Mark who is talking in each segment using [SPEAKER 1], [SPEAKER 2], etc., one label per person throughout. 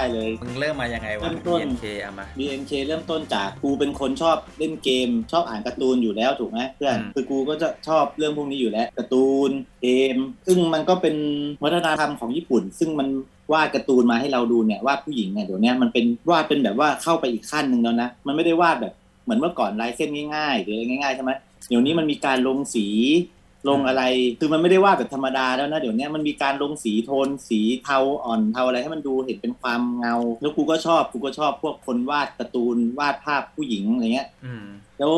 [SPEAKER 1] มายังไงวะ
[SPEAKER 2] เริ่มต้น
[SPEAKER 1] BNK เอามา
[SPEAKER 2] BMK เริ่มต้นจากกูเป็นคนชอบเล่นเกม ชอบอ่านการ์ตูนอยู่แล้วถูกไหมเพื่อน
[SPEAKER 1] อืม
[SPEAKER 2] คือกูก็จะชอบเรื่องพวกนี้อยู่แล้วการ์ตูนเกม ซึ่งมันก็เป็นวัฒนธรรมของญี่ปุ่น ซึ่งมันวาดการ์ตูนมาให้เราดูเนี่ยวาดผู้หญิงเนี่ยเดี๋ยวเนี้ยมันเป็นวาดเป็นแบบว่าเข้าไปอีกขั้นหนึ่งแล้วนะมันไม่ได้วาดแบบเหมือนเมื่อก่อนลายเส้นง่ายๆหรืออะไรง่ายๆใช่ไหมเดี๋ยวนี้มันมีการลงสี ลงอะไร คือมันไม่ได้วาดแบบธรรมดาแล้วนะ เดี๋ยวเนี้ยมันมีการลงสีโทน สีเทาอ่อนเทาอะไรให้มันดูเห็นเป็นความเงา แล้วกูก็ชอบ กูก็ชอบพวกคนวาดการ์ตูนวาดภาพผู้หญิงอะไรเงี้ย
[SPEAKER 1] อืม
[SPEAKER 2] แล้ว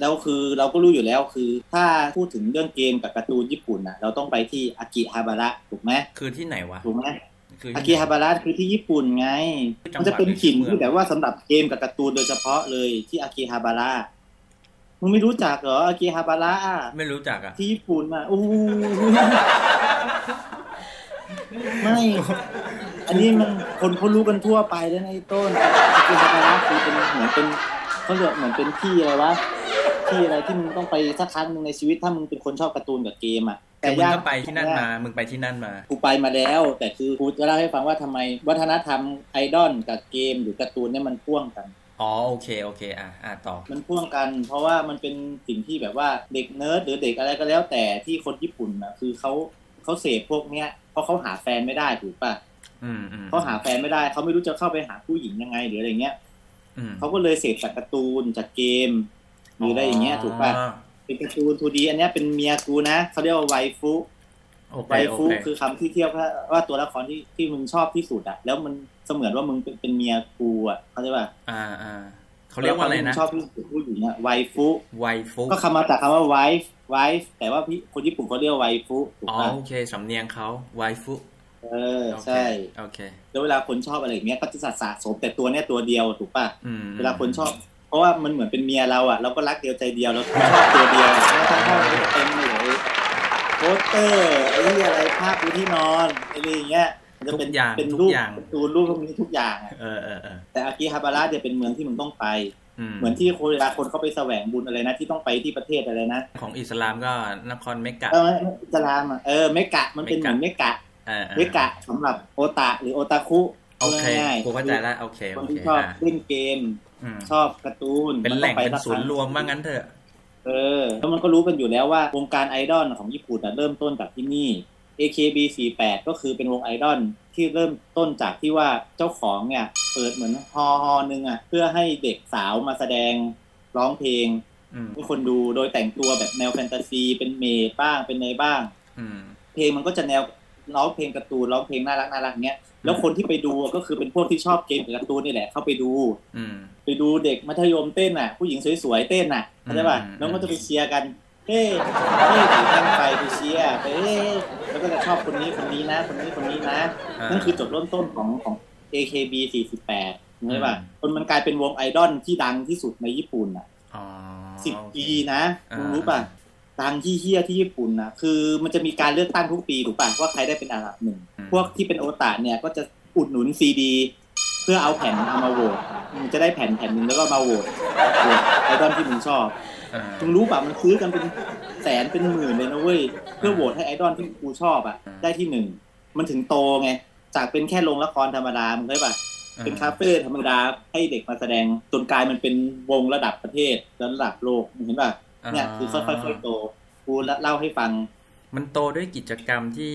[SPEAKER 2] แล้วคือเราก็รู้อยู่แล้วคือ ถ้าพูดถึงเรื่องเกมกับการ์ตูนญี่ปุ่นนะเราต้องไปที่อากิฮาบาระถูกไหม
[SPEAKER 1] คือที่ไหนวะ
[SPEAKER 2] ถูกไหม
[SPEAKER 1] คือ
[SPEAKER 2] อากิ
[SPEAKER 1] ที่ไหน
[SPEAKER 2] ฮาบาระคือที่ญี่ปุ่นไง
[SPEAKER 1] จังหวัด
[SPEAKER 2] มันจะเป็นหิน
[SPEAKER 1] หรือชื่อเมือง
[SPEAKER 2] ที่แบบว่าสำหรับเกมกับการ์ตูนโดยเฉพาะเลยที่อากิฮาบาระมึงไม่รู้จักเหรออากิฮาบาระอะ
[SPEAKER 1] ไม่รู้จักอ่ะ
[SPEAKER 2] ที่ญี่ปุ่นอ่ะโอ้โห ไม่ อันนี้มันคนเขารู้กันทั่วไปแล้วนะไอ้ต้นคือฮาบาระคือเป็นเหมือนเป็นเขาเรียกเหมือนเป็นที่อะไรวะที่อะไรที่มึงต้องไปสักครั้งหนึ่งในชีวิตถ้ามึงเป็นคนชอบการ์ตูนกับเกมอ่ะ
[SPEAKER 1] แต่มึง
[SPEAKER 2] ยา
[SPEAKER 1] ก็ไปที่นั่นมา มึงไปที่นั่นมา
[SPEAKER 2] กูไปมาแล้ว แต่คือกูจะเล่าให้ฟังว่าทำไมวัฒนธรรมไอดอลกับเกมหรือการ์ตูนเนี่ยมันพ่วงกัน
[SPEAKER 1] อ๋อโอเคโอเค อ่ะอ่ะต่อ
[SPEAKER 2] มันพ่วงกัน เพราะว่ามันเป็นสิ่งที่แบบว่าเด็กเนิร์ดหรือเด็กอะไรก็แล้วแต่ที่คนญี่ปุ่นนะคือเขาเขาเสพพวกเนี้ยเพราะเขาหาแฟนไม่ได้ถูกปะ
[SPEAKER 1] อืมอืม
[SPEAKER 2] เขาหาแฟนไม่ได้เขาไม่รู้จะเข้าไปหาผู้หญิงยังไงหรืออะไรเงี้ย
[SPEAKER 1] อืม
[SPEAKER 2] เขาก็เลยเสพจากการ์ตูนจากเกม หรืออะไรอย่างเงี้ยถูกปะ
[SPEAKER 1] อ๋อ
[SPEAKER 2] เป็นการ์ตูนทูดีอันเนี้ยเป็นเมียกูนะเขาเรียกว่าไวฟุ
[SPEAKER 1] โอเค
[SPEAKER 2] ไว
[SPEAKER 1] โอ
[SPEAKER 2] ฟุ
[SPEAKER 1] เค
[SPEAKER 2] คือคำที่เทียบว่าว่าตัวละครที่ที่มึงชอบที่สุดอะแล้วมันเสมือนว่ามึงเป็นเป็นเมียกูอะเขาใจปะ
[SPEAKER 1] อ่าอ่าเขาเรียกว่าอะไรนะ
[SPEAKER 2] ตัวลคที่มึงชอบที่สุดผู้หญิงอะไวฟุ
[SPEAKER 1] ไวฟุ
[SPEAKER 2] ก็คำมาจากคำว่า wife wife แต่ว่าพี่คนญี่ปุ่นเขาเรียกว่า waifu ถูก
[SPEAKER 1] อ๋อ
[SPEAKER 2] ป่ะ
[SPEAKER 1] โอเค สำเนียงเขาไวฟุ
[SPEAKER 2] เออ ใช่
[SPEAKER 1] โอเค
[SPEAKER 2] แล้วเวลาคนชอบอะไรอย่างเงี้ยก็จะสะสมแต่ตัวเนี้ยตัวเดียวถูกป่ะ
[SPEAKER 1] อืม
[SPEAKER 2] เวลาคนชอบ เพราะว่ามันเหมือนเป็นเมียเราอ่ะเราก็รักเดียวใจเดียวเราชอบตัวเดียวถ้าถ้าถ้าเต็มเลยโปสเตอร์ไอ้เรื่องอะไรภาพบนที่นอนไอ้เรื่องอย่างเงี้ยมันจะ
[SPEAKER 1] ทุก
[SPEAKER 2] เป็น
[SPEAKER 1] อย่าง
[SPEAKER 2] เป็น
[SPEAKER 1] ทุก
[SPEAKER 2] รูป
[SPEAKER 1] อย่าง
[SPEAKER 2] การ์ตูนรูปพวกนี้ทุกอย่างอะ
[SPEAKER 1] เออเออเออ
[SPEAKER 2] แต่อากิฮาบาระเนี่ยเป็นเมืองที่มึงต้องไป เหมือน
[SPEAKER 1] ที่
[SPEAKER 2] ที่คนเวลาคนเขาไปแสวงบุญอะไรนะที่ต้องไปที่ประเทศอะไรนะ
[SPEAKER 1] ของอิสลามก็นครเมกะ
[SPEAKER 2] เอออิสลามอ่ะเออเมกะมันเป็นเหมือนเมกะ
[SPEAKER 1] เออออ
[SPEAKER 2] เมกะสำหรับโอตะหรือโอตาคุ
[SPEAKER 1] โอเค
[SPEAKER 2] ง่ยๆ
[SPEAKER 1] กูเข้าใจละโอเค
[SPEAKER 2] ค
[SPEAKER 1] โอน เค
[SPEAKER 2] ที่ชอบ
[SPEAKER 1] อ่ะ
[SPEAKER 2] เล่นเกม
[SPEAKER 1] อืม
[SPEAKER 2] ชอบการ์ตูน
[SPEAKER 1] เป็น
[SPEAKER 2] มั
[SPEAKER 1] แหล่ง
[SPEAKER 2] ต้อ
[SPEAKER 1] เป็น
[SPEAKER 2] ไสัก
[SPEAKER 1] ศูนย์รวมว่างั้นเถอะ
[SPEAKER 2] เออแล้วมันก็รู้กันอยู่แล้วว่าวงการไอดอลของญี่ปุ่นอะเริ่มต้นจากที่นี่ AKB48 ก็คือเป็นวงไอดอลที่เริ่มต้นจากที่ว่าเจ้าของเนี่ยเปิดเหมือนฮอฮอหนึ่งอ่ะเพื่อให้เด็กสาวมาแสดงร้องเพลง
[SPEAKER 1] อืม
[SPEAKER 2] ให้คนดูโดยแต่งตัวแบบแนวแฟนตาซี เป็นเมย์บ้างเป็นเนยบ้าง
[SPEAKER 1] อืม
[SPEAKER 2] เพลงมันก็จะแนวร้องเพลงการ์ตูนร้องเพลงน่ารักน่ารักเนี้ยแล้วคนที่ไปดูก็คือเป็นพวกที่ชอบเกมกับการ์ตูนนี่แหละเข้าไปดู
[SPEAKER 1] อืม
[SPEAKER 2] ไปดูเด็กมัธยมเต้นอ่ะ ผู้หญิงสวยๆเต้นอ่ะเข้าใจป่ะ
[SPEAKER 1] อืม
[SPEAKER 2] แล้วมันก็จะไปเชียร์กันเฮ้เฮ้ถือแท่งไฟไปเชียร์ไปเฮ้แล้วก็จะชอบคนนี้คนนี้นะ คนนี้คนนี้นะ
[SPEAKER 1] อ่า
[SPEAKER 2] นั่นคือจุดเริ่มต้นของของ AKB 48เข้าใจป่ะ
[SPEAKER 1] อืม
[SPEAKER 2] คนมันกลายเป็นวงไอดอลที่ดังที่สุดในญี่ปุ่นอ่ะ
[SPEAKER 1] อ๋อ
[SPEAKER 2] สิบ
[SPEAKER 1] โอเค
[SPEAKER 2] ปีนะ
[SPEAKER 1] อ่า
[SPEAKER 2] มึงรู้ป่ะตามที่เฮี้ยที่ญี่ปุ่นนะคือมันจะมีการเลือกตั้งทุกปีถูกป่ะว่าใครได้เป็นอันดับหนึ่ง พวกที่เป็นโอตาเนี่ยก็จะอุดหนุนซีดี เพื่อเอาแผ่นเอามาโหวตมึงจะได้แผ่นแผ่นหนึ่งแล้วก็มาโหวตโหวตไอดอลที่มึงชอบ
[SPEAKER 1] อ่า
[SPEAKER 2] มึงรู้ป่ะมันซื้อกันเป็นแสนเป็นหมื่นเลยนะเว้ยเพื่อโหวตให้ไอดอลที่กูชอบอ่ะ
[SPEAKER 1] อืม
[SPEAKER 2] ได้ที่หนึ่งมันถึงโตไงจากเป็นแค่โรงละครธรรมดามึงได้ป่ะ เป็นคาเฟ่ธรรมดาให้เด็กมาแสดงจนกลายมันเป็นวงระดับประเทศและระดับโลกเห็นป่ะเนี่ยคือค่อยๆค่อยๆโตกูเล่าให้ฟัง
[SPEAKER 1] มันโตด้วยกิจกรรมที่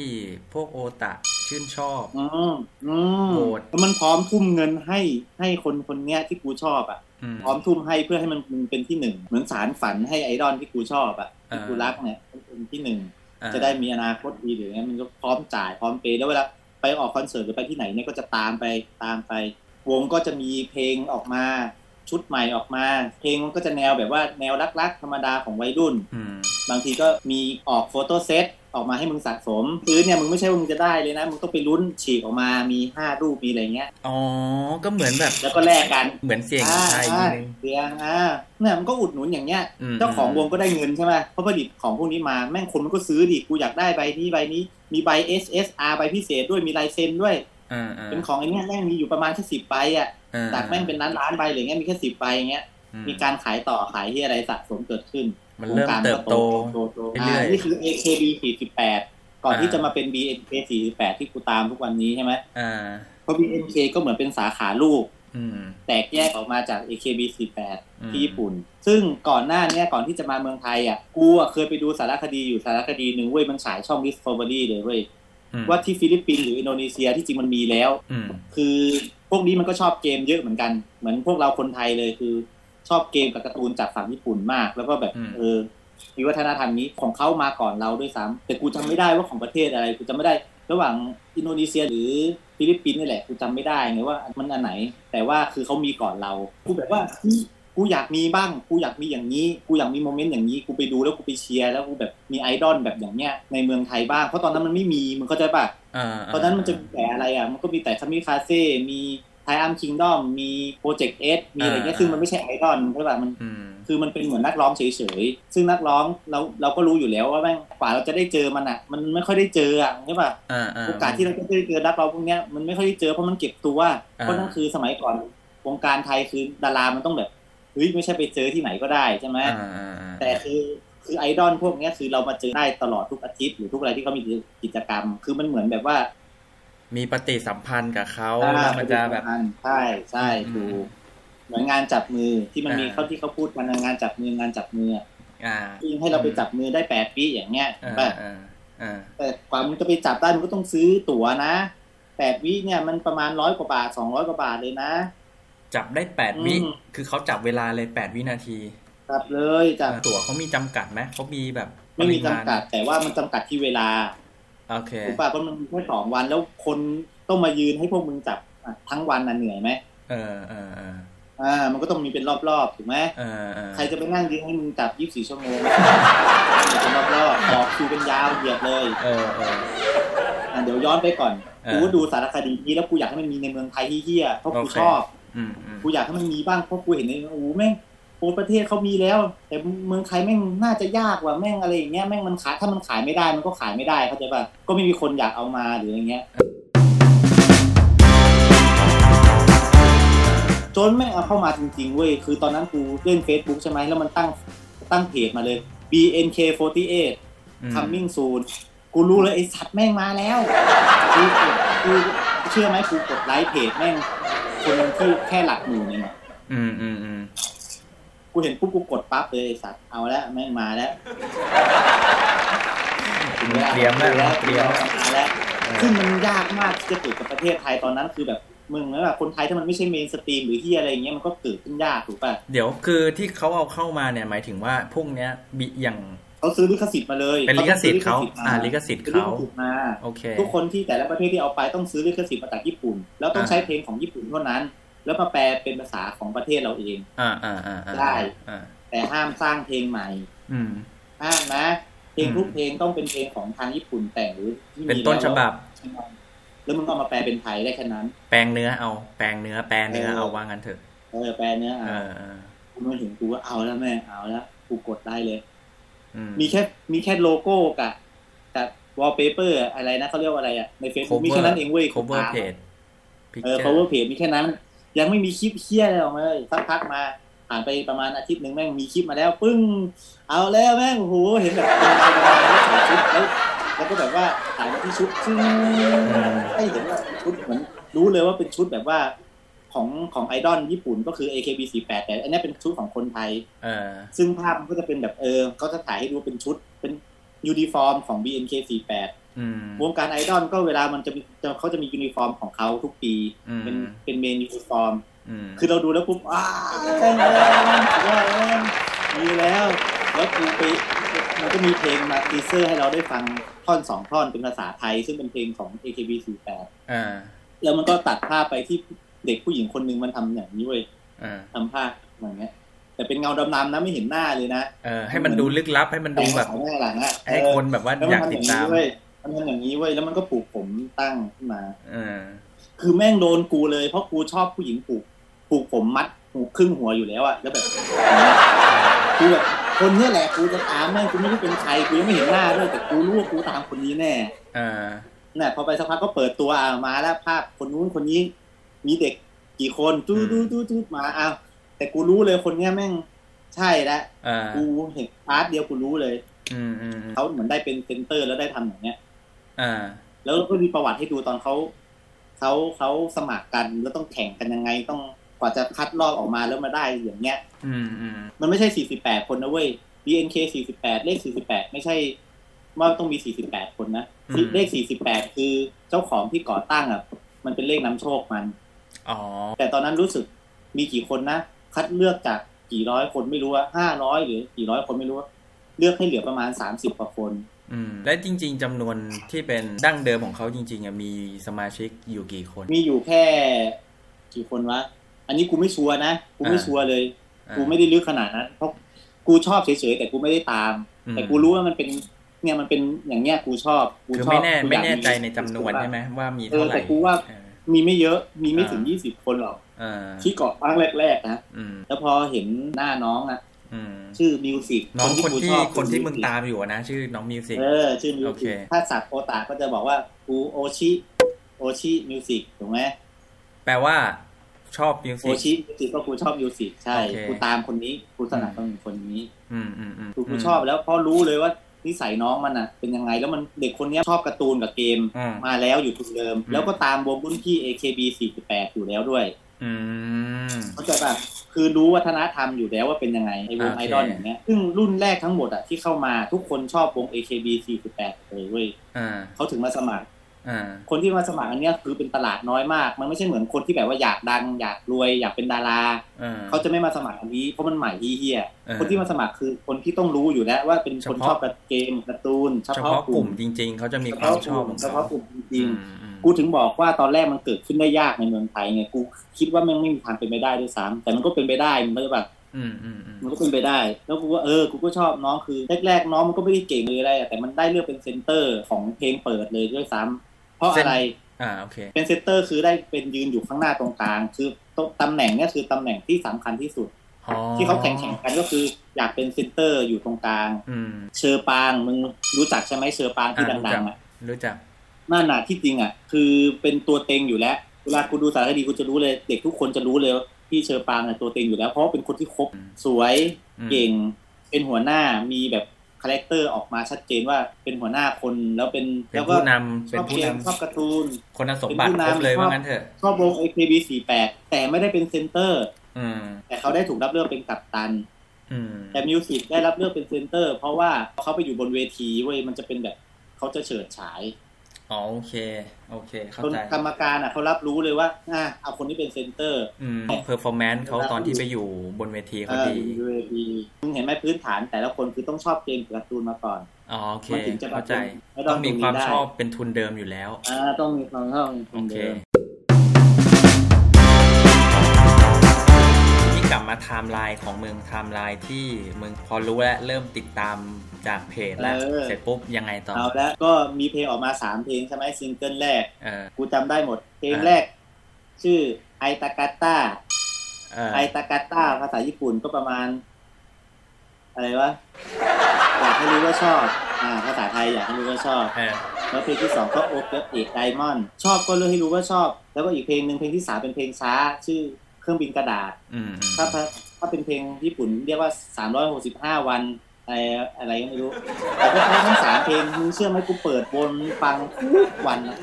[SPEAKER 1] พวกโอตะชื่นชอบ
[SPEAKER 2] อืมอืม
[SPEAKER 1] โหด
[SPEAKER 2] แล้วมันพร้อมทุ่มเงินให้ให้คนคนเนี้ยที่กูชอบอ่ะ
[SPEAKER 1] อืม
[SPEAKER 2] พร้อมทุ่มให้เพื่อให้มันมันเป็นที่หนึ่งเหมือนสารฝันให้ไอดอลที่กูชอบอ่ะที่
[SPEAKER 1] อ่ากู
[SPEAKER 2] กูรักเนี่ยเป็นที่หนึ่ง
[SPEAKER 1] อ่า
[SPEAKER 2] จะได้มีอนาคตดีหรือไงมันก็พร้อมจ่ายพร้อมเปย์แล้วเวลาไปออกคอนเสิร์ตหรือไปที่ไหนเนี่ยก็จะตามไปตามไป วงก็จะมีเพลงออกมาชุดใหม่ออกมา เพลงมันก็จะแนวแบบว่าแนวรักๆ ธรรมดาของวัยรุ่น
[SPEAKER 1] อืม
[SPEAKER 2] บางทีก็มีออกโฟโต้เซตออกมาให้มึงสะสมพื้นเนี่ยมึงไม่ใช่ว่ามึงจะได้เลยนะ มึงต้องไปลุ้นฉีกออกมามี 5 รูปมีอะไรเงี้ย
[SPEAKER 1] อ๋อ ก็เหมือนแบบ
[SPEAKER 2] แล้วก็แลกกัน
[SPEAKER 1] เหมือนเสียง
[SPEAKER 2] อ่า
[SPEAKER 1] ไทยนิ
[SPEAKER 2] อ่า
[SPEAKER 1] ดนึง
[SPEAKER 2] เสียงอ่าเนี่ยมันก็อุดหนุนอย่างเงี้ย
[SPEAKER 1] ม
[SPEAKER 2] เจ้าของวงก็ได้เงินใช่ไหมเพราะผลิตของพวกนี้มาแม่งคนมันก็ซื้อดิกูอยากได้ใบนี้ใบนี้ มีใบ SSR ใบพิเศษด้วยมีลายเซ็นด้วย
[SPEAKER 1] อ่าอ่า
[SPEAKER 2] เป็นของไอ้เนี่ยแม่งมีอยู่ประมาณแค่สิบใบอ่ะ
[SPEAKER 1] อ่
[SPEAKER 2] จากแม่งเป็นล้านล้านๆใบอะไรเงี้ยมีแค่สิบใบอย่างเงี้ย
[SPEAKER 1] อื
[SPEAKER 2] มีการขายต่อขายที่อะไรสะสมเกิดขึ้น
[SPEAKER 1] มันเริ่มเติบโต
[SPEAKER 2] อ่า
[SPEAKER 1] เรื่อยๆ
[SPEAKER 2] นี่คือ AKB 48 ก่อน
[SPEAKER 1] อ่า
[SPEAKER 2] ที่จะมาเป็น BNK 48 ที่กูตามทุกวันนี้ใช่ไหม
[SPEAKER 1] อ่า
[SPEAKER 2] เพราะ BNK ก็เหมือนเป็นสาขาลูก
[SPEAKER 1] อืม
[SPEAKER 2] แตกแยกออกมาจาก AKB48
[SPEAKER 1] อืม
[SPEAKER 2] ที่ญี่ปุ่น ซึ่งก่อนหน้าเนี้ยก่อนที่จะมาเมืองไทยอ่ะกูอะเคยไปดูสารคดีอยู่สารคดีหนึ่งเว้ยมันฉายช่อง Discovery เลยเว้ย
[SPEAKER 1] อืม
[SPEAKER 2] ว่าที่ฟิลิปปินส์หรืออินโดนีเซียที่จริงมันมีแล้ว
[SPEAKER 1] อืม
[SPEAKER 2] คือพวกนี้มันก็ชอบเกมเยอะเหมือนกัน เหมือนพวกเราคนไทยเลยคือ ชอบเกมกับการ์ตูนจากฝั่งญี่ปุ่นมาก แล้วก็แบบเออมีวัฒนธรรมนี้ของเขามาก่อนเราด้วยซ้ำแต่กูจำไม่ได้ว่าของประเทศอะไรกูจำไม่ได้ ระหว่างอินโดนีเซียหรือฟิลิปปินส์นี่แหละกูจำไม่ได้ไงว่ามันอันไหน แต่ว่าคือเขามีก่อนเรากูแบบว่าเฮ้ยกูอยากมีบ้างกูอยากมีอย่างนี้กูอยากมีโมเมนต์อย่างนี้กูไปดูแล้วกูไปเชียร์แล้วกูแบบมีไอดอลแบบอย่างเนี้ยในเมืองไทยบ้างเพราะตอนนั้นมันไม่มีมึงเข้าใจปะ
[SPEAKER 1] อ่า
[SPEAKER 2] ตอนนั้นมันจะมีแต่อะไรอ่ะ มันก็มีแต่คามิคาเซ่ มีไทอัมคิงดอม มีโปรเจกต์เอสมีอะไรเงี้ย ซึ่งมันไม่ใช่ไอดอลใช่ป่ะมัน
[SPEAKER 1] อืม
[SPEAKER 2] คือมันเป็นเหมือนนักร้องเฉยๆ ซึ่งนักร้องเราเราก็รู้อยู่แล้วว่าแม่งกว่าเราจะได้เจอมันอ่ะ มันไม่ค่อยได้เจออ่ะใช่ป่ะ
[SPEAKER 1] อ่าอ่า
[SPEAKER 2] โอกาสที่เราจะได้เจอนักร้องพวกเนี้ยมันไม่ค่อยได้เจอเพราะมันเก็บตัว
[SPEAKER 1] อ่า
[SPEAKER 2] เพราะนั่นคือสมัยก่อนวงการไทยคือดารา มันต้องแบบเฮ้ยไม่ใช่ไปเจอที่ไหนก็ได้ใช่ไหม
[SPEAKER 1] อ่าอ่าอ่า
[SPEAKER 2] แต่คือคือไอดอลพวกเนี้ยคือเรามาเจอได้ตลอดทุกอาทิตย์หรือทุกอะไรที่เขามีกิจกรรม คือมันเหมือนแบบว่า
[SPEAKER 1] มีปฏิสัมพันธ์กับเขา
[SPEAKER 2] อ่า
[SPEAKER 1] แล้วมันจะแบบ
[SPEAKER 2] ใช่ใช่ถูกเหมือนงานจับมือที่มันมี
[SPEAKER 1] อ่า
[SPEAKER 2] เขาที่เขาพูดกันนะงานจับมืองานจับมือ
[SPEAKER 1] อ่า
[SPEAKER 2] จริงให้เราไปจับมือได้แปดปีอย่างเงี้ย
[SPEAKER 1] อ่า
[SPEAKER 2] แต่
[SPEAKER 1] อ่าอ่า
[SPEAKER 2] แต่กว่ามึงจะไปจับได้มึงก็ต้องซื้อตั๋วนะแปดวิเนี่ยมันประมาณร้อยกว่าบาทสองร้อยกว่าบาทเลยนะ
[SPEAKER 1] จับได้แปดวิ
[SPEAKER 2] อืม
[SPEAKER 1] คือเขาจับเวลาเลยแปดวินาที
[SPEAKER 2] จับเลยจับ
[SPEAKER 1] ตั๋วเขามีจำกัดไหมเขามีแบบ
[SPEAKER 2] ไม่มี
[SPEAKER 1] ป
[SPEAKER 2] จำ
[SPEAKER 1] ริาณ
[SPEAKER 2] กัด แต่ว่ามันจำกัดที่เวลา
[SPEAKER 1] โอเค
[SPEAKER 2] ถูกป่ะเพราะมันมีแค่สองวันแล้วคนต้องมายืนให้พวกมึงจับอ่ะทั้งวันน่ะเหนื่อยไหม
[SPEAKER 1] เออเออเออ
[SPEAKER 2] อ่า มันก็ต้องมีเป็นรอบๆถูกไหม
[SPEAKER 1] เออเออ
[SPEAKER 2] ใครจะไปนั่งยืนให้มึงจับ 24 ชั่วโมงเป็นรอบๆต่อคิวเป็นยาวเหยียดเลย
[SPEAKER 1] เออเออ
[SPEAKER 2] อ่ะเดี๋ยวย้อนไปก่อน
[SPEAKER 1] เออ
[SPEAKER 2] กูก็ดูสารคดีนี้แล้วกูอยากให้มันมีในเมืองไทยที่เฮี้ยๆเพราะกู
[SPEAKER 1] โอเค
[SPEAKER 2] ชอบ
[SPEAKER 1] อืมอืม
[SPEAKER 2] กูอยากให้มันมีบ้างเพราะกูเห็นในโอ้โหแม่งโอ้ประเทศเขามีแล้ว แต่เมืองไทยแม่งน่าจะยากว่ะแม่งอะไรอย่างเงี้ยแม่งมันขายถ้ามันขายไม่ได้มันก็ขายไม่ได้เข้าใจป่ะก็ไม่มีคนอยากเอามาหรืออย่างเงี้ยจนแม่งเอาเข้ามาจริงๆเว้ยคือตอนนั้นกูเล่น Facebook ใช่ไหมแล้วมันตั้งตั้งเพจมาเลย BNK48
[SPEAKER 1] อืม
[SPEAKER 2] coming soon กูรู้เลยไอ้สัตว์แม่งมาแล้วกูกดกูเชื่อไหมกูกดไลค์เพจแม่ง คนหนึ่งที่แค่หลักหมื่นเองอะ
[SPEAKER 1] อืมอืมอืม
[SPEAKER 2] กูเห็นปุ๊บกูกดปั๊บเลยไอ้สัตว์เอาแล้วแม่งมาแล้ว
[SPEAKER 1] เตรียมแล้วนะเตรียมแล้ว
[SPEAKER 2] มาแล้ว
[SPEAKER 1] เอ
[SPEAKER 2] ซึ่ง
[SPEAKER 1] อ
[SPEAKER 2] มันยากมากที่จะเกิดกับประเทศไทยตอนนั้นคือแบบมึงแล้วแบบคนไทยถ้ามันไม่ใช่เมนสตรีมหรือที่อะไรอย่างเงี้ยมันก็เกิดขึ้นยากถูกป่ะ
[SPEAKER 1] เดี๋ยวคือที่เขาเอาเข้ามาเนี่ยหมายถึงว่าพวกเนี้ยบิอย่าง
[SPEAKER 2] เขาซื้อลิขสิทธิ์มาเลย
[SPEAKER 1] เป็นลิขสิทธิ์เขาอ่าลิ
[SPEAKER 2] ข
[SPEAKER 1] ข
[SPEAKER 2] สิทธิ์
[SPEAKER 1] สิทธิ์
[SPEAKER 2] ซื้อลิ
[SPEAKER 1] เขา
[SPEAKER 2] ขสิทธิ์มา
[SPEAKER 1] โอเค
[SPEAKER 2] ทุกคนที่แต่ละประเทศที่เอาไปต้องซื้อลิขสิทธิ์มาจากญี่ปุ่น แล้วต้อง
[SPEAKER 1] อ่า
[SPEAKER 2] ใช้เพลงของญี่ปุ่นเท่านั้น แล้วมาแปลเป็นภาษาของประเทศเราเอง
[SPEAKER 1] อ่าอ่าอ่าอ่า
[SPEAKER 2] ได้
[SPEAKER 1] อ่า
[SPEAKER 2] แต่ห้ามสร้างเพลงใหม่
[SPEAKER 1] อืม
[SPEAKER 2] ห้ามนะ เพลง
[SPEAKER 1] อืม
[SPEAKER 2] ทุกเพลงต้องเป็นเพลงของทางญี่ปุ่นแต่งหรือที่มี
[SPEAKER 1] เป็นต้น
[SPEAKER 2] แล้ว
[SPEAKER 1] ฉบับ
[SPEAKER 2] แล้วมึงก็เอามาแปลเป็นไทยได้แค่นั้น
[SPEAKER 1] แปลงเนื้อเอา แปลงเนื้อแปลเนื้อ
[SPEAKER 2] เออ
[SPEAKER 1] เอาว่างั้นเถอะ
[SPEAKER 2] เออแปลเนื้อ
[SPEAKER 1] เอ
[SPEAKER 2] อ่ะ
[SPEAKER 1] อเออ
[SPEAKER 2] กูมาถึงกูก็เอาแล้วแม่เอาแล้วกูกดได้เลย
[SPEAKER 1] อืม
[SPEAKER 2] มีแค่มีแค่โลโก้กับกับวอลเปเปอร์อะไรนะเขาเรียกว่าอะไรอ่ะในเฟซบุ๊ก
[SPEAKER 1] Cover
[SPEAKER 2] มีแค่นั้นเองเว้ย
[SPEAKER 1] cover page
[SPEAKER 2] เออ
[SPEAKER 1] picture
[SPEAKER 2] cover page มีแค่นั้น ยังไม่มีคลิปเฮี้ยอะไรออกมาเลยสักพักมา ผ่านไปประมาณอาทิตย์หนึ่งแม่งมีคลิปมาแล้ว ปึ้ง เอาแล้วแม่งโอ้โหเห็นแบบเป็นลายเป็นลายแล้วใส่ชุดแล้วแล้วก็แบบว่าถ่ายมาที่ชุดซึ่งให้เห็นว่าชุดเหมือนรู้เลยว่าเป็นชุดแบบว่าของของไอดอลญี่ปุ่นก็คือ AKB48 แต่อันเนี้ยเป็นชุดของคนไทย
[SPEAKER 1] เออ
[SPEAKER 2] ซึ่งภาพมันก็จะเป็นแบบเออเขาจะถ่ายให้ดูเป็นชุดเป็นยูนิฟอร์มของ BNK48
[SPEAKER 1] อืม
[SPEAKER 2] วงการไอดอลก็เวลามันจะมีจะเขาจะมียูนิฟอร์มของเขาทุกปี
[SPEAKER 1] อืม
[SPEAKER 2] เป็นเป็นเมนยูนิฟอร์ม
[SPEAKER 1] อืม
[SPEAKER 2] คือเราดูแล้วปุ๊บอ้าเต้นแล้วสุดยอดแล้วมีแล้ว แล้วกูไปมันก็มีเพลงมาตีเซอร์ให้เราได้ฟังท่อนสองท่อนเป็นภาษาไทย ซึ่งเป็นเพลงของ AKB48
[SPEAKER 1] อ่า
[SPEAKER 2] แล้วมันก็ตัดภาพไปที่เด็กผู้หญิงคนหนึงมันทำอย่างนี้เว้ย
[SPEAKER 1] อ่า
[SPEAKER 2] ทำภาพอย่างเงี้ย แต่เป็นเงาดำๆนะไม่เห็นหน้าเลยนะ
[SPEAKER 1] เออให้มันดูลึกลับให้มันดูแบบ
[SPEAKER 2] ต่ของแม่หลังอะ
[SPEAKER 1] ให้คนแบบว่า
[SPEAKER 2] เออ
[SPEAKER 1] อ
[SPEAKER 2] แล้ว
[SPEAKER 1] ยาก
[SPEAKER 2] มัน
[SPEAKER 1] ติด
[SPEAKER 2] ทำอย่าง
[SPEAKER 1] ตาม
[SPEAKER 2] นี้เว้ยมันทำอย่างนี้เว้ยแล้วมันก็ปลูกผมตั้งขึ้นมา
[SPEAKER 1] เออ
[SPEAKER 2] คือแม่งโดนกูเลยเพราะกูชอบผู้หญิงผูกผูกผมมัดหูครึ่งหัวอยู่แล้วอะแล้วแบบ กูแบบคนเนี้ยแหละกูจะตามแม่งกูไม่รู้เป็นใครกูยังไม่เห็นหน้าด้วยแต่กูรู้ว่ากูตามคนนี้แน่
[SPEAKER 1] เออ
[SPEAKER 2] น่ะพอไปสักพักก็เปิดตัวอ่ะมาแล้วภาพคนนู้นคนนี้ มีเด็กกี่คนจู้ดูดูดูมาอ้าวแต่กูรู้เลยคนเนี้ยแม่งใช่แล้ว
[SPEAKER 1] เออ
[SPEAKER 2] กูเห็นพาร์ทเดียวกูรู้เลย
[SPEAKER 1] อืมอืมอืม
[SPEAKER 2] เขาเหมือนได้เป็นเซนเตอร์แล้วได้ทำอย่างเนี้ย
[SPEAKER 1] อ่า
[SPEAKER 2] แล้วก็มีประวัติให้ดูตอนเขาเขาเขาสมัครกันแล้วต้องแข่งกันยังไงต้อง กว่าจะคัดลอกออกมาแล้วมาได้อย่างเงี้ย
[SPEAKER 1] อืมอืม
[SPEAKER 2] มันไม่ใช่ 48 คนนะเว้ย DNK 48 เลข 48 ไม่ใช่ว่าต้องมี 48 คนนะเลข 48 คือเจ้าของที่ก่อตั้งอ่ะ มันเป็นเลขนำโชคมัน
[SPEAKER 1] อ๋อ
[SPEAKER 2] แต่ตอนนั้นรู้สึกมีกี่คนนะ คัดเลือกจากกี่ร้อยคนไม่รู้ว่าห้าร้อยหรือกี่ร้อยคนไม่รู้ว่าเลือกให้เหลือประมาณ 30กว่าคน
[SPEAKER 1] อืม และจริง ๆจำนวนที่เป็นดั้งเดิมของเขาจริงๆอะมีสมาชิกอยู่กี่คน
[SPEAKER 2] มีอยู่แค่กี่คนวะ อันนี้กูไม่ชัวร์นะ กูไม่
[SPEAKER 1] อ่า
[SPEAKER 2] ชัวร์เลย
[SPEAKER 1] อ่า
[SPEAKER 2] กูไม่ได้ลึกขนาดนั้น เพราะกูชอบเฉยๆแต่กูไม่ได้ตาม
[SPEAKER 1] อืม
[SPEAKER 2] แต่กูรู้ว่ามันเป็นเนี่ยมันเป็นอย่างเนี้ยกูชอบกู
[SPEAKER 1] คือ
[SPEAKER 2] ชอบ
[SPEAKER 1] ไม่แน่
[SPEAKER 2] กูอ
[SPEAKER 1] ไม่
[SPEAKER 2] ยาก
[SPEAKER 1] แน่ใจในจำนวน
[SPEAKER 2] กูอยาก
[SPEAKER 1] ใช่ไหมว่ามี
[SPEAKER 2] เอ
[SPEAKER 1] เท่า
[SPEAKER 2] อ
[SPEAKER 1] ไหร่
[SPEAKER 2] แต่กูว่า
[SPEAKER 1] เออ
[SPEAKER 2] มีไม่เยอะมีไม่ถึง
[SPEAKER 1] อ่า
[SPEAKER 2] ยี่สิบคนหรอก
[SPEAKER 1] เออ
[SPEAKER 2] ที่เกาะบ้างแรกๆนะ
[SPEAKER 1] อืม
[SPEAKER 2] แล้วพอเห็นหน้าน้องอ่ะ
[SPEAKER 1] อืม
[SPEAKER 2] ชื่อมิวสิก
[SPEAKER 1] น้องคนที่คนที่มึง
[SPEAKER 2] ตาม
[SPEAKER 1] ตามอยู่อะนะ ชื่อน้องมิวสิก
[SPEAKER 2] เออชื่อมิว
[SPEAKER 1] โอเค
[SPEAKER 2] สิกถ้าสับโอตาก็จะบอกว่ากูโอชิโอชิมิวสิกถูกไหม
[SPEAKER 1] แปลว่าชอบมิว
[SPEAKER 2] โอ
[SPEAKER 1] สิก
[SPEAKER 2] ชิมิวสิกก็กูชอบมิวสิกใช่
[SPEAKER 1] โอเค
[SPEAKER 2] กูตามคนนี้กูสนับสนุนคนนี้
[SPEAKER 1] อืมอืมอืม
[SPEAKER 2] กูกูชอบแล้วเพราะรู้เลยว่านิสัยน้องมันอ่ะเป็นยังไงแล้วมันเด็กคนเนี้ยชอบการ์ตูนกับเกม
[SPEAKER 1] อืม
[SPEAKER 2] มาแล้วอยู่ทุนเดิม
[SPEAKER 1] อืม
[SPEAKER 2] แล้วก็ตามวงรุ่นพี่ AKB 48 อยู่แล้วด้วย
[SPEAKER 1] อืม
[SPEAKER 2] เข้าใจป่ะคือรู้วัฒนธรรมอยู่แล้วว่าเป็นยังไงไอวง
[SPEAKER 1] โอเค
[SPEAKER 2] ไอดอลอย่างเงี้ยซึ่งรุ่นแรกทั้งหมดอ่ะที่เข้ามาทุกคนชอบวง AKB 48เลยเว้ย
[SPEAKER 1] อ่า
[SPEAKER 2] เขาถึงมาสมัคร
[SPEAKER 1] อ่า
[SPEAKER 2] คนที่มาสมัครอันเนี้ยคือเป็นตลาดน้อยมาก มันไม่ใช่เหมือนคนที่แบบว่าอยากดัง อยากรวยอยากเป็นดารา
[SPEAKER 1] อ่า
[SPEAKER 2] เขาจะไม่มาสมัครอันนี้เพราะมันใหม่ที่เฮีย
[SPEAKER 1] เออ
[SPEAKER 2] คนที่มาสมัครคือคนที่ต้องรู้อยู่แล้วว่าเป็นคน
[SPEAKER 1] เฉพาะ
[SPEAKER 2] ชอบการ์เกมการ์ตูน
[SPEAKER 1] เฉพาะกลุ่มจริง ๆ เขาจะมี
[SPEAKER 2] เฉ
[SPEAKER 1] ความ
[SPEAKER 2] พาะ
[SPEAKER 1] ช
[SPEAKER 2] ก
[SPEAKER 1] อบ
[SPEAKER 2] ลุ่ม
[SPEAKER 1] ของ
[SPEAKER 2] เฉ
[SPEAKER 1] เขา
[SPEAKER 2] พาะกลุ่มจริง
[SPEAKER 1] อืมอืม
[SPEAKER 2] ๆกูถึงบอกว่าตอนแรกมันเกิดขึ้นได้ยากในเมืองไทยไงกูคิดว่าแม่งไม่มีทางเป็นไปได้ด้วยซ้ำแต่มันก็เป็นไปได้มันก็แบบ
[SPEAKER 1] อืมอืมอืม
[SPEAKER 2] มันก็เป็นไปได้ แล้วกูก็เออกูก็ชอบน้องคือแรกๆน้องมันก็ไม่ได้เก่งเลยอะไรอะแต่มันได้เลือกเป็นเซนเตอร์ของเพลงเปิดเลยด้วยซ้ำเพราะอะไร
[SPEAKER 1] อ่าโอเค
[SPEAKER 2] เป็นเซตเตอร์คือได้เป็นยืนอยู่ข้างหน้าตรงกลาง คือตตำแหน่งเนี่ยคือตำแหน่งที่สำคัญที่สุด
[SPEAKER 1] อ๋อ
[SPEAKER 2] ที่เขาแข่งแข่งกันก็คืออยากเป็นเซนเตอร์อยู่ตรงกลาง
[SPEAKER 1] อืม
[SPEAKER 2] เชอปางมึงรู้จักใช่ไหมเชอปางที่
[SPEAKER 1] อ่า
[SPEAKER 2] ดังๆอ่ะ
[SPEAKER 1] รู้จัก
[SPEAKER 2] หน้าหนาที่จริงอ่ะคือเป็นตัวเต็งอยู่แล้วเวลากูดูสารคดีกูจะรู้เลย เด็กทุกคนจะรู้เลยว่าพี่เชอปางเนี่ยตัวเต็งอยู่แล้วเพราะว่าเป็นคนที่ครบ
[SPEAKER 1] อืม
[SPEAKER 2] สวย
[SPEAKER 1] อืม
[SPEAKER 2] เก่ง เป็นหัวหน้ามีแบบคาแรคเตอร์ออกมาชัดเจนว่าเป็นหัวหน้าคนแล้วเป็น
[SPEAKER 1] เป็น
[SPEAKER 2] แล้วก็
[SPEAKER 1] ผู้นำ
[SPEAKER 2] ช
[SPEAKER 1] เป็น
[SPEAKER 2] อบ
[SPEAKER 1] ผู้
[SPEAKER 2] เก
[SPEAKER 1] น
[SPEAKER 2] มชอบการ์ตูน
[SPEAKER 1] ำคนสมบัติ
[SPEAKER 2] เป็นผู้
[SPEAKER 1] ครบ
[SPEAKER 2] นำ
[SPEAKER 1] เลย
[SPEAKER 2] ชอบ
[SPEAKER 1] ว่างั้นเถอะ
[SPEAKER 2] ชอบวง AKB 48แต่ไม่ได้เป็นเซนเตอร์
[SPEAKER 1] อืม
[SPEAKER 2] แต่เขาได้ถูกรับเลือกเป็นกัปตัน
[SPEAKER 1] อืม
[SPEAKER 2] แต่มิวสิกได้รับเลือกเป็นเซนเตอร์ เพราะว่าเขาไปอยู่บนเวทีเว้ยมันจะเป็นแบบเขาจะเฉิดฉาย
[SPEAKER 1] อ๋อโอเค โอเค เข้า
[SPEAKER 2] คน
[SPEAKER 1] ใจ
[SPEAKER 2] กรรมการอ่ะเขารับรู้เลยว่าอ่ะเอาคนที่เป็นเซนเตอร์
[SPEAKER 1] อืมเพอร์ฟอร์แมนซ์เขาตอนที่ไปอยู่บนเวที
[SPEAKER 2] เอ
[SPEAKER 1] เขา
[SPEAKER 2] อ
[SPEAKER 1] ดี
[SPEAKER 2] อยู่บนเวทีมึงเห็นไหมพื้นฐานแต่ละคนคือต้องชอบเกมการ์ตูนมาก่อน
[SPEAKER 1] อ๋อโอเค
[SPEAKER 2] มันถึงจะแบบ
[SPEAKER 1] เข้าใจ
[SPEAKER 2] ไม่ต้
[SPEAKER 1] ต้
[SPEAKER 2] อ
[SPEAKER 1] อ
[SPEAKER 2] ง ง
[SPEAKER 1] มีความ
[SPEAKER 2] ตรงนี้ได้
[SPEAKER 1] ชอบเป็นทุนเดิมอยู่แล้ว
[SPEAKER 2] อ่าต้องมีความชอบเป็นค
[SPEAKER 1] โอน เค
[SPEAKER 2] เดิม
[SPEAKER 1] ทีนี้กลับมาไทม์ไลน์ของมึงไทม์ไลน์ที่มึงพอรู้แล้ว เริ่มติดตามจากเพจแล้ว เสร็จปุ๊บ ยังไงต่อ
[SPEAKER 2] เอาละก็มีเพลงออกมาสามเพลงใช่ไหมซิงเกิลแรก
[SPEAKER 1] เออ
[SPEAKER 2] กูจำได้หมด เพลง
[SPEAKER 1] อ่า
[SPEAKER 2] แรก ชื่อไอตากาต้า
[SPEAKER 1] เออ
[SPEAKER 2] ไอตากาต้าภาษาญี่ปุ่นก็ประมาณ อะไรวะ อยากให้รู้ว่าชอบ อ่า ภาษาไทยอยากให้รู้ว่าชอบ
[SPEAKER 1] เออ
[SPEAKER 2] แล้วเพลงที่สองก็โอเปเอกไดมอนด์ชอบก็เลือกให้รู้ว่าชอบ แล้วก็อีกเพลงหนึ่งเพลงที่สามเป็นเพลงช้า ชื่อเครื่องบินกระดาษ
[SPEAKER 1] อืมอืม
[SPEAKER 2] ถ้าภาถ้าเป็นเพลงญี่ปุ่นเรียกว่า 365 วันอะไรอะไรก็ไม่รู้แต่ก็ทั้งสามเพลงมึงเชื่อไหมกูเปิดวนฟังทุกวันนะ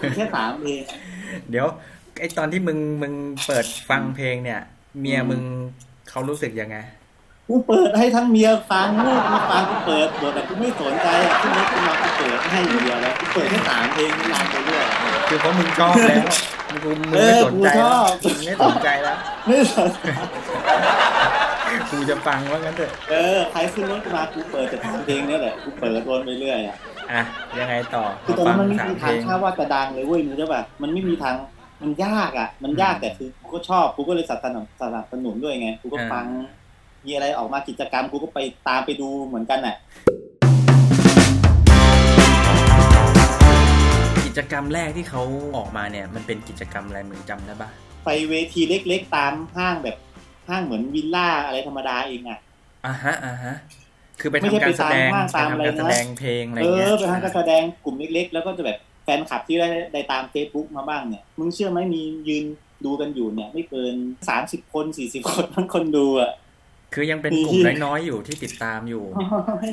[SPEAKER 2] มีแค่สามเพลง
[SPEAKER 1] เดี๋ยวไอตอนที่มึงมึงเปิดฟังเพลงเนี่ย เมียมึงเขารู้สึกยังไง
[SPEAKER 2] กูเปิดให้ทั้งเมียฟังลูกมาฟังกูเปิดหมดแต่กูไม่สนใจอ่ะที่รถกูมากูเปิดให้อย่างเดียวแล้วกูเปิดแค่สามเพลงนานไปเรื่อย
[SPEAKER 1] คือเพราะมึงชอบแล้วมึงมึงไม่สนใจ
[SPEAKER 2] เออกูช
[SPEAKER 1] แล้
[SPEAKER 2] อบ
[SPEAKER 1] วมึงไม่สนใจแล้ว
[SPEAKER 2] ไม่สน
[SPEAKER 1] กูจะฟังว่างั้นเถอะ
[SPEAKER 2] เออใครขึ้นรถมากูเปิดแต่สามเพลงเนี่ยแหละกูเปิดวนไปเรื่อยอ่ะ
[SPEAKER 1] อ่ะ ยังไงต่อ
[SPEAKER 2] คือ
[SPEAKER 1] มา
[SPEAKER 2] ตอน
[SPEAKER 1] ฟั
[SPEAKER 2] นั้นมัน
[SPEAKER 1] ง
[SPEAKER 2] ไม่มี
[SPEAKER 1] สามเพ
[SPEAKER 2] ทาง
[SPEAKER 1] ลง
[SPEAKER 2] คาดว่าจะดังเลยเว้ยมึงรู้ป่ะมันไม่มีทางมันยากอ่ะ มันยากแต่คือกูก็ชอบกูก็เลยสนับสนุนสนับสนุนด้วยไงกูก็ฟังมีอะไรออกมากิจกรรมกูก็ไปตามไปดูเหมือนกันอ่ะ
[SPEAKER 1] กิจกรรมแรกที่เขาออกมาเนี่ย มันเป็นกิจกรรมอะไรมึงจำได้ปะ
[SPEAKER 2] ไปเวทีเล็กๆตามห้างแบบห้างเหมือนวิลล่าอะไรธรรมดาเองอ่ะ
[SPEAKER 1] อ่าฮะอ่าฮะ คือไป
[SPEAKER 2] ไม่ใช่
[SPEAKER 1] ทำการแสดง
[SPEAKER 2] ไป
[SPEAKER 1] ไป
[SPEAKER 2] ตามห้างตา
[SPEAKER 1] ทำ
[SPEAKER 2] มอะไร
[SPEAKER 1] การ
[SPEAKER 2] นะ
[SPEAKER 1] แสดงเพลงอะไร
[SPEAKER 2] เอ
[SPEAKER 1] เงี้ย
[SPEAKER 2] อไปทางการแสดงกลุ่มเล็กๆ แล้วก็จะแบบแฟนคลับที่ได้ได้ตาม Facebook มาบ้างเนี่ย มึงเชื่อไหมมียืนดูกันอยู่เนี่ย ไม่เกิน 30 คน 40 คนทั้งคนดู อ่ะ
[SPEAKER 1] คือยังเป็นกลุ่มน้อยๆอยู่ที่ติดตามอยู่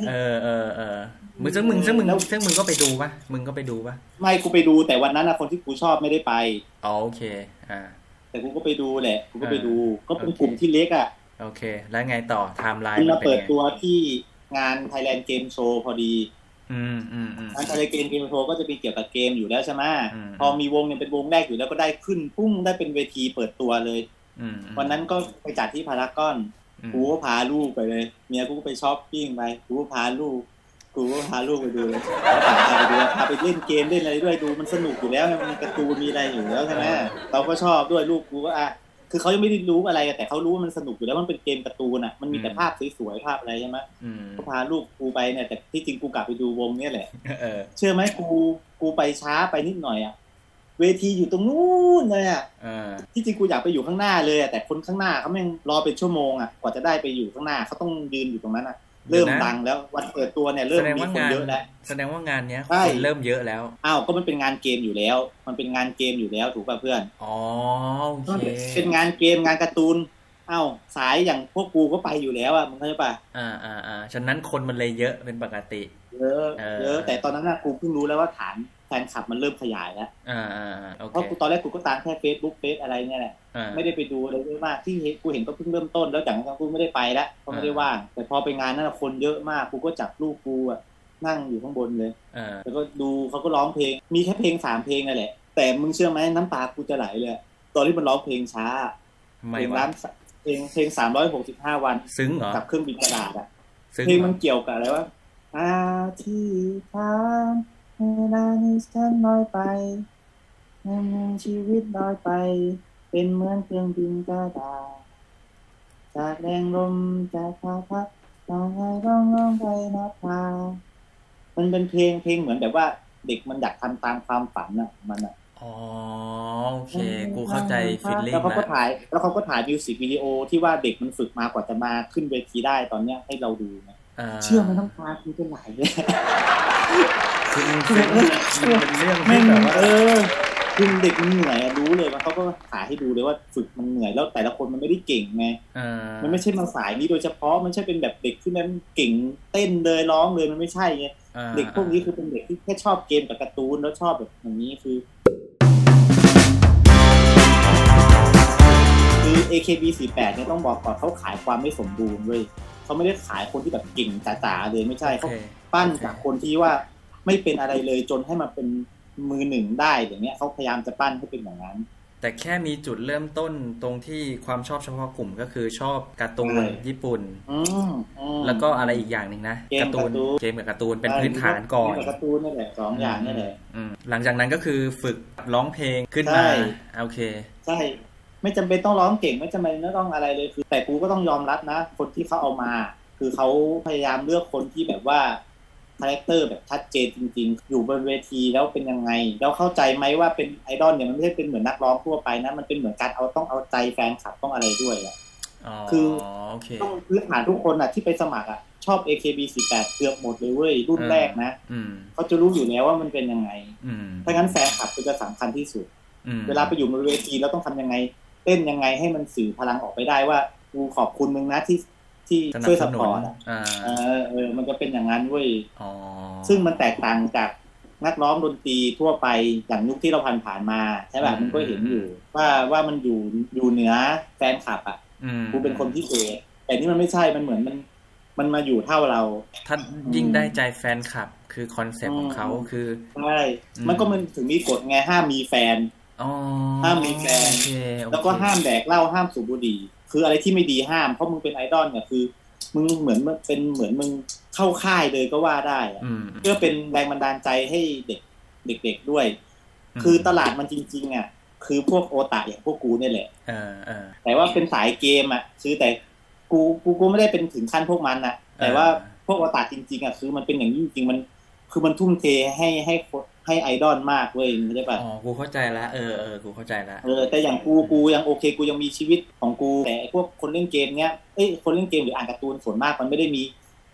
[SPEAKER 1] เออเออเออมึงซึ่งมึงซึ่งมึง
[SPEAKER 2] แล้ว
[SPEAKER 1] ซึ่งมึงก็ไปดูปะมึงก็ไปดูปะ
[SPEAKER 2] ไม่กูไปดูแต่วันนั้นนะคนที่กูชอบไม่ได้ไป
[SPEAKER 1] อ๋อโอเค อ่า
[SPEAKER 2] แต่กูก็ไปดูแหละกูก็ไปดู ก็เป็นกลุ่มที่เล็กอ่ะ
[SPEAKER 1] โอเค แล้วไงต่อไทม์ไลน์
[SPEAKER 2] มัน
[SPEAKER 1] มั
[SPEAKER 2] มาน
[SPEAKER 1] เป็น
[SPEAKER 2] เปิด
[SPEAKER 1] ไง
[SPEAKER 2] ตัวที่งาน Thailand Game Show พอดี
[SPEAKER 1] อืมอืมอืม
[SPEAKER 2] งาน Thailand Game Game Show ก็จะเป็นเกี่ยวกับเกมอยู่แล้วใช่ไหม
[SPEAKER 1] อืม
[SPEAKER 2] พอมีวงเนี่ยเป็นวงแรกอยู่แล้วก็ได้ขึ้นพุ่งได้เป็นเวทีเปิดตัวเลย
[SPEAKER 1] อืม
[SPEAKER 2] วันนั้นก็ไปจัดที่พารากอน
[SPEAKER 1] อืม
[SPEAKER 2] กูก็พาลูกไปเลย เมียกูก็ไปช้อปปิ้งไป กูก็พาลูก กูก็พาลูกไปดูเลยพาไปดูพาไปเล่นเกมเล่นอะไรด้วยดูมันสนุกอยู่แล้วไงมันมีการ์ตูนมีอะไรอยู่แล้วใช่ไหมเราก็ชอบด้วยลูกกูก็อ่ะ คือเขายังไม่ได้รู้อะไรอะแต่เขารู้ว่ามันสนุกอยู่แล้วมันเป็นเกมการ์ตูนอ่ะ มันมีแต่ภาพสวยๆภาพอะไรใช่ไหม
[SPEAKER 1] อืม
[SPEAKER 2] ก็พาลูกกูไปเนี่ยแต่ที่จริงกูกลับไปดูวงเนี่ยแหละ
[SPEAKER 1] เออ
[SPEAKER 2] เชื่อไหมกูกูไปช้าไปนิดหน่อยอ่ะ เวทีอยู่ตรงนู้นเลยอ่ะ
[SPEAKER 1] เออ
[SPEAKER 2] ที่จริงกูอยากไปอยู่ข้างหน้าเลยอะแต่คนข้างหน้าเขาแม่งรอเป็นชั่วโมงอ่ะกว่าจะได้ไปอยู่ข้างหน้าเขาต้องยืนอยู่ตรงนั้นอ่ะ
[SPEAKER 1] เดี๋
[SPEAKER 2] เริ่
[SPEAKER 1] ยว
[SPEAKER 2] ม
[SPEAKER 1] นะ
[SPEAKER 2] ดังแล้ววันเปิดตัวเนี่ยเริ่
[SPEAKER 1] แส
[SPEAKER 2] ม
[SPEAKER 1] ดง
[SPEAKER 2] มี
[SPEAKER 1] ว่า
[SPEAKER 2] คน
[SPEAKER 1] งาน
[SPEAKER 2] เยอะแล้ว
[SPEAKER 1] แสดงว่างานเนี้ย
[SPEAKER 2] ใช่
[SPEAKER 1] คนเริ่มเยอะแล้ว
[SPEAKER 2] อ้าวก็มันเป็นงานเกมอยู่แล้ว มันเป็นงานเกมอยู่แล้วถูกป่ะเพื่อน
[SPEAKER 1] อ๋อโอเค
[SPEAKER 2] เป็นงานเกมงานการ์ตูนอ้าวสายอย่างพวกกูก็ไปอยู่แล้วอ่ะมึงเข้าใจป่ะ
[SPEAKER 1] อ่าอ่าอ่าฉะนั้นคนมันเลยเยอะเป็นปกติ
[SPEAKER 2] เยอะ
[SPEAKER 1] เออ
[SPEAKER 2] เยอะแต่ตอนนั้นนะกูเพิ่งรู้แล้วว่าฐานแฟนคลับมันเริ่มขยายแล้ว
[SPEAKER 1] อ่าอ่าอ่าโอ
[SPEAKER 2] เพ
[SPEAKER 1] เค
[SPEAKER 2] ราะกูตอนแรกกูก็ตามแค่เฟซบุ๊กเฟซอะไรเนี่ยแหละ
[SPEAKER 1] อ่า
[SPEAKER 2] ไม่ได้ไปดูอะไรเยอะมากที่เห็นกูเห็นก็เพิ่งเริ่มต้นแล้วจากนั้นกูไม่ได้ไปละเพราะไม่ได้ว่างแต่พอไปงานนั้นนะคนเยอะมากกูก็จับลูกกูอะนั่งอยู่ข้างบนเลย
[SPEAKER 1] เออ
[SPEAKER 2] แล้วก็ดูเขาก็ร้องเพลง มีแค่เพลงสามเพลงนั่นแหละ แต่มึงเชื่อไหมน้ำตากูจะไหลเลย ตอนที่มันร้องเพลงช้า
[SPEAKER 1] ทำไม
[SPEAKER 2] เพลง
[SPEAKER 1] วะ
[SPEAKER 2] ร้านเพลงเพลงสามร้อยหกสิบห้าวัน
[SPEAKER 1] ซึ้งเหรอ
[SPEAKER 2] กับเครื่องบินกระดาษอะ
[SPEAKER 1] ซึ้ง
[SPEAKER 2] เพลง
[SPEAKER 1] เหร
[SPEAKER 2] มั
[SPEAKER 1] อน
[SPEAKER 2] เกี่ยวกับอะไรวะอาที่ทำเวลานี้ฉันน้อยไปในเมืองชีวิตน้อยไป เป็นเหมือนเครื่องบินกระดาษจากแรงลมจากพาพัดลองให้ร้องร้องไปนับพามันเป็นเพลงเพลงเหมือนแบบว่า เด็กมันอยากทำตามความฝันอ่ะ มันอ่ะ
[SPEAKER 1] อ๋อโอเค กูเข้าใจฟิลลิ่ง
[SPEAKER 2] แล้วเขาก็
[SPEAKER 1] ละ
[SPEAKER 2] ถ่าย แล้วเขาก็ถ่ายมิวสิกวิดีโอที่ว่าเด็กมันฝึกมากว่าจะมาขึ้นเวทีได้ตอนเนี้ยให้เราดูนะ
[SPEAKER 1] า
[SPEAKER 2] เชื่อไหมันต้องพาคุณเป็นไหลเลย
[SPEAKER 1] คือมันซึ้งมันเป็นเรื่อง
[SPEAKER 2] แม่ง
[SPEAKER 1] ที่แบบว่า
[SPEAKER 2] เออคือเด็กมันเหนื่อยอะรู้เลยว่าเขาก็ขายให้ดูเลยว่าฝึกมันเหนื่อยแล้วแต่ละคนมันไม่ได้เก่งไง
[SPEAKER 1] เออ
[SPEAKER 2] มันไม่ใช่มาสายนี้โดยเฉพาะมันไม่ใช่เป็นแบบเด็กที่นั้นเก่งเต้นเลยร้องเลยมันไม่ใช่ไง
[SPEAKER 1] อ่า
[SPEAKER 2] เด็กพวกนี้คือเป็นเด็กที่แค่ชอบเกมกับการ์ตูนแล้วชอบแบบอย่างนี้คือคือ AKB48 เนี่ยต้องบอกก่อนเขาขายความไม่สมบูรณ์เว้ยเขาไม่ได้ขายคนที่แบบเก่งจ๋าๆเลยไม่ใช่
[SPEAKER 1] โอ
[SPEAKER 2] เขา
[SPEAKER 1] เค
[SPEAKER 2] ปั้น
[SPEAKER 1] โอเค
[SPEAKER 2] จากคนที่ว่าไม่เป็นอะไรเลยจนให้มาเป็นมือหนึ่งได้อย่างเงี้ยเขาพยายามจะปั้นให้เป็นอย่างนั้น
[SPEAKER 1] แต่แค่มีจุดเริ่มต้นตรงที่ความชอบเฉพาะกลุ่มก็คือชอบการ์ตูน
[SPEAKER 2] ใช่
[SPEAKER 1] ญี่ปุ่น
[SPEAKER 2] อืมอืม
[SPEAKER 1] แล้วก็อะไรอีกอย่างหนึ่งนะ
[SPEAKER 2] เกม
[SPEAKER 1] การ์ตูน
[SPEAKER 2] การ์ตูน
[SPEAKER 1] เกมกับการ์ตูนเป็นพื้นฐานก่อน
[SPEAKER 2] เมบการ์ตูนนี่แหละสองอย่างนี่แหละ
[SPEAKER 1] อืมหลังจากนั้นก็คือฝึกร้องเพลงขึ้นมา
[SPEAKER 2] ใช่
[SPEAKER 1] โอเค
[SPEAKER 2] ใช่ไม่จำเป็นต้องร้องเก่งไม่จำเป็นต้องอะไรเลยคือ แต่กูก็ต้องยอมรับนะ คนที่เขาเอามา คือเขาพยายามเลือกคนที่แบบว่าคาแรคเตอร์แบบชัดเจนจริง ๆ อยู่บนเวทีแล้วเป็นยังไง แล้วเข้าใจไหมว่าเป็นไอดอลเนี่ยมันไม่ใช่เป็นเหมือนนักร้องทั่วไปนะมันเป็นเหมือนการเอาต้องเอาใจแฟนคลับต้องอะไรด้วยอะ
[SPEAKER 1] อ๋อ
[SPEAKER 2] คือ
[SPEAKER 1] โอเค
[SPEAKER 2] ต้องพื้นฐานทุกคนอ่ะที่ไปสมัครอ่ะชอบ AKB48 เกือบหมดเลยเว้ย รุ่น
[SPEAKER 1] เออ
[SPEAKER 2] แรกนะ
[SPEAKER 1] อืม
[SPEAKER 2] เขาจะรู้อยู่แล้วว่ามันเป็นยังไง
[SPEAKER 1] อืม
[SPEAKER 2] ถ้างั้นแฟนคลับก็จะสำคัญที่สุด
[SPEAKER 1] อืม
[SPEAKER 2] เวลาไปอยู่บนเวทีเราต้องทำยังไง เต้นยังไงให้มันสื่อพลังออกไปได้ว่ากูขอบคุณมึงนะที่ที่
[SPEAKER 1] สนับ
[SPEAKER 2] ช่วย
[SPEAKER 1] ส
[SPEAKER 2] ส
[SPEAKER 1] นุ
[SPEAKER 2] ป
[SPEAKER 1] น
[SPEAKER 2] อร์ตอ่ะ
[SPEAKER 1] อ่า
[SPEAKER 2] เออเออ มันจะเป็นอย่างนั้นเว้ย
[SPEAKER 1] อ๋อ
[SPEAKER 2] ซึ่งมันแตกต่างจากนักร้องดนตรีทั่วไปอย่างยุคที่เราผ่านผ่านๆมาใช่ป่ะมันก็เห็นอยู่ ว่าว่ามันอยู่อยู่เหนือแฟนคลับอ่ะ
[SPEAKER 1] อืม
[SPEAKER 2] กูเป็นคนพิเศษแต่นี่มันไม่ใช่ มันเหมือนมันมันมาอยู่เท่าเรา
[SPEAKER 1] ถ้ายิ่งได้ใจแฟนคลับ คือคอนเซ็ปต์ของเขา
[SPEAKER 2] อืม
[SPEAKER 1] คือ
[SPEAKER 2] ใช่
[SPEAKER 1] อืม
[SPEAKER 2] มันก็มันถึงมีกฎไงห้ามมีแฟน
[SPEAKER 1] อ๋อ
[SPEAKER 2] ห้ามมีแฟน
[SPEAKER 1] โอเคโอเค
[SPEAKER 2] แล้วก็ห้ามแดกเหล้าห้ามสูบบุหรี่คืออะไรที่ไม่ดีห้ามเพราะมึงเป็นไอดอลเนี่ยคือ มึงเหมือนมึงเป็นเหมือนมึงเข้าค่ายเลยก็ว่าได้อะ
[SPEAKER 1] อืม
[SPEAKER 2] เพื่อเป็นแรงบันดาลใจให้เด็กเด็ก ๆด้วย คือตลาดมันจริง ๆอ่ะคือพวกโอตะอย่างพวกกูเนี่ยแหละ
[SPEAKER 1] เออเออ
[SPEAKER 2] แต่ว่าเป็นสายเกมอ่ะคือแต่กูกูกูไม่ได้เป็นถึงขั้นพวกมันนะแต่ว่า
[SPEAKER 1] เออ
[SPEAKER 2] พวกอวตารจริงๆอ่ะคือมันเป็นอย่างนี้จริงๆมัน คือมันทุ่มเทให้ให้คนให้ไอดอลมากเว้ยเข้าใจปะ
[SPEAKER 1] อ๋อกูเข้าใจละเออเออกูเข้าใจละ
[SPEAKER 2] เออแต่อย่างกูกูยังโอเคกูยังมีชีวิตของกู แต่ไอ้พวกคนเล่นเกมเนี้ยเอ้ยคนเล่นเกมหรืออ่านการ์ตูนส่วนมากมันไม่ได้มี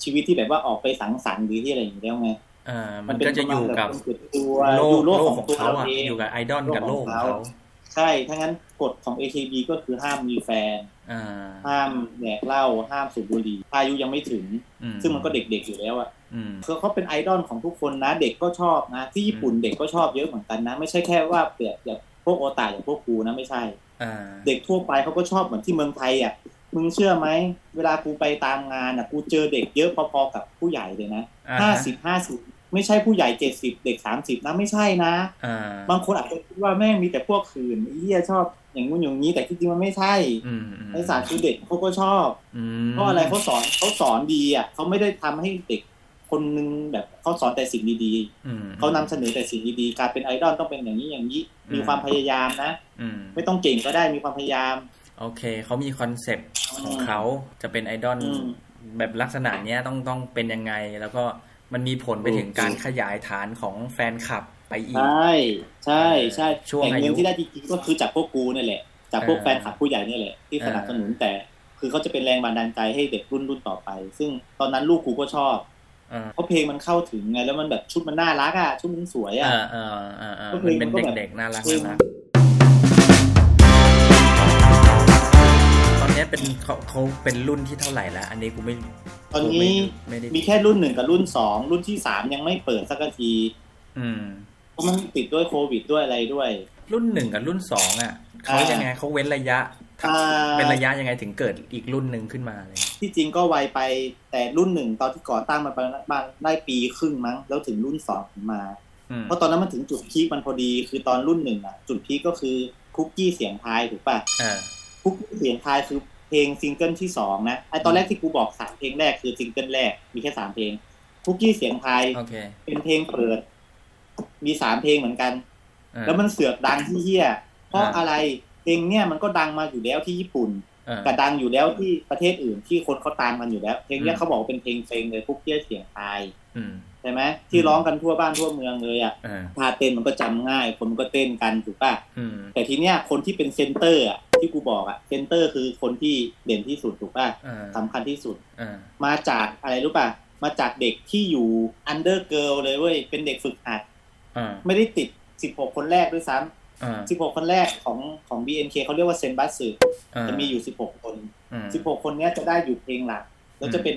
[SPEAKER 2] ชีวิตที่แบบว่าออกไปสังสรรค์หรือที่อะไรอย่างเงี้ยแล้วไง
[SPEAKER 1] เออมันก็จะอยู่กับ
[SPEAKER 2] มันเป็นตัว
[SPEAKER 1] โล
[SPEAKER 2] อยู่
[SPEAKER 1] ก
[SPEAKER 2] โลก
[SPEAKER 1] โลก
[SPEAKER 2] ข
[SPEAKER 1] ข
[SPEAKER 2] อ
[SPEAKER 1] อง ง
[SPEAKER 2] ตัว
[SPEAKER 1] เขา
[SPEAKER 2] เรา
[SPEAKER 1] อ่ะ
[SPEAKER 2] เอง
[SPEAKER 1] อยู่กับไอดอลกับโลกของ
[SPEAKER 2] โลกข
[SPEAKER 1] เขา
[SPEAKER 2] องเขา ใช่ถ้างั้นกฎของ AKB ก็คือห้ามมีแฟน
[SPEAKER 1] อ่า
[SPEAKER 2] ห้ามแดกเหล้าห้ามสูบบุหรี่อายุยังไม่ถึง
[SPEAKER 1] อื
[SPEAKER 2] ซึ่งมันก็เด็กๆอยู่แล้วอะ
[SPEAKER 1] อืม
[SPEAKER 2] คือเขาเป็นไอดอลของทุกคนนะ เด็กก็ชอบนะ ที่ญี่ปุ่นเด็กก็ชอบเยอะเหมือนกันนะ ไม่ใช่แค่ว่าเปรียบแบบ พวกโอตาอย่างพวกกูนะไม่ใช่
[SPEAKER 1] อ่า
[SPEAKER 2] เด็กทั่วไปเขาก็ชอบเหมือนที่เมืองไทยอ่ะมึงเชื่อไหมเวลากูไปตามงานอ่ะกูเจอเด็กเยอะพอๆกับผู้ใหญ่เลยนะ
[SPEAKER 1] อ่
[SPEAKER 2] ห้าสิบห้าสิบไม่ใช่ผู้ใหญ่เจ็ดสิบเด็กสามสิบนะไม่ใช่นะ
[SPEAKER 1] อ่า
[SPEAKER 2] บางคนอาจจะคิดว่าแม่งมีแต่พวกคืนไอ้เหี้ยชอบอย่างงู้นอย่างนี้แต่ที่จริงมันไม่ใช่
[SPEAKER 1] อืมอืม
[SPEAKER 2] ไอศาสตร์คือเด็กเขาก็ชอบ
[SPEAKER 1] ม
[SPEAKER 2] เพราะอะไรเขาสอนเขาสอนดีอ่ะเขาไม่ได้ทำให้เด็กคนนึงแบบเขาสอนแต่สิ่งดี
[SPEAKER 1] อืม
[SPEAKER 2] ๆเขานำเสนอแต่สิ่งดีๆการเป็นไอดอลต้องเป็นอย่างนี้อย่างนี้
[SPEAKER 1] อืม
[SPEAKER 2] มีความพยายามนะ
[SPEAKER 1] อืม
[SPEAKER 2] ไม่ต้องเก่งก็ได้มีความพยายาม
[SPEAKER 1] โอเค เขามีคอนเซปต์ของเขาจะเป็นไอดอล
[SPEAKER 2] อืม
[SPEAKER 1] แบบลักษณะเนี้ยต้องต้องเป็นยังไง แล้วก็มันมีผลไปถึงการขยายฐานของแฟนคลับไปอี
[SPEAKER 2] ใช
[SPEAKER 1] ก
[SPEAKER 2] ่ใช่ใช่
[SPEAKER 1] ช่วง
[SPEAKER 2] แต่
[SPEAKER 1] อายุ
[SPEAKER 2] เงินที่ได้จริงๆก็คือจากพวกกูเนี่ยแหละ จากพวก
[SPEAKER 1] เออ
[SPEAKER 2] แฟนคลับผู้ใหญ่เนี่ยแหละที่สนับสนุนแต่ คือเขาจะเป็นแรงบันดาลใจให้เด็กรุ่นรุ่นต่อไป ซึ่งตอนนั้นลูกกูก็ชอบ
[SPEAKER 1] เออ
[SPEAKER 2] เพราะเพลงมันเข้าถึงไงแล้วมันแบบชุดมันน่ารักอ่ะชุดมันสวย
[SPEAKER 1] เอ
[SPEAKER 2] อ่ะ
[SPEAKER 1] อเออเออเออ
[SPEAKER 2] ก็เพล
[SPEAKER 1] มัน
[SPEAKER 2] ง
[SPEAKER 1] เป็น
[SPEAKER 2] มันก็แบบ
[SPEAKER 1] เด็กๆน่ารัก
[SPEAKER 2] เพลง
[SPEAKER 1] น่ารักตอนเนี้ยเป็นเขาเขาเป็นรุ่นที่เท่าไหร่แล้ว อันนี้กูไม่
[SPEAKER 2] ตอนนี้
[SPEAKER 1] กูไม่ไม่ได้
[SPEAKER 2] มีแค่รุ่นหนึ่งกับรุ่นสองรุ่นที่สามยังไม่เปิดสักที
[SPEAKER 1] อืม
[SPEAKER 2] เพราะมันติดด้วยโควิดด้วยอะไรด้วย
[SPEAKER 1] รุ่นหนึ่งกับรุ่นสองอ่ะเขา
[SPEAKER 2] อ่ายั
[SPEAKER 1] ยังไงเขาเว้นระยะ
[SPEAKER 2] อ่า
[SPEAKER 1] เป็นระยะยังไงถึงเกิดอีกรุ่นหนึ่งขึ้นมาเลย
[SPEAKER 2] ที่จริงก็ไวไปแต่รุ่นหนึ่งตอนที่ก่อตั้งมันประมาณได้ปีครึ่งมั้งแล้วถึงรุ่นสองถึงมา
[SPEAKER 1] อืม
[SPEAKER 2] เพราะตอนนั้นมันถึงจุดพีคมันพอดี คือตอนรุ่นหนึ่งอะจุดพีคก็คือคุกกี้เสียงทายถูกป่ะ
[SPEAKER 1] เออ
[SPEAKER 2] คุกกี้เสียงทายคือเพลงซิงเกิลที่สองนะไอตอนแรกที่กูบอกสามเพลงแรกคือซิงเกิลแรกมีแค่สามเพลงคุกกี้เสียงทาย
[SPEAKER 1] โอเค
[SPEAKER 2] เป็นเพลงเปิด มีสามเพลงเหมือนกัน
[SPEAKER 1] เออ
[SPEAKER 2] แล้วมันเสือกดังที่เฮียเพราะ
[SPEAKER 1] อ่า
[SPEAKER 2] อะไรเพลงเนี่ยมันก็ดังมาอยู่แล้วที่ญี่ปุ่น
[SPEAKER 1] เออ
[SPEAKER 2] กับดังอยู่แล้วที่ประเทศอื่นที่คนเขาตามกันอยู่แล้ว เพลงเนี้ย
[SPEAKER 1] อืม
[SPEAKER 2] เขาบอกว่าเป็นเพลงเฟงเลยคุกกี้เสียงทาย
[SPEAKER 1] อืม
[SPEAKER 2] ใช่ไหมที่ร้องกันทั่วบ้านทั่วเมืองเลยอะ
[SPEAKER 1] เออ
[SPEAKER 2] ท่าเต้นมันก็จำง่าย คนมันก็เต้นกันถูกป่ะ
[SPEAKER 1] อืม
[SPEAKER 2] แต่ทีเนี้ยคนที่เป็นเซนเตอร์อ่ะที่กูบอกอ่ะเซนเตอร์คือคนที่เด่นที่สุดถูกป่ะ
[SPEAKER 1] เออ
[SPEAKER 2] สำคัญที่สุด
[SPEAKER 1] เออ
[SPEAKER 2] มาจากอะไรรู้ป่ะ มาจากเด็กที่อยู่อันเดอร์เกิลเลยเว้ย เป็นเด็กฝึกหัด
[SPEAKER 1] เออ
[SPEAKER 2] ไม่ได้ติด 16 คนแรกด้วยซ้
[SPEAKER 1] เออ
[SPEAKER 2] ำ16 คนแรกของของ BNK เขาเรียกว่าเซนบัสสึ
[SPEAKER 1] เออ
[SPEAKER 2] จะมีอยู่ 16 คน
[SPEAKER 1] อืม
[SPEAKER 2] 16 คนเนี้ยจะได้อยู่เพลงหลัก แล้ว
[SPEAKER 1] อืม
[SPEAKER 2] จะเป็น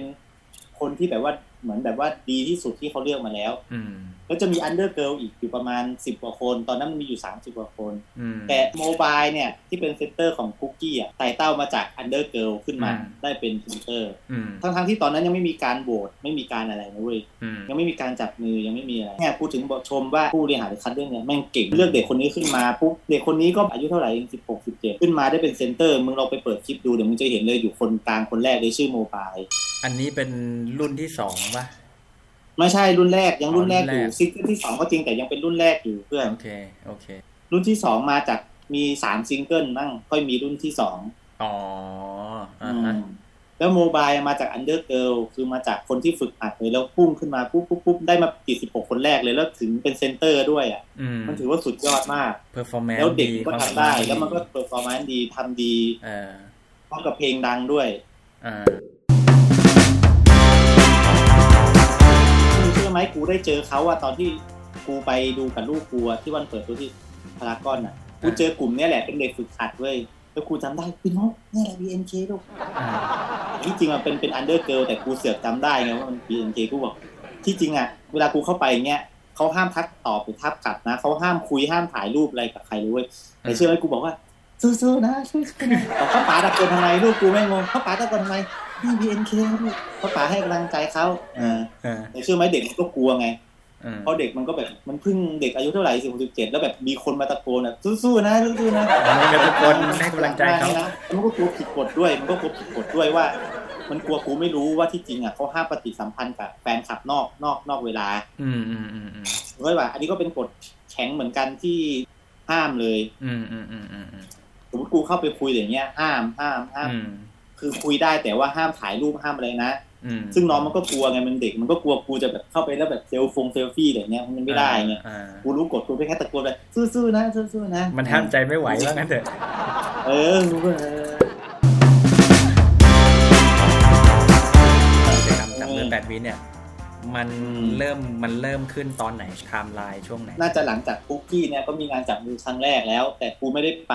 [SPEAKER 2] คนที่แบบว่าเหมือนแบบว่าดีที่สุดที่เขาเลือกมาแล้ว
[SPEAKER 1] อืม
[SPEAKER 2] แล้วจะมีอันเดอร์เกิลอีกอยู่ประมาณ 10 กว่าคน ตอนนั้นมันมีอยู่ 30 กว่าคน
[SPEAKER 1] อืม
[SPEAKER 2] แต่โมบายเนี่ย ที่เป็นเซนเตอร์ของคุกกี้อ่ะไต่เต้ามาจากอันเดอร์เกิลขึ้นมา
[SPEAKER 1] อืม
[SPEAKER 2] ได้เป็นเซนเตอร์
[SPEAKER 1] อืม
[SPEAKER 2] ทั้งๆที่ตอนนั้นยังไม่มีการโหวตไม่มีการอะไรนะเว้ย
[SPEAKER 1] อืม
[SPEAKER 2] ยังไม่มีการจับมือยังไม่มีอะไรเนี่ยพูดถึงบอกชมว่าผู้บริหารหรือคัดเรื่องเนี่ยแม่งเก่งเลือกเด็กคนนี้ขึ้นมาปุ๊บเด็กคนนี้ก็อายุเท่าไหร่เองสิบหกสิบเจ็ดขึ้นมาได้เป็นเซนเตอร์มึงเราไปเปิดคลิปดูเดี๋ยวมึงจะเห็นเลยอยู่คนกลางคนแรกเลยชื่อโมบาย
[SPEAKER 1] อันนี้เป็นรุ่นที่สองป่ะ
[SPEAKER 2] ไม่ใช่รุ่นแรกยังรุ่นแรกอยู่
[SPEAKER 1] อ๋อรุ่นแรก
[SPEAKER 2] ซิงเกิลที่สองก็จริงแต่ยังเป็นรุ่นแรกอยู่เพื่อน
[SPEAKER 1] โอเค โอเค
[SPEAKER 2] รุ่นที่สองมาจากมีสามซิงเกิลมั่งค่อยมีรุ่นที่สอง
[SPEAKER 1] อ๋ออ่าฮะ
[SPEAKER 2] อืมแล้วโมบายมาจากอันเดอร์เกิลคือมาจากคนที่ฝึกหัดเลยแล้วพุ่งขึ้นมาปุ๊บปุ๊บปุ๊บได้มากี่สิบหกคนแรกเลยแล้วถึงเป็นเซนเตอร์ด้วยอ่ะ
[SPEAKER 1] อืม
[SPEAKER 2] มันถือว่าสุดยอดมาก
[SPEAKER 1] เพอร์ฟอร์แมนซ์
[SPEAKER 2] แล้วเด็กก็ทำได้ แล้วมันก็เปิดฟอร์มนดีทำดี
[SPEAKER 1] เออ
[SPEAKER 2] พร้อมกับเพลงดังด้วย
[SPEAKER 1] อ่า
[SPEAKER 2] มึงเชื่อไหมกูได้เจอเขาอะตอนที่กูไปดูกับลูกกูอะที่วันเปิดตัวที่พารากอนอะกูเจอกลุ่มเนี้ยแหละเป็นเด็กฝึกหัดเว้ยแล้วกูจำได้พี่น้องเนี่ยแหละ BNK ลูก
[SPEAKER 1] อ่า
[SPEAKER 2] ที่จริงมันเป็นเป็นอันเดอร์เกิลแต่กูเสือกจำได้ไงว่ามัน BNK กูบอกที่จริงอะเวลากูเข้าไปเงี้ยเขาห้ามทักตอบหรือทับกลับนะเขาห้ามคุยห้ามถ่ายรูปอะไรกับใครเลยเว้ยแต่เชื่อไหมกูบอกว่าสู้ๆนะช่วยกันนะบอกเขาป๋าตะโกนทำไมลูกกูไม่งงเขาป๋าตะโกนทำไมนี่ BNK ลูกเขาป๋าให้กำลังใจเขาเออ
[SPEAKER 1] อ่า
[SPEAKER 2] แต่เชื่อไหมเด็กมันก็กลัวไง
[SPEAKER 1] อ่า
[SPEAKER 2] เพราะเด็กมันก็แบบมันเพิ่งเด็กอายุเท่าไหร่สิบหกสิบเจ็ดแล้วแบบมีคนมาตะโกนอะสู้ๆนะสู้ๆนะ
[SPEAKER 1] อันนี้ก็ทุกคนให้กำลังใจเขา
[SPEAKER 2] นะมันก็กลัวผิดกฎด้วย มันก็กลัวผิดกฎด้วยว่า มันกลัวกูไม่รู้ว่าที่จริงอ่ะเขาห้ามปฏิสัมพันธ์กับแฟนคลับนอกนอกนอกเวลา
[SPEAKER 1] อืมอืมอืมอืม
[SPEAKER 2] ก็เลยว่า อันนี้ก็เป็นกฎแข็งเหมือนกันที่ห้ามเลย
[SPEAKER 1] อืมอืมอืมอืมอืม
[SPEAKER 2] สมมติกูเข้าไปคุยอย่างเงี้ย ห้ามห้ามห้าม
[SPEAKER 1] อืม
[SPEAKER 2] คือคุยได้แต่ว่าห้ามถ่ายรูปห้ามอะไรนะ
[SPEAKER 1] อืม
[SPEAKER 2] ซึ่งน้องมันก็กลัวไงมันเด็ก มันก็กลัวกูจะแบบเข้าไปแล้วแบบเซลฟงเซลฟี่อะไรเงี้ยมันไม่ได้ไง
[SPEAKER 1] อ่า
[SPEAKER 2] กูรู้กฎกูแค่ตะโกนเลยสู้ๆนะสู้ๆนะ
[SPEAKER 1] มันห้ามใจไม่ไหวว่างั้นเถอะ
[SPEAKER 2] เออกูก็เออ
[SPEAKER 1] กิจกรรมจากเรื่องแปดวิเนี่ย มันเริ่มมันเริ่มขึ้นตอนไหนไทม์ไลน์ช่วงไหน
[SPEAKER 2] น่าจะหลังจากคุกกี้เนี่ยก็มีงานจับมือครั้งแรกแล้ว แต่กูไม่ได้ไป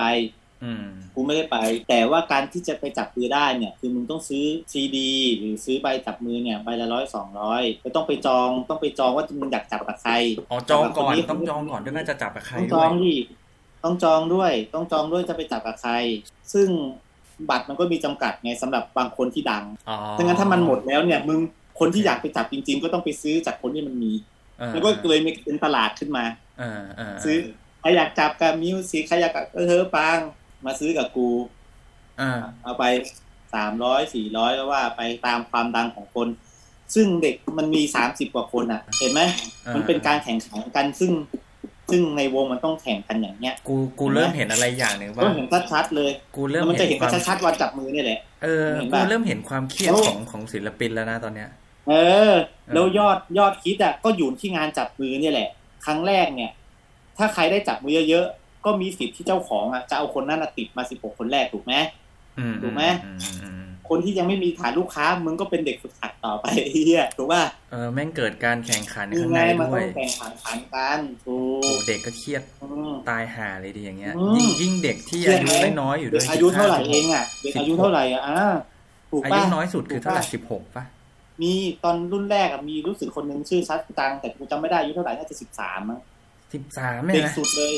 [SPEAKER 1] อืม
[SPEAKER 2] กูไม่ได้ไป แต่ว่าการที่จะไปจับมือได้เนี่ยคือมึงต้องซื้อซีดี หรือซื้อใบจับมือเนี่ยใบละร้อยสองร้อยก็ต้องไปจองต้องไปจองว่ามึงอยากจับกับใคร
[SPEAKER 1] อ๋อจองก่อน
[SPEAKER 2] จับกับค
[SPEAKER 1] ต้องจองก่อนด้วยน่าจะจับกับใคร
[SPEAKER 2] ต้องจ
[SPEAKER 1] ด้ว
[SPEAKER 2] อย งดิ ต้องจองด้วย ต้องจองด้วยจะไปจับกับใคร ซึ่งบัตรมันก็มีจำกัดไงสำหรับบางคนที่ดัง
[SPEAKER 1] อ๋อ
[SPEAKER 2] ดังนั้นถ้ามันหมดแล้วเนี่ยมึงคนที่อยากไปจับจริง ๆ ก็ต้องไปซื้อจากคนที่มันมี
[SPEAKER 1] เออ
[SPEAKER 2] แล้วก็เลยมีเป็นตลาดขึ้นมา
[SPEAKER 1] เออเออ
[SPEAKER 2] ซื้อใครอยากจับกับมิวสิใครอยากกับเออเธอปางมาซื้อกับกู
[SPEAKER 1] เออ
[SPEAKER 2] เอาไปสามร้อยสี่ร้อยก็ว่าไปตามความดังของคน ซึ่งเด็กมันมีสามสิบกว่าคนอ่ะ เห็นไหมมันเป็นการแข่งขันกันซึ่ง ซึ่งในวงมันต้องแข่งกันอย่างเงี้ย
[SPEAKER 1] กูกูเริ่มเห็นอะไรอย่างหนึ่งว่า
[SPEAKER 2] ก็เห็นชัดๆเลย
[SPEAKER 1] กู
[SPEAKER 2] แล้
[SPEAKER 1] เริ่ม
[SPEAKER 2] วมันจะเห็น
[SPEAKER 1] ค
[SPEAKER 2] กั
[SPEAKER 1] วาน ม
[SPEAKER 2] ชัดๆวันจับมือเนี่ยแหละ
[SPEAKER 1] เออ
[SPEAKER 2] เห็น
[SPEAKER 1] กู
[SPEAKER 2] ปะ
[SPEAKER 1] เริ่มเห็นความเครียด
[SPEAKER 2] แล้ว
[SPEAKER 1] ของของศิลปินแล้วนะตอนเนี้ย
[SPEAKER 2] เออ แล้วยอดยอดคิดอ่ะก็อยู่ที่งานจับมือเนี่ยแหละ ครั้งแรกเนี่ย ถ้าใครได้จับมือเยอะๆก็มีสิทธิ์ที่เจ้าของอ่ะจะเอาคนนั้นนะติดมาสิบหกคนแรกถูกไหม
[SPEAKER 1] อื
[SPEAKER 2] ถูกไหม
[SPEAKER 1] อือือืม
[SPEAKER 2] คนที่ยังไม่มีฐานลูกค้ามึงก็เป็นเด็กฝึกหัดต่อไป เฮียถูกป่ะ
[SPEAKER 1] เออแม่งเกิดการแข่งขัน
[SPEAKER 2] ยั
[SPEAKER 1] ข้าง ง
[SPEAKER 2] ไง
[SPEAKER 1] ใน
[SPEAKER 2] มัน
[SPEAKER 1] ด้ว
[SPEAKER 2] ต้อ
[SPEAKER 1] ย
[SPEAKER 2] งแข่งขันขันกันถู
[SPEAKER 1] โอ้
[SPEAKER 2] ก
[SPEAKER 1] เด็กก็เครียด
[SPEAKER 2] อืม
[SPEAKER 1] ตายห่าเลยดีอย่างเงี้ย
[SPEAKER 2] อืม
[SPEAKER 1] ยิ่งยิ่งเด็กที่
[SPEAKER 2] เครียด
[SPEAKER 1] อายุ
[SPEAKER 2] ไหม
[SPEAKER 1] น้อยๆอยู่ด้
[SPEAKER 2] เด็
[SPEAKER 1] ว
[SPEAKER 2] ก
[SPEAKER 1] ย
[SPEAKER 2] อายุเท่าไหร่
[SPEAKER 1] 15
[SPEAKER 2] เองอ่ะเด็กอายุเท่าไหร่อ่ะอ่าถูก
[SPEAKER 1] อา
[SPEAKER 2] ป่ะ
[SPEAKER 1] ยุน้อยสุดคือเท่าไหร่
[SPEAKER 2] ถูกปะ
[SPEAKER 1] สิบหกป่ะ
[SPEAKER 2] มีตอนรุ่นแรกอะมีรู้สึกคนหนึ่งชื่อชัดจังแต่กูจำไม่ได้อายุเท่าไหร่น่าจะสิบสามมั้ง
[SPEAKER 1] สิบสาม
[SPEAKER 2] เด็
[SPEAKER 1] เนี่ย
[SPEAKER 2] ก
[SPEAKER 1] นะ
[SPEAKER 2] สุดเลย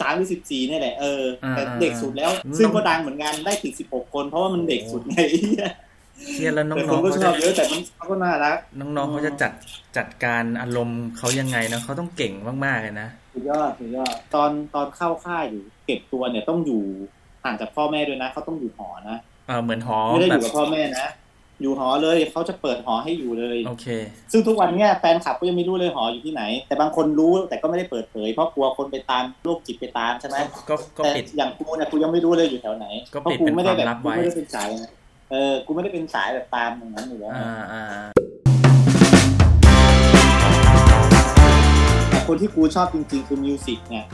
[SPEAKER 2] สามหรือสิบสี่นี่ยแหละเออแต่
[SPEAKER 1] อ่า
[SPEAKER 2] เด็กสุดแล้ว
[SPEAKER 1] อืม
[SPEAKER 2] ซึ่งก็ดังเหมือนกันได้ติดสิบหกคน เพราะว่ามันเด็กสุดไง
[SPEAKER 1] เครียดแล้วน้
[SPEAKER 2] แต่ค
[SPEAKER 1] อน งๆ
[SPEAKER 2] ก็ช
[SPEAKER 1] เขาจะ
[SPEAKER 2] อบเยอะแต่มันก็น่ารัก
[SPEAKER 1] น้องๆเขาจะจัดจัดการอารมณ์เขายังไงนะเขาต้องเก่งมากๆเลยนะ
[SPEAKER 2] สุดยอดสุดยอดตอนตอนเข้าค่ายอยู่ เก็บตัวเนี่ยต้องอยู่ห่างจากพ่อแม่ด้วยนะเขาต้องอยู่หอนะ
[SPEAKER 1] เออเหมือนหอ
[SPEAKER 2] ไม่ได้อ
[SPEAKER 1] แบบ
[SPEAKER 2] ยู่กับพ่อแม่นะ อยู่หอเลยเขาจะเปิดหอให้อยู่เลย
[SPEAKER 1] โอเค
[SPEAKER 2] ซึ่งทุกวันเนี่ยแฟนคลับก็ยังไม่รู้เลยหออยู่ที่ไหน แต่บางคนรู้แต่ก็ไม่ได้เปิดเผยเพราะกลัวคนไปตามโรคจิตไปตามใช่ไหม
[SPEAKER 1] ก็ก็
[SPEAKER 2] แต่
[SPEAKER 1] ปิด
[SPEAKER 2] อย่างกูเนี่ยกูยังไม่รู้เลยอยู่แถวไหน
[SPEAKER 1] ก็
[SPEAKER 2] เพราะ
[SPEAKER 1] ปิด
[SPEAKER 2] กู
[SPEAKER 1] เป็น
[SPEAKER 2] ไม่ได้แบ
[SPEAKER 1] ความลั
[SPEAKER 2] บบ กู
[SPEAKER 1] ไว้
[SPEAKER 2] ไม่ได้เป็นสายนะเออกูไม่ได้เป็นสายแบบตามอย่างนั้นอยู่แล้ว
[SPEAKER 1] อ่าอ่า
[SPEAKER 2] แต่คนที่กูชอบจริงๆคือมิวสิกเนี่ย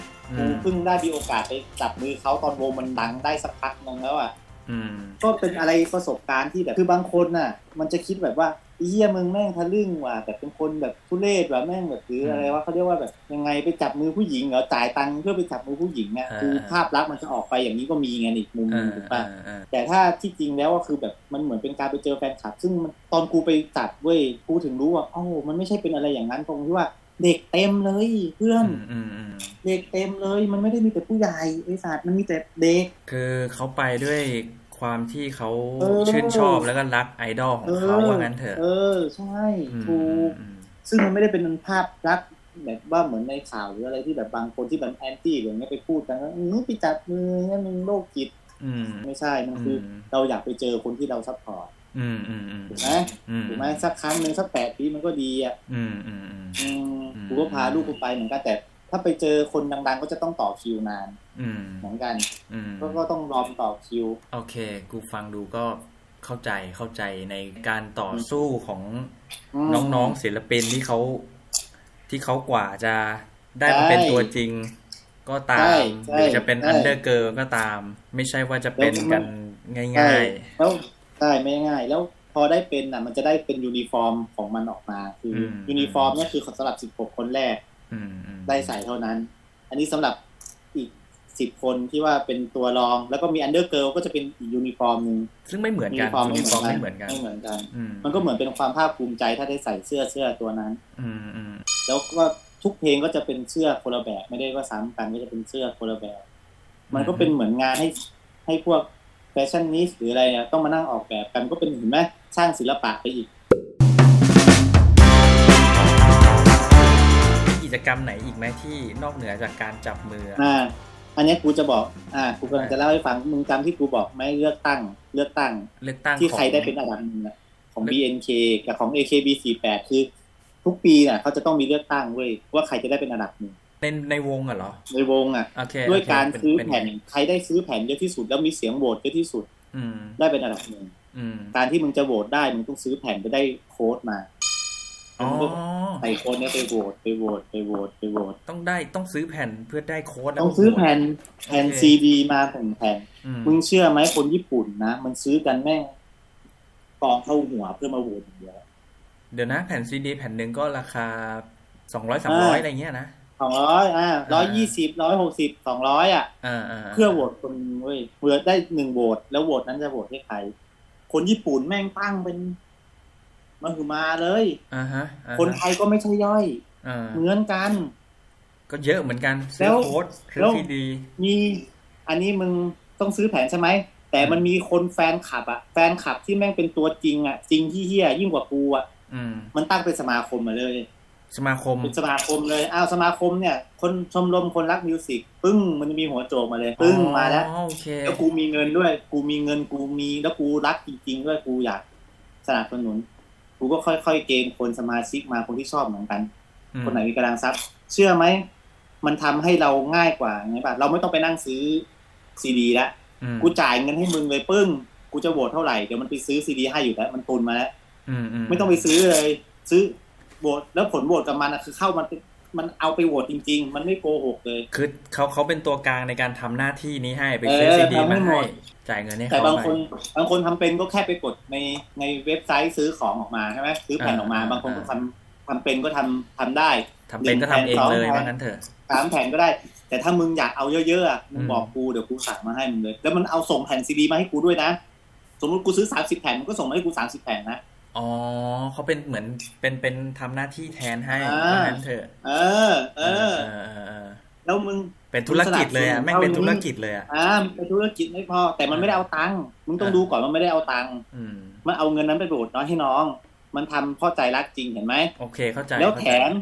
[SPEAKER 2] กู
[SPEAKER 1] อืม
[SPEAKER 2] เพิ่งได้มีโอกาสไปจับมือเขาตอนวงมันดังได้สักพักนึงแล้วอ่ะ
[SPEAKER 1] อืม
[SPEAKER 2] ก็เป็นอะไรประสบการณ์ที่แบบคือบางคนน่ะ มันจะคิดแบบว่าไอ้เหี้ยมึงแม่งทะลึ่งว่ะแบบเป็นคนแบบทุเรศว่ะแม่งแบบหรืออะไรว่าเขาเรียกว่าแบบยังไงไปจับมือผู้หญิงเหรอจ่ายตังค์เพื่อไปจับมือผู้หญิงเนี่ย
[SPEAKER 1] อ่า
[SPEAKER 2] คือภาพลักษณ์มันจะออกไปอย่างนี้ก็มีไงอีกมุมห
[SPEAKER 1] อ่า
[SPEAKER 2] นึงถูก
[SPEAKER 1] อ่า
[SPEAKER 2] ปะ
[SPEAKER 1] อ่า
[SPEAKER 2] แต่ถ้าที่จริงแล้วก็คือแบบมันเหมือนเป็นการไปเจอแฟนคลับ ซึ่งมันตอนกูไปจัดเว้ยกูถึงรู้ว่าโอ้าวมันไม่ใช่เป็นอะไรอย่างนั้นตรงที่ว่าเด็กเต็มเลยเพื่อ
[SPEAKER 1] อื
[SPEAKER 2] น
[SPEAKER 1] มอืมอืม
[SPEAKER 2] เด็กเต็มเลย มันไม่ได้มีแต่ผู้ใหญ่ไอ้ศาสตร์มันมีแต่เด็ก
[SPEAKER 1] คือเขาไปด้วยความที่เขา
[SPEAKER 2] เออ
[SPEAKER 1] ชื่นชอบแล้วก็รักไอดอลของเขาว่างั้นเถอะ
[SPEAKER 2] เออใช่
[SPEAKER 1] ม
[SPEAKER 2] ถูก
[SPEAKER 1] อืม
[SPEAKER 2] ซึ่งมันไม่ได้เป็นภาพลักษณ์แบบว่าเหมือนในข่าวหรืออะไรที่แบบบางคนที่แบบแอนตี้หรืออย่างเงี้ยไปพูดกันว่าอื้อไปจับมือเนี่ยมึงโรคจิต
[SPEAKER 1] อืม
[SPEAKER 2] ไม่ใช่ มัน
[SPEAKER 1] อื
[SPEAKER 2] คือ
[SPEAKER 1] ม
[SPEAKER 2] อเราอยากไปเจอคนที่เราซัพพอร์ต
[SPEAKER 1] อืมอืมอืม
[SPEAKER 2] ถูกไหม
[SPEAKER 1] อืม
[SPEAKER 2] ถูกไหมสักครั้งหนึ่งสักแปดปีมันก็ดีอ่ะ
[SPEAKER 1] อืมอืมอืม
[SPEAKER 2] อืม
[SPEAKER 1] อืม
[SPEAKER 2] กูก็พาลูกกูไปเหมือนกันแต่ ถ้าไปเจอคนดัง ๆ ก็จะต้องต่อคิวนาน
[SPEAKER 1] อืม
[SPEAKER 2] เหมือนกัน
[SPEAKER 1] อืม
[SPEAKER 2] ก็ก็ต้องรอมต่อคิว
[SPEAKER 1] โอเค กูฟังดูก็เข้าใจเข้าใจในการต่อสู้ของ
[SPEAKER 2] อืม
[SPEAKER 1] น้องๆศิลปินที่เขาที่เขากว่าจะได้มาเป็น
[SPEAKER 2] ใช่
[SPEAKER 1] ตัวจริง ก็ตา
[SPEAKER 2] ใช่
[SPEAKER 1] ม
[SPEAKER 2] ใช่
[SPEAKER 1] หรือจะเป็น
[SPEAKER 2] ใช่
[SPEAKER 1] อันเดอร์เกิร์ลก็ตาม ไม่ใช่ว่าจะเป็น
[SPEAKER 2] แล้วมัน
[SPEAKER 1] กัน
[SPEAKER 2] ใช่
[SPEAKER 1] ง่าย
[SPEAKER 2] แล้วใช่ไม่ง่าย แล้วพอได้เป็นอ่ะมันจะได้เป็นยูนิฟอร์มของมันออกมา คืออ
[SPEAKER 1] ม
[SPEAKER 2] ยูนิฟอร์มเนี่ยคือสำหรับสิบหกคนแรก
[SPEAKER 1] ๆ อืมอืม
[SPEAKER 2] ได้ใส่เท่านั้น อันนี้สำหรับอีกสิบคนที่ว่าเป็นตัวรอง แล้วก็มีอันเดอร์เกิลก็จะเป็นอีกยูนิฟอร์มหนึ่ง
[SPEAKER 1] ซึ่งไม่เหมือน
[SPEAKER 2] ยู
[SPEAKER 1] กั
[SPEAKER 2] นิ
[SPEAKER 1] น
[SPEAKER 2] ฟอร์มไม่
[SPEAKER 1] ยูนิ
[SPEAKER 2] เห
[SPEAKER 1] ฟอร์มไม่เห
[SPEAKER 2] มื
[SPEAKER 1] มื
[SPEAKER 2] อกั
[SPEAKER 1] อน นกัน น
[SPEAKER 2] ไม่เหมือนกัน
[SPEAKER 1] อื
[SPEAKER 2] มันก็เหมือนเป็นความภาคภูมิใจถ้าได้ใส่เสื้อเสื้อตัวนั้น
[SPEAKER 1] อืมอืม
[SPEAKER 2] แล้วก็ทุกเพลงก็จะเป็นเสื้อคนละแบบไม่ได้ว่าซ้ำกันก็จะเป็นเสื้อคนละแบบ มันก็เป็นเหมือนงานให้ ให้พวกแฟชั่นนิสหรืออะไรเนี่ยต้องมานั่งออกแบบกันก็เป็นเห็นไหมสร้างศิลปะไปอีก
[SPEAKER 1] มีกิจกรรมไหนอีกไหมที่นอกเหนือจากการจับมืออะ
[SPEAKER 2] อ่า อันเนี้ยกูจะบอก อ่ากูกำลังจะเล่าให้ฟังมึงจำที่กูบอกไหมเลือกตั้งเลือกตั้ง
[SPEAKER 1] เลือกตั้ง
[SPEAKER 2] ที่
[SPEAKER 1] ของ
[SPEAKER 2] ใครได้เป็นอันดับหนึ่งอะของ
[SPEAKER 1] เลือก
[SPEAKER 2] BNK กับของ AKB48 คือ ทุกปีน่ะเขาจะต้องมีเลือกตั้งเว้ยว่าใครจะได้เป็นอันดับหนึ่ง
[SPEAKER 1] ในในวงอะเหรอ
[SPEAKER 2] ในวงอ่ะ
[SPEAKER 1] โอเค
[SPEAKER 2] ด้วยการ
[SPEAKER 1] โเค
[SPEAKER 2] ซื้อ
[SPEAKER 1] เป็
[SPEAKER 2] แผ่นใครได้ซื้อแผ่นเยอะที่สุดแล้วมีเสียงโหวตเยอะที่สุด
[SPEAKER 1] อืม
[SPEAKER 2] ได้เป็นอันดับหนึ่ง
[SPEAKER 1] อืม
[SPEAKER 2] การที่มึงจะโหวตได้มึงต้องซื้อแผ่นไปได้โค้ดมาแล้วมึงก็ใส่โค้ดเนี้ยไปโหวตไปโหวตไปโหวตไปโหวต
[SPEAKER 1] ต้องได้ต้องซื้อแผ่นเพื่อได้โค้ดแล้ว
[SPEAKER 2] ต้องซื้อ
[SPEAKER 1] ก็โหวต
[SPEAKER 2] แผ่นแผ่นซีดีมาแผ่นแผ่น
[SPEAKER 1] อืม
[SPEAKER 2] มึงเชื่อไหมคนญี่ปุ่นนะมันซื้อกันแม่งกองเข้าหัวเพื่อมาโหวตอย่างเดียว
[SPEAKER 1] เดี๋ยวนะแผ่นซีดีแผ่นหนึ่งก็ราคาสองร้อยสามร้อย
[SPEAKER 2] อ่า
[SPEAKER 1] อะไรเงี้ยนะ
[SPEAKER 2] สองร้อยอ่าร้อยยี่สิบร้อยหกสิบสองร้อยอ่ะ
[SPEAKER 1] อ่าาา
[SPEAKER 2] เพื่อโหวตคนหนึ่งเว้ยเพื่อได้หนึ่งโหวตแล้วโหวตนั้นจะโหวตให้ใคร คนญี่ปุ่นแม่งตั้งเป็นมันคือมาเลย
[SPEAKER 1] อ่าฮะอ่าฮะ
[SPEAKER 2] คนไทยก็ไม่ใช่ย่อย
[SPEAKER 1] อ่า
[SPEAKER 2] เหมือนกัน
[SPEAKER 1] ก็เยอะเหมือนกันซื้
[SPEAKER 2] แล้
[SPEAKER 1] อ
[SPEAKER 2] ว
[SPEAKER 1] โค้ดซื้อ
[SPEAKER 2] แล้ว
[SPEAKER 1] ซีดี
[SPEAKER 2] มีอันนี้มึงต้องซื้อแผนใช่ไหม แต่มันมีคนแฟนคลับอะแฟนคลับที่แม่งเป็นตัวจริงอะจริงที่เฮี้ยยิ่งกว่ากูอะ
[SPEAKER 1] อืม
[SPEAKER 2] มันตั้งเป็นสมาคมมาเลย
[SPEAKER 1] สมาคม
[SPEAKER 2] เป็นสมาคมเลยอ้าวสมาคมเนี่ย คนชมรมคนรักมิวสิกปึ้งมันมีหัวโจกมาเลยปึ้งมาแล้ว
[SPEAKER 1] อ๋อโอเค
[SPEAKER 2] แล้วกูมีเงินด้วย กูมีเงินกูมีแล้วกูรักจริงๆด้วยกูอยากสนับสนุน กูก็ค่อยๆเกณฑ์คนสมาชิกมาคนที่ชอบเหมือนกัน
[SPEAKER 1] อืม
[SPEAKER 2] คนไหนมีกำลังทรัพย์ เชื่อไหม มันทำให้เราง่ายกว่าไงป่ะเราไม่ต้องไปนั่งซื้อซีดีละ
[SPEAKER 1] อืม
[SPEAKER 2] กูจ่ายเงินให้มึงเลยปึ้ง กูจะโหวตเท่าไหร่เดี๋ยวมันไปซื้อซีดีให้อยู่แล้วมันตุนมาแล้ว
[SPEAKER 1] อื
[SPEAKER 2] ไม่ต้องไปซื้อเลย ซื้อโหวตแล้วผลโหวตกับมันอะคือเข้ามันมันเอาไปโหวตจริง ๆ มันไม่โกหกเลย
[SPEAKER 1] คือเขาเขาเป็นตัวกลางในการทำหน้าที่นี้ให้ไปซื้อ
[SPEAKER 2] เออ
[SPEAKER 1] ซีดี
[SPEAKER 2] ทำให้
[SPEAKER 1] มา
[SPEAKER 2] หม
[SPEAKER 1] ให้
[SPEAKER 2] ด
[SPEAKER 1] จ่ายเงินให้
[SPEAKER 2] แต่
[SPEAKER 1] เขา
[SPEAKER 2] บาง
[SPEAKER 1] ไป
[SPEAKER 2] คนบางคนทำเป็นก็แค่ไปกดในในเว็บไซต์ซื้อของออกมาใช่ไหมซื้อแผ่นอ
[SPEAKER 1] อ่า
[SPEAKER 2] อกมา
[SPEAKER 1] อ่า
[SPEAKER 2] บางคนก็
[SPEAKER 1] อ่า
[SPEAKER 2] ทำทำเป็นก็ทำทำได้
[SPEAKER 1] ทำเป็นก็ทำเองเลย
[SPEAKER 2] หนึ่งแสนสองพัน
[SPEAKER 1] ว่างั้นเถอะ
[SPEAKER 2] สามแผ่นก็ได้ แต่ถ้ามึงอยากเอาเยอะๆอะมึง
[SPEAKER 1] อืม
[SPEAKER 2] บอกกูเดี๋ยวกูสั่งมาให้มึงเลย แล้วมันเอาส่งแผ่นซีดีมาให้กูด้วยนะ สมมติกูซื้อสามสิบแผ่นมันก็ส่งมาให้กูสามสิบแผ่นนะ
[SPEAKER 1] อ๋อเขาเป็นเหมือนเป็นเป็นทำหน้าที่แทนให้
[SPEAKER 2] อ่า
[SPEAKER 1] ว่างั้นเถอะ
[SPEAKER 2] เออ เออ
[SPEAKER 1] เออเออ
[SPEAKER 2] แล้วมึง
[SPEAKER 1] เป็นธุรกิจเลยอ่ะ
[SPEAKER 2] สนับสนุน
[SPEAKER 1] แม่งเป็นธุรกิจเลยอ่ะ
[SPEAKER 2] อ่าเป็นธุรกิจไม่พอ แต่มันไม่ได้เอาตังค์มึงต้อง
[SPEAKER 1] อ่า
[SPEAKER 2] ดูก่อนว่ามันไม่ได้เอาตังค์
[SPEAKER 1] อืม
[SPEAKER 2] มันเอาเงินนั้นไปโปรดน้อยให้น้อง มันทำเพราะใจรักจริงเห็นไหม
[SPEAKER 1] โอเคเข้าใจ
[SPEAKER 2] แล้ว
[SPEAKER 1] เข้า
[SPEAKER 2] แถ
[SPEAKER 1] ใจ
[SPEAKER 2] ม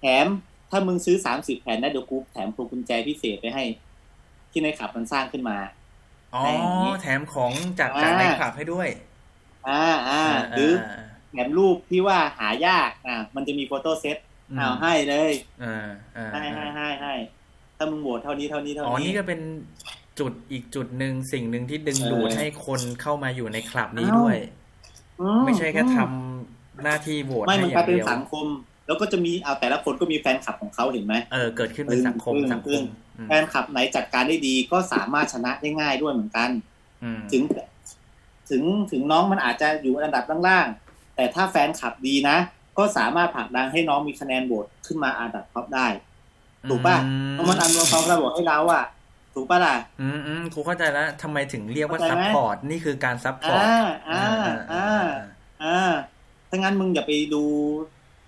[SPEAKER 2] แถมถ้ามึงซื้อสามสิบแผ่นนะเดี๋ยวกูแถมพวงกุญแจพิเศษไปให้ ที่ในขับมันสร้างขึ้นมา
[SPEAKER 1] อ๋อ
[SPEAKER 2] แถมอย่างงี้
[SPEAKER 1] แถมของจากจาก
[SPEAKER 2] อ่า
[SPEAKER 1] ในคลับให้ด้วย
[SPEAKER 2] อ่าอ่าหรือแถมรูปที่ว่าหายากอ่ามันจะมีโฟโต้เซต
[SPEAKER 1] อ่า
[SPEAKER 2] เอาให้เลย
[SPEAKER 1] อ่าอ่า
[SPEAKER 2] ให้ให้ให้ให้ถ้ามึงโหวตเท่านี้เท่านี้เท่า
[SPEAKER 1] อ๋อ
[SPEAKER 2] นี้
[SPEAKER 1] นี่ก็เป็นจุดอีกจุดหนึ่งสิ่งหนึ่งที่ดึงดูด
[SPEAKER 2] เออ
[SPEAKER 1] ให้คนเข้ามาอยู่ในคลับนี้
[SPEAKER 2] เอ้า
[SPEAKER 1] ด้วย
[SPEAKER 2] อื
[SPEAKER 1] ไม่ใช่แค่ทำหน้าที่โหวต
[SPEAKER 2] ไม่
[SPEAKER 1] ให้
[SPEAKER 2] มัน
[SPEAKER 1] อก
[SPEAKER 2] ลา
[SPEAKER 1] ย่าย ง
[SPEAKER 2] เป็น
[SPEAKER 1] เดียว
[SPEAKER 2] สังคม แล้วก็จะมีเอาแต่ละคนก็มีแฟนคลับของเขาเห็นไหม
[SPEAKER 1] เออเกิดขึ้นเป็นสังคม
[SPEAKER 2] เออ
[SPEAKER 1] สังค
[SPEAKER 2] เอ
[SPEAKER 1] ม
[SPEAKER 2] อ
[SPEAKER 1] อืม
[SPEAKER 2] แฟนคลับไหนจัดการได้ดีก็สามารถชนะได้ง่ายด้วยเหมือนกัน
[SPEAKER 1] อืม
[SPEAKER 2] ถึงถึงถึงน้องมันอาจจะอยู่อันดับล่างๆ แต่ถ้าแฟนคลับดีนะ ก็สามารถผลักดันให้น้องมีคะแนนโหวตขึ้นมาอันดับท็อปได้ ถูกป่ะ น้องมันอันรวมความระบบให้เราอะถูกปะล่ะ
[SPEAKER 1] อืมอืมครูเข้าใจแล้วทำไมถึงเรียกว่า
[SPEAKER 2] เข้าใจ
[SPEAKER 1] ซัพ
[SPEAKER 2] ไหม
[SPEAKER 1] พอร์ตนี่คือการซัพพอร์
[SPEAKER 2] อ่า
[SPEAKER 1] ต
[SPEAKER 2] อ่าอ่าอ่าถ้างั้นมึงอย่าไปดู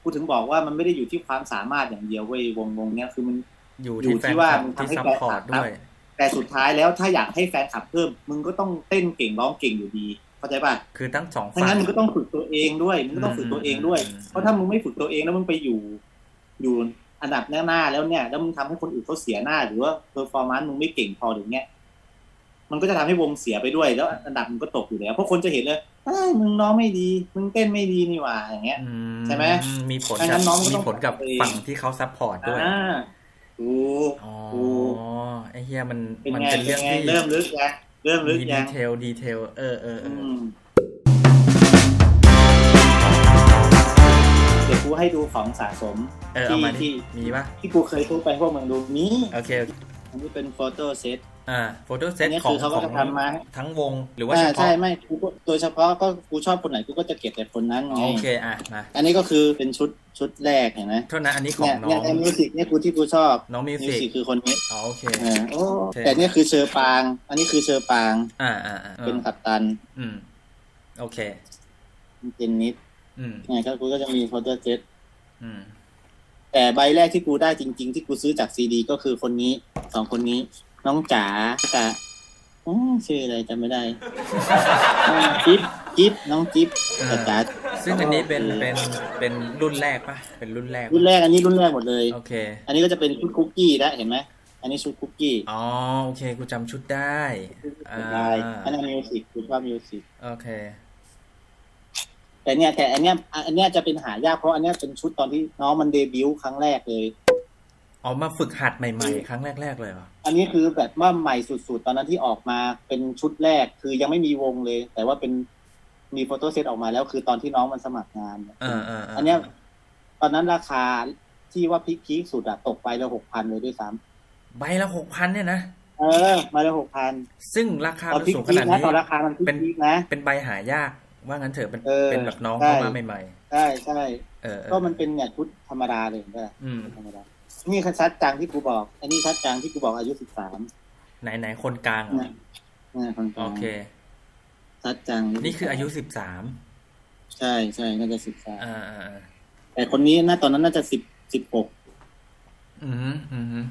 [SPEAKER 2] กูถึงบอกว่ามันไม่ได้อยู่ที่ความสามารถอย่างเดียวเว้ยวงวงเนี้ยคือมัน
[SPEAKER 1] อยู่
[SPEAKER 2] อยู่
[SPEAKER 1] ที่
[SPEAKER 2] ที่
[SPEAKER 1] แฟน
[SPEAKER 2] ว่า
[SPEAKER 1] คลับ
[SPEAKER 2] มันทำ
[SPEAKER 1] ที่
[SPEAKER 2] ให้
[SPEAKER 1] ซัพ
[SPEAKER 2] แฟน
[SPEAKER 1] พอ
[SPEAKER 2] ค
[SPEAKER 1] ร์ต
[SPEAKER 2] ลับ
[SPEAKER 1] ด้วย
[SPEAKER 2] แต่สุดท้ายแล้วถ้าอยากให้แฟนคลับเพิ่ม มึงก็ต้องเต้นเก่งร้องเก่งอยู่ดีเข้าใจป่ะ
[SPEAKER 1] คือทั้งสอง
[SPEAKER 2] ถ้า
[SPEAKER 1] ฝั่
[SPEAKER 2] งั้
[SPEAKER 1] ง
[SPEAKER 2] นมึงก็ต้องฝึกตัวเองด้วยมึงก็ต้องฝึกตัวเองด้วย
[SPEAKER 1] อืม
[SPEAKER 2] เพราะถ้ามึงไม่ฝึกตัวเองแล้วมึงไปอยู่ อยู่อันดับหน้าๆแล้วเนี่ย แล้วมึงทำให้คนอื่นเขาเสียหน้า หรือว่าเพอร์ฟอร์มนซ์มึงไม่เก่งพออย่างเงี้ย มันก็จะทำให้วงเสียไปด้วย แล้วอันดับมึงก็ตกอยู่แล้ว เพราะคนจะเห็นเลยเอ้ยมึงร้องไม่ดี มึงเต้นไม่ดีนี่หว่าอย่างเงี้ย
[SPEAKER 1] อื
[SPEAKER 2] ใช่ไหม
[SPEAKER 1] มีผล
[SPEAKER 2] ดังนั้
[SPEAKER 1] กับ
[SPEAKER 2] นน้องก็
[SPEAKER 1] มี
[SPEAKER 2] ต้อง
[SPEAKER 1] ผลกับ
[SPEAKER 2] ปรับตัวเอง
[SPEAKER 1] ฝั่งที่เขาซัพพอร์ตด้วย
[SPEAKER 2] อ่าถูก
[SPEAKER 1] อ๋อ
[SPEAKER 2] ถูก
[SPEAKER 1] ไอ้เฮียมัน
[SPEAKER 2] เป็น
[SPEAKER 1] มัน
[SPEAKER 2] ไง
[SPEAKER 1] เป็น
[SPEAKER 2] เป็
[SPEAKER 1] เรื่อน ง
[SPEAKER 2] ไง
[SPEAKER 1] ที่
[SPEAKER 2] เริ่มลึกยังเริ่มลึก
[SPEAKER 1] มี
[SPEAKER 2] ยั
[SPEAKER 1] ดี
[SPEAKER 2] ง
[SPEAKER 1] เทลดีเทลเออเออเอ
[SPEAKER 2] อื
[SPEAKER 1] อ
[SPEAKER 2] มเดี๋ยวกูให้ดูของสะสม
[SPEAKER 1] เออเอามา
[SPEAKER 2] ที่
[SPEAKER 1] ดิมีปะ
[SPEAKER 2] ที่กูเคยซื้อไปพวกมึงดูนี้
[SPEAKER 1] โอเคโอเค
[SPEAKER 2] อันนี้เป็นโฟโต้เซต
[SPEAKER 1] อ่าโฟโต้เซ
[SPEAKER 2] อั
[SPEAKER 1] ต
[SPEAKER 2] นนี้
[SPEAKER 1] ของ
[SPEAKER 2] คือเขา
[SPEAKER 1] ข
[SPEAKER 2] ก็
[SPEAKER 1] อง
[SPEAKER 2] จะทำมา
[SPEAKER 1] ทั้งวงหรือว่า
[SPEAKER 2] อ่า
[SPEAKER 1] เฉพาะ
[SPEAKER 2] ใช่ไม่กูก็โดยเฉพาะก็กูชอบคนไหนกูก็จะเก็บแต่คนนั้น
[SPEAKER 1] อ๋อ
[SPEAKER 2] ไง
[SPEAKER 1] โอเคอ่ะมา
[SPEAKER 2] อันนี้ก็คือเป็นชุดชุดแรกเห็นไหม
[SPEAKER 1] เท่านั้นอันนี้ของ
[SPEAKER 2] เนี่ย
[SPEAKER 1] น้
[SPEAKER 2] เนี่
[SPEAKER 1] อย ง
[SPEAKER 2] ไอ้มิวสิกเนี่ยกูที่กูชอบ
[SPEAKER 1] น้องมิว
[SPEAKER 2] มิว
[SPEAKER 1] สิก
[SPEAKER 2] สิกคือคนนี้
[SPEAKER 1] อ๋อโอเค
[SPEAKER 2] เออโอ้
[SPEAKER 1] โอเค
[SPEAKER 2] แต่เนี่ยคือเชอปาง อันนี้คือเชอปาง
[SPEAKER 1] อ่าอ่าอ่า
[SPEAKER 2] เป็นกัปตัน
[SPEAKER 1] อืมโอเค
[SPEAKER 2] เป็นนิด
[SPEAKER 1] อืม
[SPEAKER 2] เนี่ยก็กูก็จะมีโฟโต้เซต
[SPEAKER 1] อืม
[SPEAKER 2] แต่ใบแรกที่กูได้จริง ๆ ที่กูซื้อจากซีดี ก็คือคนนี้สองคนนี้ น้องจ๋ากับอื้อชื่ออะไรจำไม่ได้อ่าจิ๊บจิ๊บน้องจิ๊บกับจ๋า
[SPEAKER 1] ซึ่งอันนี้เป็นเป็นเป็นรุ่นแรกปะเป็นรุ่นแรกปะ
[SPEAKER 2] รุ่นแรกอันนี้รุ่นแรกหมดเลย
[SPEAKER 1] โอเค
[SPEAKER 2] อันนี้ก็จะเป็นชุดคุกกี้แล้วเห็นไหม อันนี้ชุดคุกกี้
[SPEAKER 1] อ๋อโอเคกูจำชุดได้ อ่า
[SPEAKER 2] ลายอันนั้นมิวสิกคุณชอบมิวสิก
[SPEAKER 1] โอเค
[SPEAKER 2] แต่เนี่ยแต่อันเนี้ยอันเนี้ยจะเป็นหายากเพราะอันเนี้ยเป็นชุดตอนที่น้องมันเดบิวต์ครั้งแรกเลย
[SPEAKER 1] อ๋อมาฝึกหัดใหม่ๆ ครั้งแรก ๆ เลยเหรอ
[SPEAKER 2] อันนี้คือแบบว่าใหม่สุดๆ ตอนนั้นที่ออกมาเป็นชุดแรกคือยังไม่มีวงเลย แต่ว่าเป็นมีโฟโต้เซตออกมาแล้วคือตอนที่น้องมันสมัครงาน
[SPEAKER 1] เออเออเอออั
[SPEAKER 2] นเนี้ยตอนนั้นราคาที่ว่าพีคๆสุดอะตกไปละหกพันเลยด้วยซ้
[SPEAKER 1] ใบละหกพันเนี่ยนะ
[SPEAKER 2] ำเออ มาละหกพัน
[SPEAKER 1] ซึ่งราคา
[SPEAKER 2] ตอน
[SPEAKER 1] มัน
[SPEAKER 2] พี
[SPEAKER 1] สูงข
[SPEAKER 2] ค
[SPEAKER 1] นา
[SPEAKER 2] ๆ
[SPEAKER 1] ด
[SPEAKER 2] นะ
[SPEAKER 1] นี้
[SPEAKER 2] ตอนราคามัน
[SPEAKER 1] เป็น
[SPEAKER 2] พีคๆนะ
[SPEAKER 1] เป็นใบหายาก ว่างั้นเถอะเป็น
[SPEAKER 2] เออ
[SPEAKER 1] เป็นแบบน้อง
[SPEAKER 2] ใช่
[SPEAKER 1] เข้ามาใหม่
[SPEAKER 2] ใช่ใช่
[SPEAKER 1] ๆ เออ
[SPEAKER 2] ก็มันเป็นเนี่ยชุดธรรมดาเลยก็
[SPEAKER 1] อืม
[SPEAKER 2] ธรรมดา นี่คือชัดจังที่กูบอก อันนี้ชัดจังที่กูบอกอายุสิบสาม
[SPEAKER 1] ไหนไหนๆคนกลางเหรอ
[SPEAKER 2] นะนะคนก
[SPEAKER 1] โอ
[SPEAKER 2] ลาง
[SPEAKER 1] เค
[SPEAKER 2] ชัดจัง
[SPEAKER 1] นี่คืออายุสิบสาม
[SPEAKER 2] ใช่ใช่น่าจะสิบสาม
[SPEAKER 1] อ่าอ่าอ่า
[SPEAKER 2] แต่คนนี้น่าตอนนั้นน่าจะสิบสิบหก
[SPEAKER 1] อืมอืม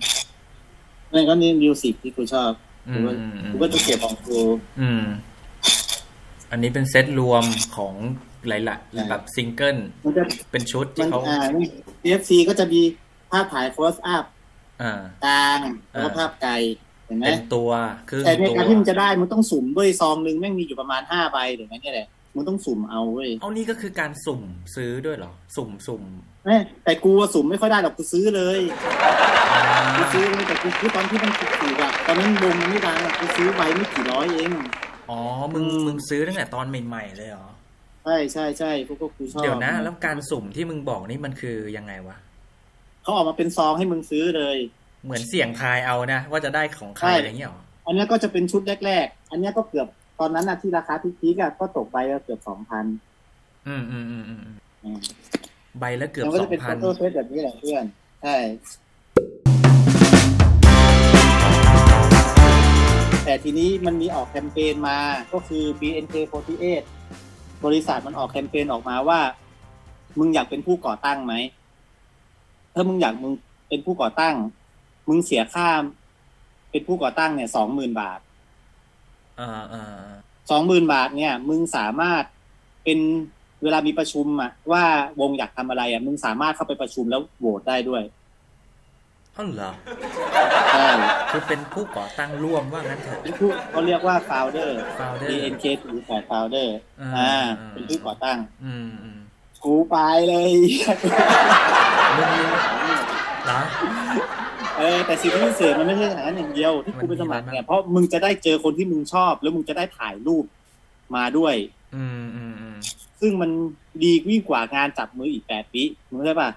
[SPEAKER 2] นั่นก็นี่มิวสิกที่กูชอบ
[SPEAKER 1] อื
[SPEAKER 2] กู
[SPEAKER 1] ม
[SPEAKER 2] ก็
[SPEAKER 1] อืมอื
[SPEAKER 2] กู
[SPEAKER 1] ม
[SPEAKER 2] ก็จะเก็บของกู
[SPEAKER 1] อืม อันนี้เป็นเซตรวมของหลายละ
[SPEAKER 2] ใช่
[SPEAKER 1] แบบซิงเกิล
[SPEAKER 2] มันจะ
[SPEAKER 1] เป็นชุด
[SPEAKER 2] มั
[SPEAKER 1] ที่
[SPEAKER 2] น
[SPEAKER 1] เขา
[SPEAKER 2] อ่านี่ KFC ก็จะมีภาพถ่าย close up
[SPEAKER 1] อ่า
[SPEAKER 2] กลางแล้วก็ภา
[SPEAKER 1] อ่า
[SPEAKER 2] พไกลเห็นไหม
[SPEAKER 1] เป็นตัวครึ่ง
[SPEAKER 2] แต่ใน
[SPEAKER 1] ตัว
[SPEAKER 2] การที่มึงจะได้มึงต้องสุ่มด้วยซองหนึงแม่งมีอยู่ประมาณห้าใบหรือไงเนี่ยแหละมึงต้องสุ่มเอาเว้ย
[SPEAKER 1] เอานี่ก็คือการสุ่มซื้อด้วยเหรอ สุ่มสุ่ม
[SPEAKER 2] แม่แต่กูอะสุ่มไม่ค่อยได้หรอกกูซื้อเลย
[SPEAKER 1] อ่า
[SPEAKER 2] กูซื้อเลยแต่กูซื้อตอนที่มันถูกๆอะตอนนั้นวงมันไม่ดังอะกูซื้อใบไม่กี่ร้อยเอง
[SPEAKER 1] อ๋อมึง
[SPEAKER 2] อืม
[SPEAKER 1] มึงซื้อตั้งแต่ตอนใหม่ๆเลยเหรอ
[SPEAKER 2] ใช่ใช่ใช่พวกกูชอบ
[SPEAKER 1] เดี๋ยวนะ แล้วการสุ่มที่มึงบอกนี่มันคือยังไงวะ
[SPEAKER 2] เขาออกมาเป็นซองให้มึงซื้อเลย
[SPEAKER 1] เหมือนเสี่ยงทายเอานะ ว่าจะได้ของใคร
[SPEAKER 2] ใช่
[SPEAKER 1] อะไรเงี้ยเหรอ
[SPEAKER 2] อันเนี้ยก็จะเป็นชุดแรกๆ อันเนี้ยก็เกือบตอนนั้นอะที่ราคาพีคๆอะก็ตกไปเกือบสองพัน
[SPEAKER 1] อืมอืมอืมอืมใบละเกือบ
[SPEAKER 2] มันก็
[SPEAKER 1] สอ
[SPEAKER 2] จะ
[SPEAKER 1] ง
[SPEAKER 2] เป็น
[SPEAKER 1] พั
[SPEAKER 2] โฟ
[SPEAKER 1] น
[SPEAKER 2] โต้เซตแบบนี้แหละเพื่อน ใช่ แต่ทีนี้มันมีออกแคมเปญมาก็คือ BNK48 บริษัทมันออกแคมเปญออกมาว่า มึงอยากเป็นผู้ก่อตั้งไหม ถ้ามึงอยากมึงเป็นผู้ก่อตั้ง มึงเสียค่าเป็นผู้ก่อตั้งเนี่ยสองหมื่นบาท
[SPEAKER 1] อ่าอ่า
[SPEAKER 2] สองหมื่นบาทเนี่ย มึงสามารถเป็นเวลามีประชุมอะว่าวงอยากทำอะไรอะมึงสามารถเข้าไปประชุมแล้วโหวตได้ด้วย
[SPEAKER 1] อ๋อเหรอ
[SPEAKER 2] ใช่
[SPEAKER 1] คือเป็นผู้ก่อตั้งร่วมว่างั้นเถอะ
[SPEAKER 2] เป็นผู้เขาเรียกว่า founder
[SPEAKER 1] founder
[SPEAKER 2] BNK หรือ founder
[SPEAKER 1] อ่า
[SPEAKER 2] อ่า เป็นผู้ก่อตั้ง
[SPEAKER 1] อืมอืม
[SPEAKER 2] กูไปเลย
[SPEAKER 1] มึงมึงเหรอ
[SPEAKER 2] เออแต่สิ่งที่พิเศษมันไม่ใช่อย่างนั้นอย่างเดียวที่กูไปสมัครเนี่ยเพราะมึงจะได้เจอคนที่มึงชอบ แล้วมึงจะได้ถ่ายรูปมาด้วย
[SPEAKER 1] อืมอืมอืม
[SPEAKER 2] ซึ่งมันดีวิ่งกว่างานจับมืออีกแปดปีมึงเข้าใช่ปะ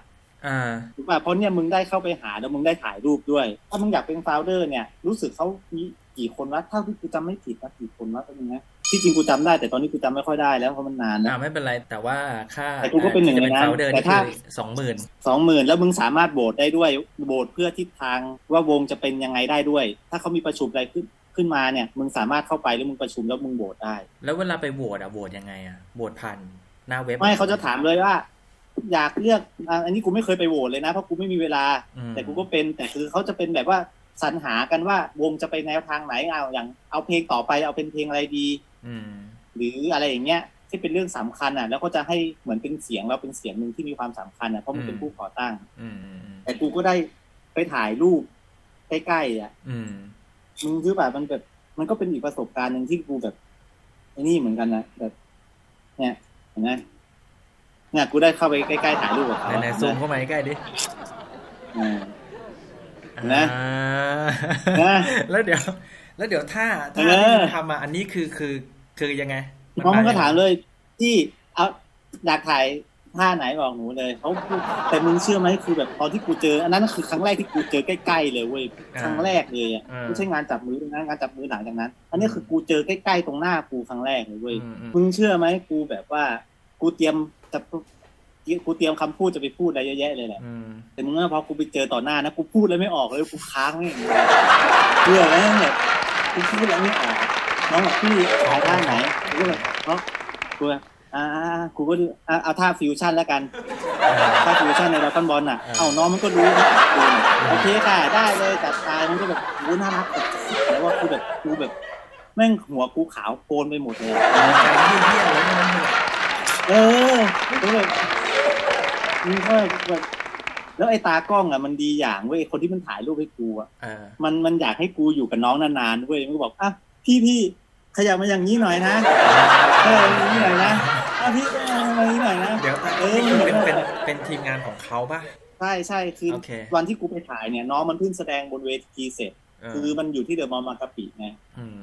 [SPEAKER 1] อ่า
[SPEAKER 2] ถูกป่ะเพราะเนี่ยมึงได้เข้าไปหาแล้วมึงได้ถ่ายรูปด้วย ถ้ามึงอยากเป็นโฟลเดอร์เนี่ยรู้สึกเขามีกี่คนวะถ้าที่กูจำไม่ผิดนะกี่คนวะตรงนี้นะที่จริงกูจำได้แต่ตอนนี้กูจำไม่ค่อยได้แล้วเพราะมันนานนะ
[SPEAKER 1] อ่าไม่เป็นไร แต่ว่าค่า
[SPEAKER 2] แต่กูก็เป็นหนึ่งในนั้น
[SPEAKER 1] เดิน
[SPEAKER 2] แต่ถ้า
[SPEAKER 1] สองหมื่น
[SPEAKER 2] สองหมื่นแล้วมึงสามารถโบสได้ด้วยโบสเพื่อทิศทางว่าวงจะเป็นยังไงได้ด้วย ถ้าเขามีประชุมอะไรขึ้นขึ้นมาเนี่ย มึงสามารถเข้าไปแล้วมึงประชุมแล้วมึงโบสได้
[SPEAKER 1] แล้วเวลาไปโหวตอะโหวตยังไงอะโหวตผ่านหน้าเว็บ
[SPEAKER 2] ไม่เขาจะถามเลยว่า อยากเลือกอ่ะอันนี้กูไม่เคยไปโหวตเลยนะเพราะกูไม่มีเวลา
[SPEAKER 1] อืม
[SPEAKER 2] แต่กูก็เป็นแต่คือเขาจะเป็นแบบว่าสรรหากันว่าวงจะไปแนวทางไหนเอาอย่างเอาเพลงต่อไปเอาเป็นเพลงอะไรดี
[SPEAKER 1] อืม
[SPEAKER 2] หรืออะไรอย่างเงี้ยที่เป็นเรื่องสำคัญอ่ะ แล้วก็จะให้เหมือนเป็นเสียงเราเป็นเสียงหนึ่งที่มีความสำคัญอ่ะเพราะมันเป็น
[SPEAKER 1] อืม
[SPEAKER 2] ผู้ก่อตั้ง
[SPEAKER 1] อืมอืมอืม
[SPEAKER 2] แต่กูก็ได้ไปถ่ายรูปใกล้ๆอ่ะ
[SPEAKER 1] อืม
[SPEAKER 2] มึงคือแบบมันแบบมันก็เป็นอีกประสบการณ์หนึ่งที่กูแบบไอ้นี่เหมือนกันนะแบบ เนี่ยเห็นไหมเนี่ยกูได้เข้าไปใกล้ๆถ่ายรูปกับเขา
[SPEAKER 1] ไหนๆซูมเข้ามาใกล้ๆดิ
[SPEAKER 2] อ่า นะ
[SPEAKER 1] อ่า
[SPEAKER 2] นะ
[SPEAKER 1] แล้วเดี๋ยว แล้วเดี๋ยวถ้าถ้า
[SPEAKER 2] เออ
[SPEAKER 1] ที่มึงทำอ่ะอันนี้คือคือคือยังไง
[SPEAKER 2] เพราะมันก็
[SPEAKER 1] ยังไง
[SPEAKER 2] ถามเลยที่เอาอยากถ่ายท่าไหนบอกหนูเลยเขาพูดแต่มึงเชื่อไหมคือแบบตอนที่กูเจอ อันนั้นคือครั้งแรกที่กูเจอใกล้ๆเลยเว้ย
[SPEAKER 1] อ่า
[SPEAKER 2] ครั้งแรกเลยอ่ะ
[SPEAKER 1] อ่า
[SPEAKER 2] ไม่ใช่งานจับมือด้วยนะงานจับมือหลังจากนั้น อันนี้คือกูเจอใกล้ๆตรงหน้ากูครั้งแรกเลยเว้ย
[SPEAKER 1] อืมอืม
[SPEAKER 2] มึงเชื่อไหมกูแบบว่า กูเตรียมจะกูเตรียมคำพูดจะไปพูดอะไรเยอะแยะเลยแหละ
[SPEAKER 1] อืม
[SPEAKER 2] แต่มึงว่าพอกูไปเจอต่อหน้านะกูพูดอะไรไม่ออกเลยกูค้างไม่อย่างเงี้ยเพื่อแล้วเนี่ยกูพูดอะไรไม่ออกน้องบอกพี่ถ่ายท่าไหนกูก็แบบเพราะกูแบบอ่ากูก็ดูอ่ะเอาท่าฟิวชั่นแล้วกัน
[SPEAKER 1] เออ
[SPEAKER 2] ท่าฟิวชั่นในดราก้อนบอลน่ะ
[SPEAKER 1] เออ
[SPEAKER 2] เอ้าน้องมันก็รู้ว่ากูเนี่ยโอเคค่ะได้เลยจัดไปมันก็แบบกูน่ารักแบบแล้วว่ากูแบบกูแบบแม่งหัวกูขาวโพลนไปหมดเลยอะ
[SPEAKER 1] ใจเยี่ยมๆเลยนะมึง
[SPEAKER 2] เออกูแบบมึงก็แบบแล้วไอ้ตากล้องอ่ะมันดีอย่างเว้ยไอ้คนที่มันถ่ายรูปให้กูอ่ะ
[SPEAKER 1] เออ
[SPEAKER 2] มันมันอยากให้กูอยู่กับน้องนานๆเว้ยมันก็บอกอ่ะพี่พี่ขยับมาอย่างนี้หน่อยนะเอออย่างนี้หน่อยนะอ่ะพี่เออมาอย่างนี้หน่อยนะ
[SPEAKER 1] เดี๋ยว
[SPEAKER 2] เออ
[SPEAKER 1] นี่คือเป็นเป็นเป็นทีมงานของเขาป่ะ
[SPEAKER 2] ใช่ใช่คือ
[SPEAKER 1] โอเค
[SPEAKER 2] วันที่กูไปถ่ายเนี่ยน้องมันเพิ่งแสดงบนเวทีเสร็จ
[SPEAKER 1] เ
[SPEAKER 2] คือมันอยู่ที่เดอะมอลล์บางกะปิไง
[SPEAKER 1] อืม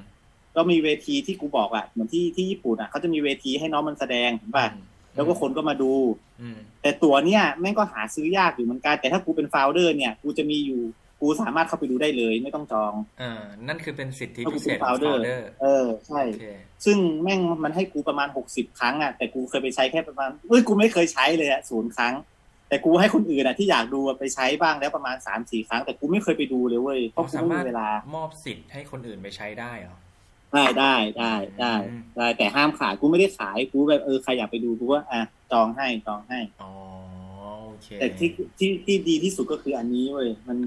[SPEAKER 2] ก็มีเวทีที่กูบอกอ่ะเหมือนที่ที่ญี่ปุ่นอ่ะเขาจะมีเวทีให้น้องมันแสดงเห็นป่ะแล้วก็คนก็มาดู
[SPEAKER 1] อืม
[SPEAKER 2] แต่ตั๋วเนี่ยแม่งก็หาซื้อยากอยู่เหมือนกันแต่ถ้ากูเป็นโฟลเดอร์เนี่ยกูจะมีอยู่กูสามารถเข้าไปดูได้เลย ไม่ต้องจอง
[SPEAKER 1] เออนั่นคือเป็นสิทธิ
[SPEAKER 2] ก็คื
[SPEAKER 1] พิ
[SPEAKER 2] อ
[SPEAKER 1] เศษของ
[SPEAKER 2] founder
[SPEAKER 1] founder
[SPEAKER 2] เออใช่
[SPEAKER 1] โอเค
[SPEAKER 2] ซึ่งแม่งมันให้กูประมาณหกสิบครั้งอ่ะแต่กูเคยไปใช้แค่ประมาณเอ้ยกูไม่เคยใช้เลยอ่ะศูนย์ครั้ง แต่กูให้คนอื่นอ่ะที่อยากดูอะไปใช้บ้างแล้วประมาณสามสี่ครั้ง แต่กูไม่เคยไปดูเลยเว้ยเพ
[SPEAKER 1] เขา
[SPEAKER 2] ราะกู
[SPEAKER 1] สา
[SPEAKER 2] ไม่
[SPEAKER 1] มาร
[SPEAKER 2] มี
[SPEAKER 1] ถ
[SPEAKER 2] เวลาม
[SPEAKER 1] อบสิทธิ์ให้คนอื่นไปใช้ได้เหรอ
[SPEAKER 2] ได้ได้ได้ได้
[SPEAKER 1] อืม
[SPEAKER 2] ได้แต่ห้ามขายกูไม่ได้ขายกูแบบเออใครอยากไปดูกูก็อ่ะจองให้จองให้
[SPEAKER 1] อ๋อโอเค
[SPEAKER 2] แต่ที่ที่ที่ดีที่สุดก็คืออันนี้เว้ยมัน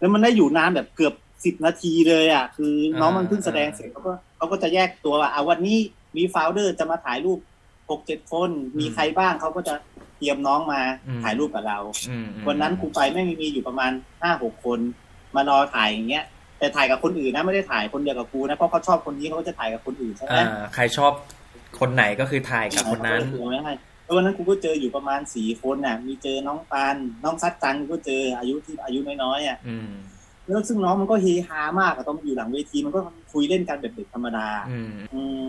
[SPEAKER 2] แล้วมันได้อยู่นานแบบเกือบ สิบนาทีเลยอ่ะ คือน้อง
[SPEAKER 1] อ่ามั
[SPEAKER 2] มันเพิ่งแสดงเสร็จเขาก็เขาก็จะแยกตัวว่าอ่ะวันนี้มีโฟลเดอร์จะมาถ่ายรูปหกเจ็ดคนมีใครบ้างเขาก็จะเตรียมน้องมา
[SPEAKER 1] อืม
[SPEAKER 2] ถ่ายรูปกับเรา
[SPEAKER 1] อืมอืม
[SPEAKER 2] วันนั้นครูไปไม่งมีอยู่ประมาณห้าหกคนมารอถ่ายอย่างเงี้ย แต่ถ่ายกับคนอื่นนะไม่ได้ถ่ายคนเดียวกับครูนะเพราะเขาชอบคนนี้เขาก็จะถ่ายกับคนอื่นใช่ไหม
[SPEAKER 1] อ่าใครชอบคนไหนก็คือถ่ายกับคนนั้น
[SPEAKER 2] ถ่ายกับคไม่ให้แล้ววันนั้นครูก็เจออยู่ประมาณสี่คนน่ะ มีเจอน้องปานน้องซัดจังก็เจออายุที่อายุน้อยๆอ่ะ
[SPEAKER 1] อืม
[SPEAKER 2] แล้วซึ่งน้องมันก็เฮฮามากอะตอนอยู่หลังเวทีมันก็คุยเล่นกันแบบเด็กธรรมดา
[SPEAKER 1] อืม
[SPEAKER 2] อืม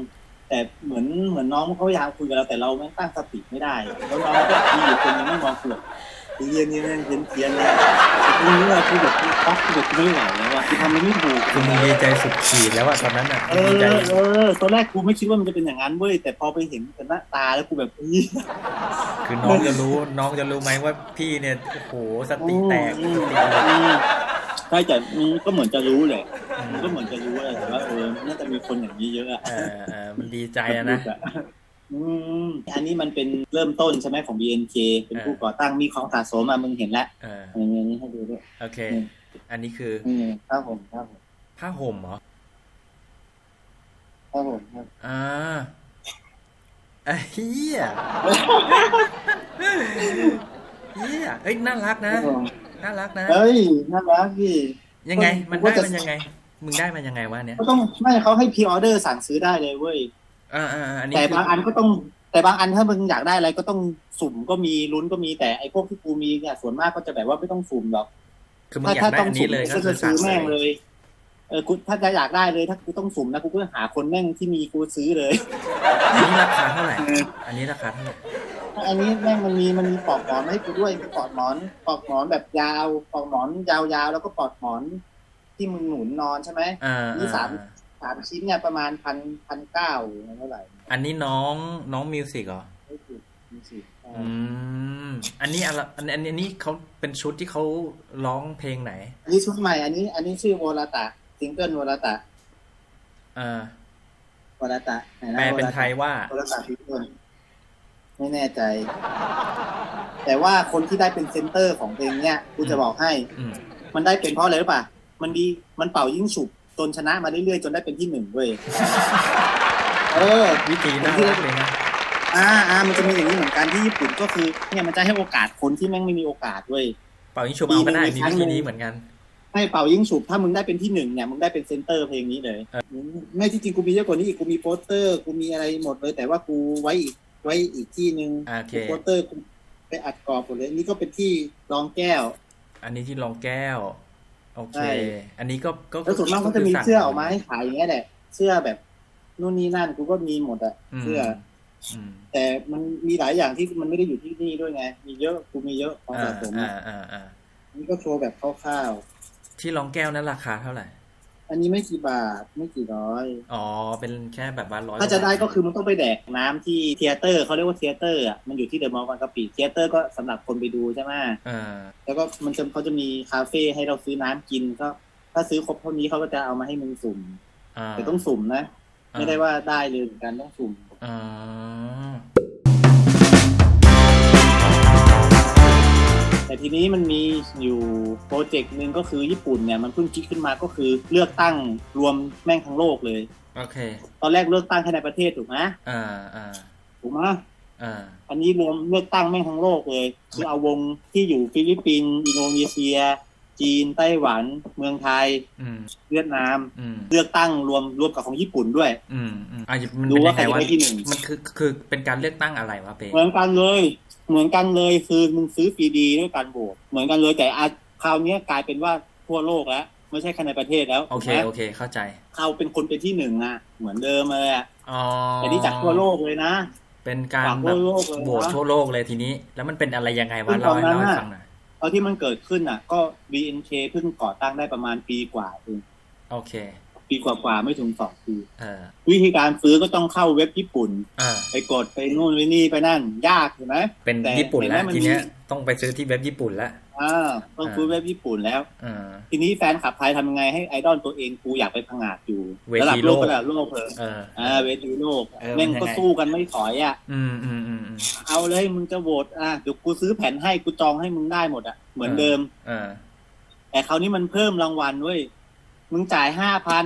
[SPEAKER 2] แต่เหมือนเหมือนน้องเขาพยายามคุยกับเราแต่เราแม่งตั้งสติไม่ได้อะแล้วน้องก็มีอยู่คนหนึงไม่มองเปลือกเรียนนี่แม่งเพี้ยนเพี้ยนเลยทีนี้ว่าคือแบบคือป๊อกคือแบบไม่ไหวแล้วอะคือทำมันไม่ถูก
[SPEAKER 1] คือมึงดีใจสุดขีดแล้วอะตอนนั้นอะ
[SPEAKER 2] เอ
[SPEAKER 1] ดี
[SPEAKER 2] อ
[SPEAKER 1] ใจ
[SPEAKER 2] เออตอนแรกกูไม่คิดว่ามันจะเป็นอย่างนั้นเว้ยแต่พอไปเห็นกันหน้าตาแล้วกูแบบอี้
[SPEAKER 1] คือน้องจะรู้ น้องจะรู้ไหมว่าพี่เนี่ยโอ้โหสติแตก
[SPEAKER 2] อื
[SPEAKER 1] ส
[SPEAKER 2] ม
[SPEAKER 1] ติหลุด
[SPEAKER 2] อืมใช่แต่มันก็เหมือนจะรู้แหละมันก็เหมือนจะรู้แหละแต่ว่าเออน่าจะมีคนอย่างนี้เยอะอะ
[SPEAKER 1] เออเออมันดีใจอะนะ
[SPEAKER 2] อืมอันนี้มันเป็นเริ่มต้นใช่ไหมของ BNK เป็นผู้ก่อตั้งมีของสะสมมามึงเห็นแล้ว
[SPEAKER 1] เออ
[SPEAKER 2] อันนี้ให้ดูด้วย
[SPEAKER 1] โอเค อันนี้คือ
[SPEAKER 2] อืมครับผมครับผม
[SPEAKER 1] ผ้าห่มเหรอ
[SPEAKER 2] ครับผมครับ
[SPEAKER 1] อ่าไอ้เฮียเฮียเอ้ยน่ารักนะ
[SPEAKER 2] ครับผม
[SPEAKER 1] น่ารักนะ
[SPEAKER 2] เฮ้ยน่ารักพี่
[SPEAKER 1] ยังไง
[SPEAKER 2] ผม
[SPEAKER 1] มัน
[SPEAKER 2] ว่า
[SPEAKER 1] ได้
[SPEAKER 2] จะ
[SPEAKER 1] มันยังไง มึงได้มันยังไงวะเนี่ย
[SPEAKER 2] ก็ต้องไม่เขาให้พรีออเดอร์สั่งซื้อได้เลยเว้ย
[SPEAKER 1] อ่าอ่าอ่าอันนี้
[SPEAKER 2] แต่
[SPEAKER 1] คื
[SPEAKER 2] บางอันก็ต้อง แต่บางอันถ้ามึงอยากได้อะไรก็ต้องสุ่มก็มีลุ้นก็มีแต่ไอ้พวกที่กูมีเนี่ยส่วนมากก็จะแบบว่าไม่ต้องสุ่มหรอก
[SPEAKER 1] คือมึง
[SPEAKER 2] ถ้า
[SPEAKER 1] อยา
[SPEAKER 2] ถ้าก
[SPEAKER 1] ได้
[SPEAKER 2] ต้อง
[SPEAKER 1] อัน
[SPEAKER 2] สุ่ม
[SPEAKER 1] นี้เลยก็
[SPEAKER 2] ก็
[SPEAKER 1] คื
[SPEAKER 2] จะ
[SPEAKER 1] อสั่
[SPEAKER 2] ซื้
[SPEAKER 1] ง
[SPEAKER 2] อแม่ง
[SPEAKER 1] เล
[SPEAKER 2] เลย ย เออกูถ้าจะอยากได้เลยถ้ากูต้องสุ่มนะกูก็หาคนแม่งที่มีกูซื้อเลย
[SPEAKER 1] อันนี้ราคาเท่าไหร่ อันนี้ราคาเท่าไหร่
[SPEAKER 2] อันนี้แม่งมันมีมันมีปลอกหมอนมาให้กูด้วยมีปลอกหมอนปลอกหมอนแบบยาวปลอกหมอนยาวๆแล้วก็ปลอกหมอนที่มึงหนุนนอนใช่ไหม
[SPEAKER 1] อ่า
[SPEAKER 2] นี่สาม สามชิ้นเนี่ยประมาณพันพันเก้าหรือเท่าไหร่
[SPEAKER 1] อันนี้น้องน้องมิวสิกเหรอ
[SPEAKER 2] ไม่ถูกมีสิบเอ
[SPEAKER 1] อื
[SPEAKER 2] อ
[SPEAKER 1] ม อันนี้อะไรอันอันอันนี้เขาเป็นชุดที่เขาร้องเพลงไหน
[SPEAKER 2] อันนี้ชุดใหม่ อันนี้ อันนี้ชื่อโวลาตะซิงเกิลโวลาตะ
[SPEAKER 1] อ่า
[SPEAKER 2] โวลาตะไหะ
[SPEAKER 1] แปลเป็
[SPEAKER 2] โว
[SPEAKER 1] น
[SPEAKER 2] ราตะ
[SPEAKER 1] ไทยว่า
[SPEAKER 2] โทรศัพท์ทุกคนไม่แน่ใจ แต่ว่าคนที่ได้เป็นเซนเตอร์ของเพลงเนี้ยกูจะบอกให้
[SPEAKER 1] อืม
[SPEAKER 2] มันได้เป็นเพราะอะไรหรือเปล่ามันดีมันเป่ายิ่งฉุบจนชนะมาเรื่อยๆจนได้เป็นที่หนึ่งเว้ยเออ
[SPEAKER 1] วิธีน่ารักเลยนะ
[SPEAKER 2] อ่าอ่ามันจะมีอย่างนี้เหมือนกันที่ญี่ปุ่นก็คือ เนี่ยมันจะให้โอกาสคนที่แม่งไม่มีโอกาสเว้ย
[SPEAKER 1] เป่ายิงชุบเอาก็ได้
[SPEAKER 2] มี
[SPEAKER 1] มี
[SPEAKER 2] ครั้
[SPEAKER 1] วิ
[SPEAKER 2] งหนึ่ง
[SPEAKER 1] ธีนี้เหมือนกัน
[SPEAKER 2] ให้เป่ายิ่งฉุบถ้ามึงได้เป็นที่หนึ่งเนี่ยมึงได้เป็นเซนเตอร์เพลงนี้เลยไม่ที่จริงกูมีเยอะกว่านี้อีกกูมีโปสเตอร์กูมีอะไรหมดเลย แต่ว่ากูไว้อีกไว้อีกที่หนึ่ง
[SPEAKER 1] โอเค
[SPEAKER 2] โปสเตอร์กูไปอัดกรอบหมดเลยนี่ก็เป็นที่รองแก้ว
[SPEAKER 1] อันนี้ที่รองแก้ว โอเค
[SPEAKER 2] ใช่
[SPEAKER 1] อันนี้ก็ก็
[SPEAKER 2] แล้วส่วนมากก็จะมีเสื้อออกมาให้ขายอย่างเงี้ยแหละ เสื้อแบบนู่นนี่นั่นกูก็มีหมดอะ
[SPEAKER 1] ม
[SPEAKER 2] เสื้อ
[SPEAKER 1] ม
[SPEAKER 2] แต่มันมีหลายอย่างที่มันไม่ได้อยู่ที่นี่ด้วยไง มีเยอะกูมีเยอะของ
[SPEAKER 1] อ่า
[SPEAKER 2] สะสม
[SPEAKER 1] อ่าอ่าอ่า
[SPEAKER 2] นี่ก็โชว์แบบคร่าว
[SPEAKER 1] ที่รองแก้วนั้นราคาเท่าไหร่
[SPEAKER 2] ๆอันนี้ไม่กี่บาทไม่กี่ร้อย
[SPEAKER 1] อ๋อ เป็นแค่แบบว่าร้อย
[SPEAKER 2] ถ้าจะได้ก็คือมันต้องไปแดกน้ำที่เทยเตอร์เขาเรียกว่าเทยเตอร์อะมันอยู่ที่เดอะมอลล์บางกะปิเทยเตอร์ก็สำหรับคนไปดูใช่ไหม
[SPEAKER 1] เออ
[SPEAKER 2] แล้วก็มันจะเขาจะมีคาเฟ่ให้เราซื้อน้ำกินก็ ถ้าซื้อครบเท่านี้เขาก็จะเอามาให้มึงสุ่ม
[SPEAKER 1] อ่า
[SPEAKER 2] แต่ต้องสุ่มนะ ไม่ได้ว่าได้เลยเหมือนกันต้องสุ่ม
[SPEAKER 1] อ่า
[SPEAKER 2] แต่ทีนี้มันมีอยู่โปรเจกต์หนึ่งก็คือญี่ปุ่นเนี่ยมันเพิ่งคิดขึ้นมาก็คือเลือกตั้งรวมแม่งทั้งโลกเลย
[SPEAKER 1] โอเค
[SPEAKER 2] ตอนแรกเลือกตั้งแค่ในประเทศถูกไหม
[SPEAKER 1] อ่าอ่า
[SPEAKER 2] ถูกไหม
[SPEAKER 1] อ่า
[SPEAKER 2] อันนี้รวมเลือกตั้งแม่งทั้งโลกเลย คือเอาวงที่อยู่ฟิลิปปินส์อินโดนีเซีย จีนไต้หวัน เมืองไทย
[SPEAKER 1] อืม
[SPEAKER 2] เวียดนาม
[SPEAKER 1] อืม
[SPEAKER 2] เลือกตั้งรวมรวมกับของญี่ปุ่นด้วย
[SPEAKER 1] อืมอืมอ่ะมัน
[SPEAKER 2] ดู
[SPEAKER 1] เป็น
[SPEAKER 2] ว่า
[SPEAKER 1] ยัง
[SPEAKER 2] ใครจะ
[SPEAKER 1] ไงวะ
[SPEAKER 2] ได้ที่หนึ่ง
[SPEAKER 1] มันคือคือเป็นการเลือกตั้งอะไรวะเป
[SPEAKER 2] เหมือนกันเลย เหมือนกันเลยคือมึงซื้อปีดีด้วยการโหวตเหมือนกันเลยแต่อาคราวเนี้ยกลายเป็นว่าทั่วโลกแล้ว ไม่ใช่แค่ในประเทศแล้ว
[SPEAKER 1] โอเค
[SPEAKER 2] นะ
[SPEAKER 1] โอเค เข้าใจ
[SPEAKER 2] เขาเป็นคนเป็นที่หนึ่งอ่ะ เหมือนเดิมเลยอะ
[SPEAKER 1] อ๋อ
[SPEAKER 2] แต่นี่จากทั่วโลกเลยนะ
[SPEAKER 1] เป็นการ
[SPEAKER 2] จากทั่ว
[SPEAKER 1] แบบ
[SPEAKER 2] โลกเลยนะ
[SPEAKER 1] โหวตทั่วโลกเลยทีนี้ แล้วมันเป็นอะไรยังไง
[SPEAKER 2] ซึ่
[SPEAKER 1] วะ
[SPEAKER 2] ง
[SPEAKER 1] เล่าให้
[SPEAKER 2] ตอนนั้
[SPEAKER 1] เล่านให้
[SPEAKER 2] น่ะ
[SPEAKER 1] ฟังหน่อย
[SPEAKER 2] ตอนที่มันเกิดขึ้นอ่ะ ก็ BNK เพิ่งก่อตั้งได้ประมาณปีกว่าเอง
[SPEAKER 1] โอเค
[SPEAKER 2] ปีกว่าๆไม่ถึงสองปี
[SPEAKER 1] เออ
[SPEAKER 2] วิธีการซื้อก็ต้องเข้าเว็บญี่ปุ่น
[SPEAKER 1] อ่า
[SPEAKER 2] ไปกดไปนู่นไปนี่ไปนั่นยากถูกไหม
[SPEAKER 1] เป็น
[SPEAKER 2] แต่
[SPEAKER 1] ญี่ปุ่นแล้ว
[SPEAKER 2] เห็นไหมมัน
[SPEAKER 1] ทีเนี้ยต้องไปซื้อที่เว็บญี่ปุ่นละ
[SPEAKER 2] อ่าต้องซื้อเว็บญี่ปุ่นแล้ว
[SPEAKER 1] อ่า
[SPEAKER 2] ทีนี้แฟนคลับไทยทำยังไงให้ไอดอลตัวเองกูอยากไปพังอาจอยู่
[SPEAKER 1] เว
[SPEAKER 2] ระ
[SPEAKER 1] ที
[SPEAKER 2] ดั
[SPEAKER 1] โล
[SPEAKER 2] โล
[SPEAKER 1] ก
[SPEAKER 2] กระดับโลกเลย
[SPEAKER 1] เออ
[SPEAKER 2] อ่าเวทีโลก
[SPEAKER 1] เออ
[SPEAKER 2] แม่ง
[SPEAKER 1] มันยังไง
[SPEAKER 2] ก็สู้กันไม่ถอยอ่ะ
[SPEAKER 1] อืมอืมอืมอืม
[SPEAKER 2] เอาเลยมึงจะโหวตอ่ะเดี๋ยวกูซื้อแผ่นให้กูจองให้มึงได้หมดอ่ะเหมือนเดิม
[SPEAKER 1] เออ
[SPEAKER 2] แต่คราวนี้มันเพิ่มรางวัลเว้ย มึงจ่ายห้าพัน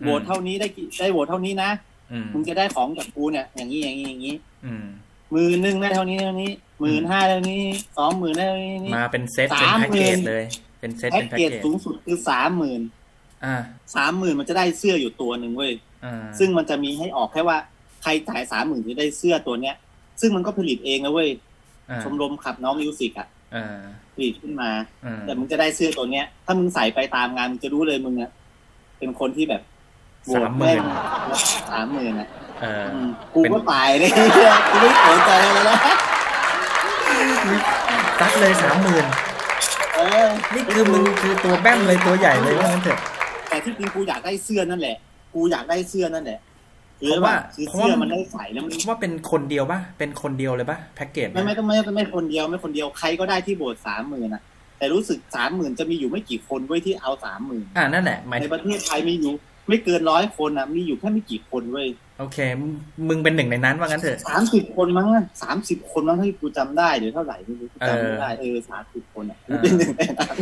[SPEAKER 1] อืม
[SPEAKER 2] โหวตเท่านี้ได้กี่ได้โหวตเท่านี้นะ
[SPEAKER 1] อืม
[SPEAKER 2] มึงจะได้ของจากกูเนี่ย อย่างนี้อย่างนี้อย่างนี้
[SPEAKER 1] อืม
[SPEAKER 2] หมื่นหนึ่งได้เท่านี้เท่านี้หมื่นห้าเท่านี้สองหมื่นได้เท่านี้นี่
[SPEAKER 1] มาเป็นเซต
[SPEAKER 2] สาม
[SPEAKER 1] เป็นแพ็กเกจ
[SPEAKER 2] หมื่น
[SPEAKER 1] เลย เป็นเซต
[SPEAKER 2] แพ็ก
[SPEAKER 1] เป็นแพ็ก
[SPEAKER 2] เกจ
[SPEAKER 1] เกจ
[SPEAKER 2] สูงสุดคือสามหมื่น
[SPEAKER 1] อ่า
[SPEAKER 2] สามหมื่นมันจะได้เสื้ออยู่ตัวหนึ่งเว้ย
[SPEAKER 1] อ่า
[SPEAKER 2] ซึ่งมันจะมีให้ออกแค่ว่าใครจ่ายสามหมื่นจะได้เสื้อตัวเนี้ย ซึ่งมันก็ผลิตเองนะเว้ย
[SPEAKER 1] อ่า
[SPEAKER 2] ชมรมขับน้องมิวสิกอะ
[SPEAKER 1] อ่า
[SPEAKER 2] ผลิตขึ้นมา
[SPEAKER 1] อ่า
[SPEAKER 2] แต่มึงจะได้เสื้อตัวเนี้ย ถ้ามึงใส่ไปตามงานมึงจะรู้เลยมึงอะเป็นคนที่แบบโว
[SPEAKER 1] สา
[SPEAKER 2] ต
[SPEAKER 1] มหมื่น
[SPEAKER 2] สามหมื่นอะ
[SPEAKER 1] เออ
[SPEAKER 2] อืมกูก็ตายเลยกูไม่สนใจเลยนะ
[SPEAKER 1] ตัดเลยสามหมื่น
[SPEAKER 2] เออ
[SPEAKER 1] นี่คือมึงคือตัวแบ้มเลยตัวใหญ่เลยว่างั้นเถอะ
[SPEAKER 2] แต่ที่จริงกูอยากได้เสื้อนั่นแหละ กูอยากได้เสื้อนั่นแหละคือว่าคือเสื้อมันได้ใส่แล้วมัน
[SPEAKER 1] ว่าเป็นคนเดียวปะเป็นคนเดียวเลยปะแพ็กเกจ
[SPEAKER 2] ไม่ไม่ต้องไม่ไม่ไม่คนเดียวไม่คนเดียวใครก็ได้ที่โบสสามหมื่นอ่ะ แต่รู้สึกสามหมื่นจะมีอยู่ไม่กี่คนเว้ยที่เอาสามหมื่น
[SPEAKER 1] อ่านั่นแหละหมาย
[SPEAKER 2] ใน
[SPEAKER 1] ถึง
[SPEAKER 2] ประเทศไทยมีอยู่ ไม่เกินร้อยคนอ่ะมีอยู่แค่ไม่กี่คนเว้ย
[SPEAKER 1] โอเค มึงเป็นหนึ่งในนั้นว่างั้นเถอะ
[SPEAKER 2] สามสิบคนมั้งสามสิบคนมั้งที่กูจำได้หรือเท่าไหร่ไม่รู้กูจำ
[SPEAKER 1] เอ
[SPEAKER 2] ไม่
[SPEAKER 1] อ
[SPEAKER 2] ได้เออสามสิบคนอ่ะ
[SPEAKER 1] เออ
[SPEAKER 2] เป็นหนึ่งในนั้น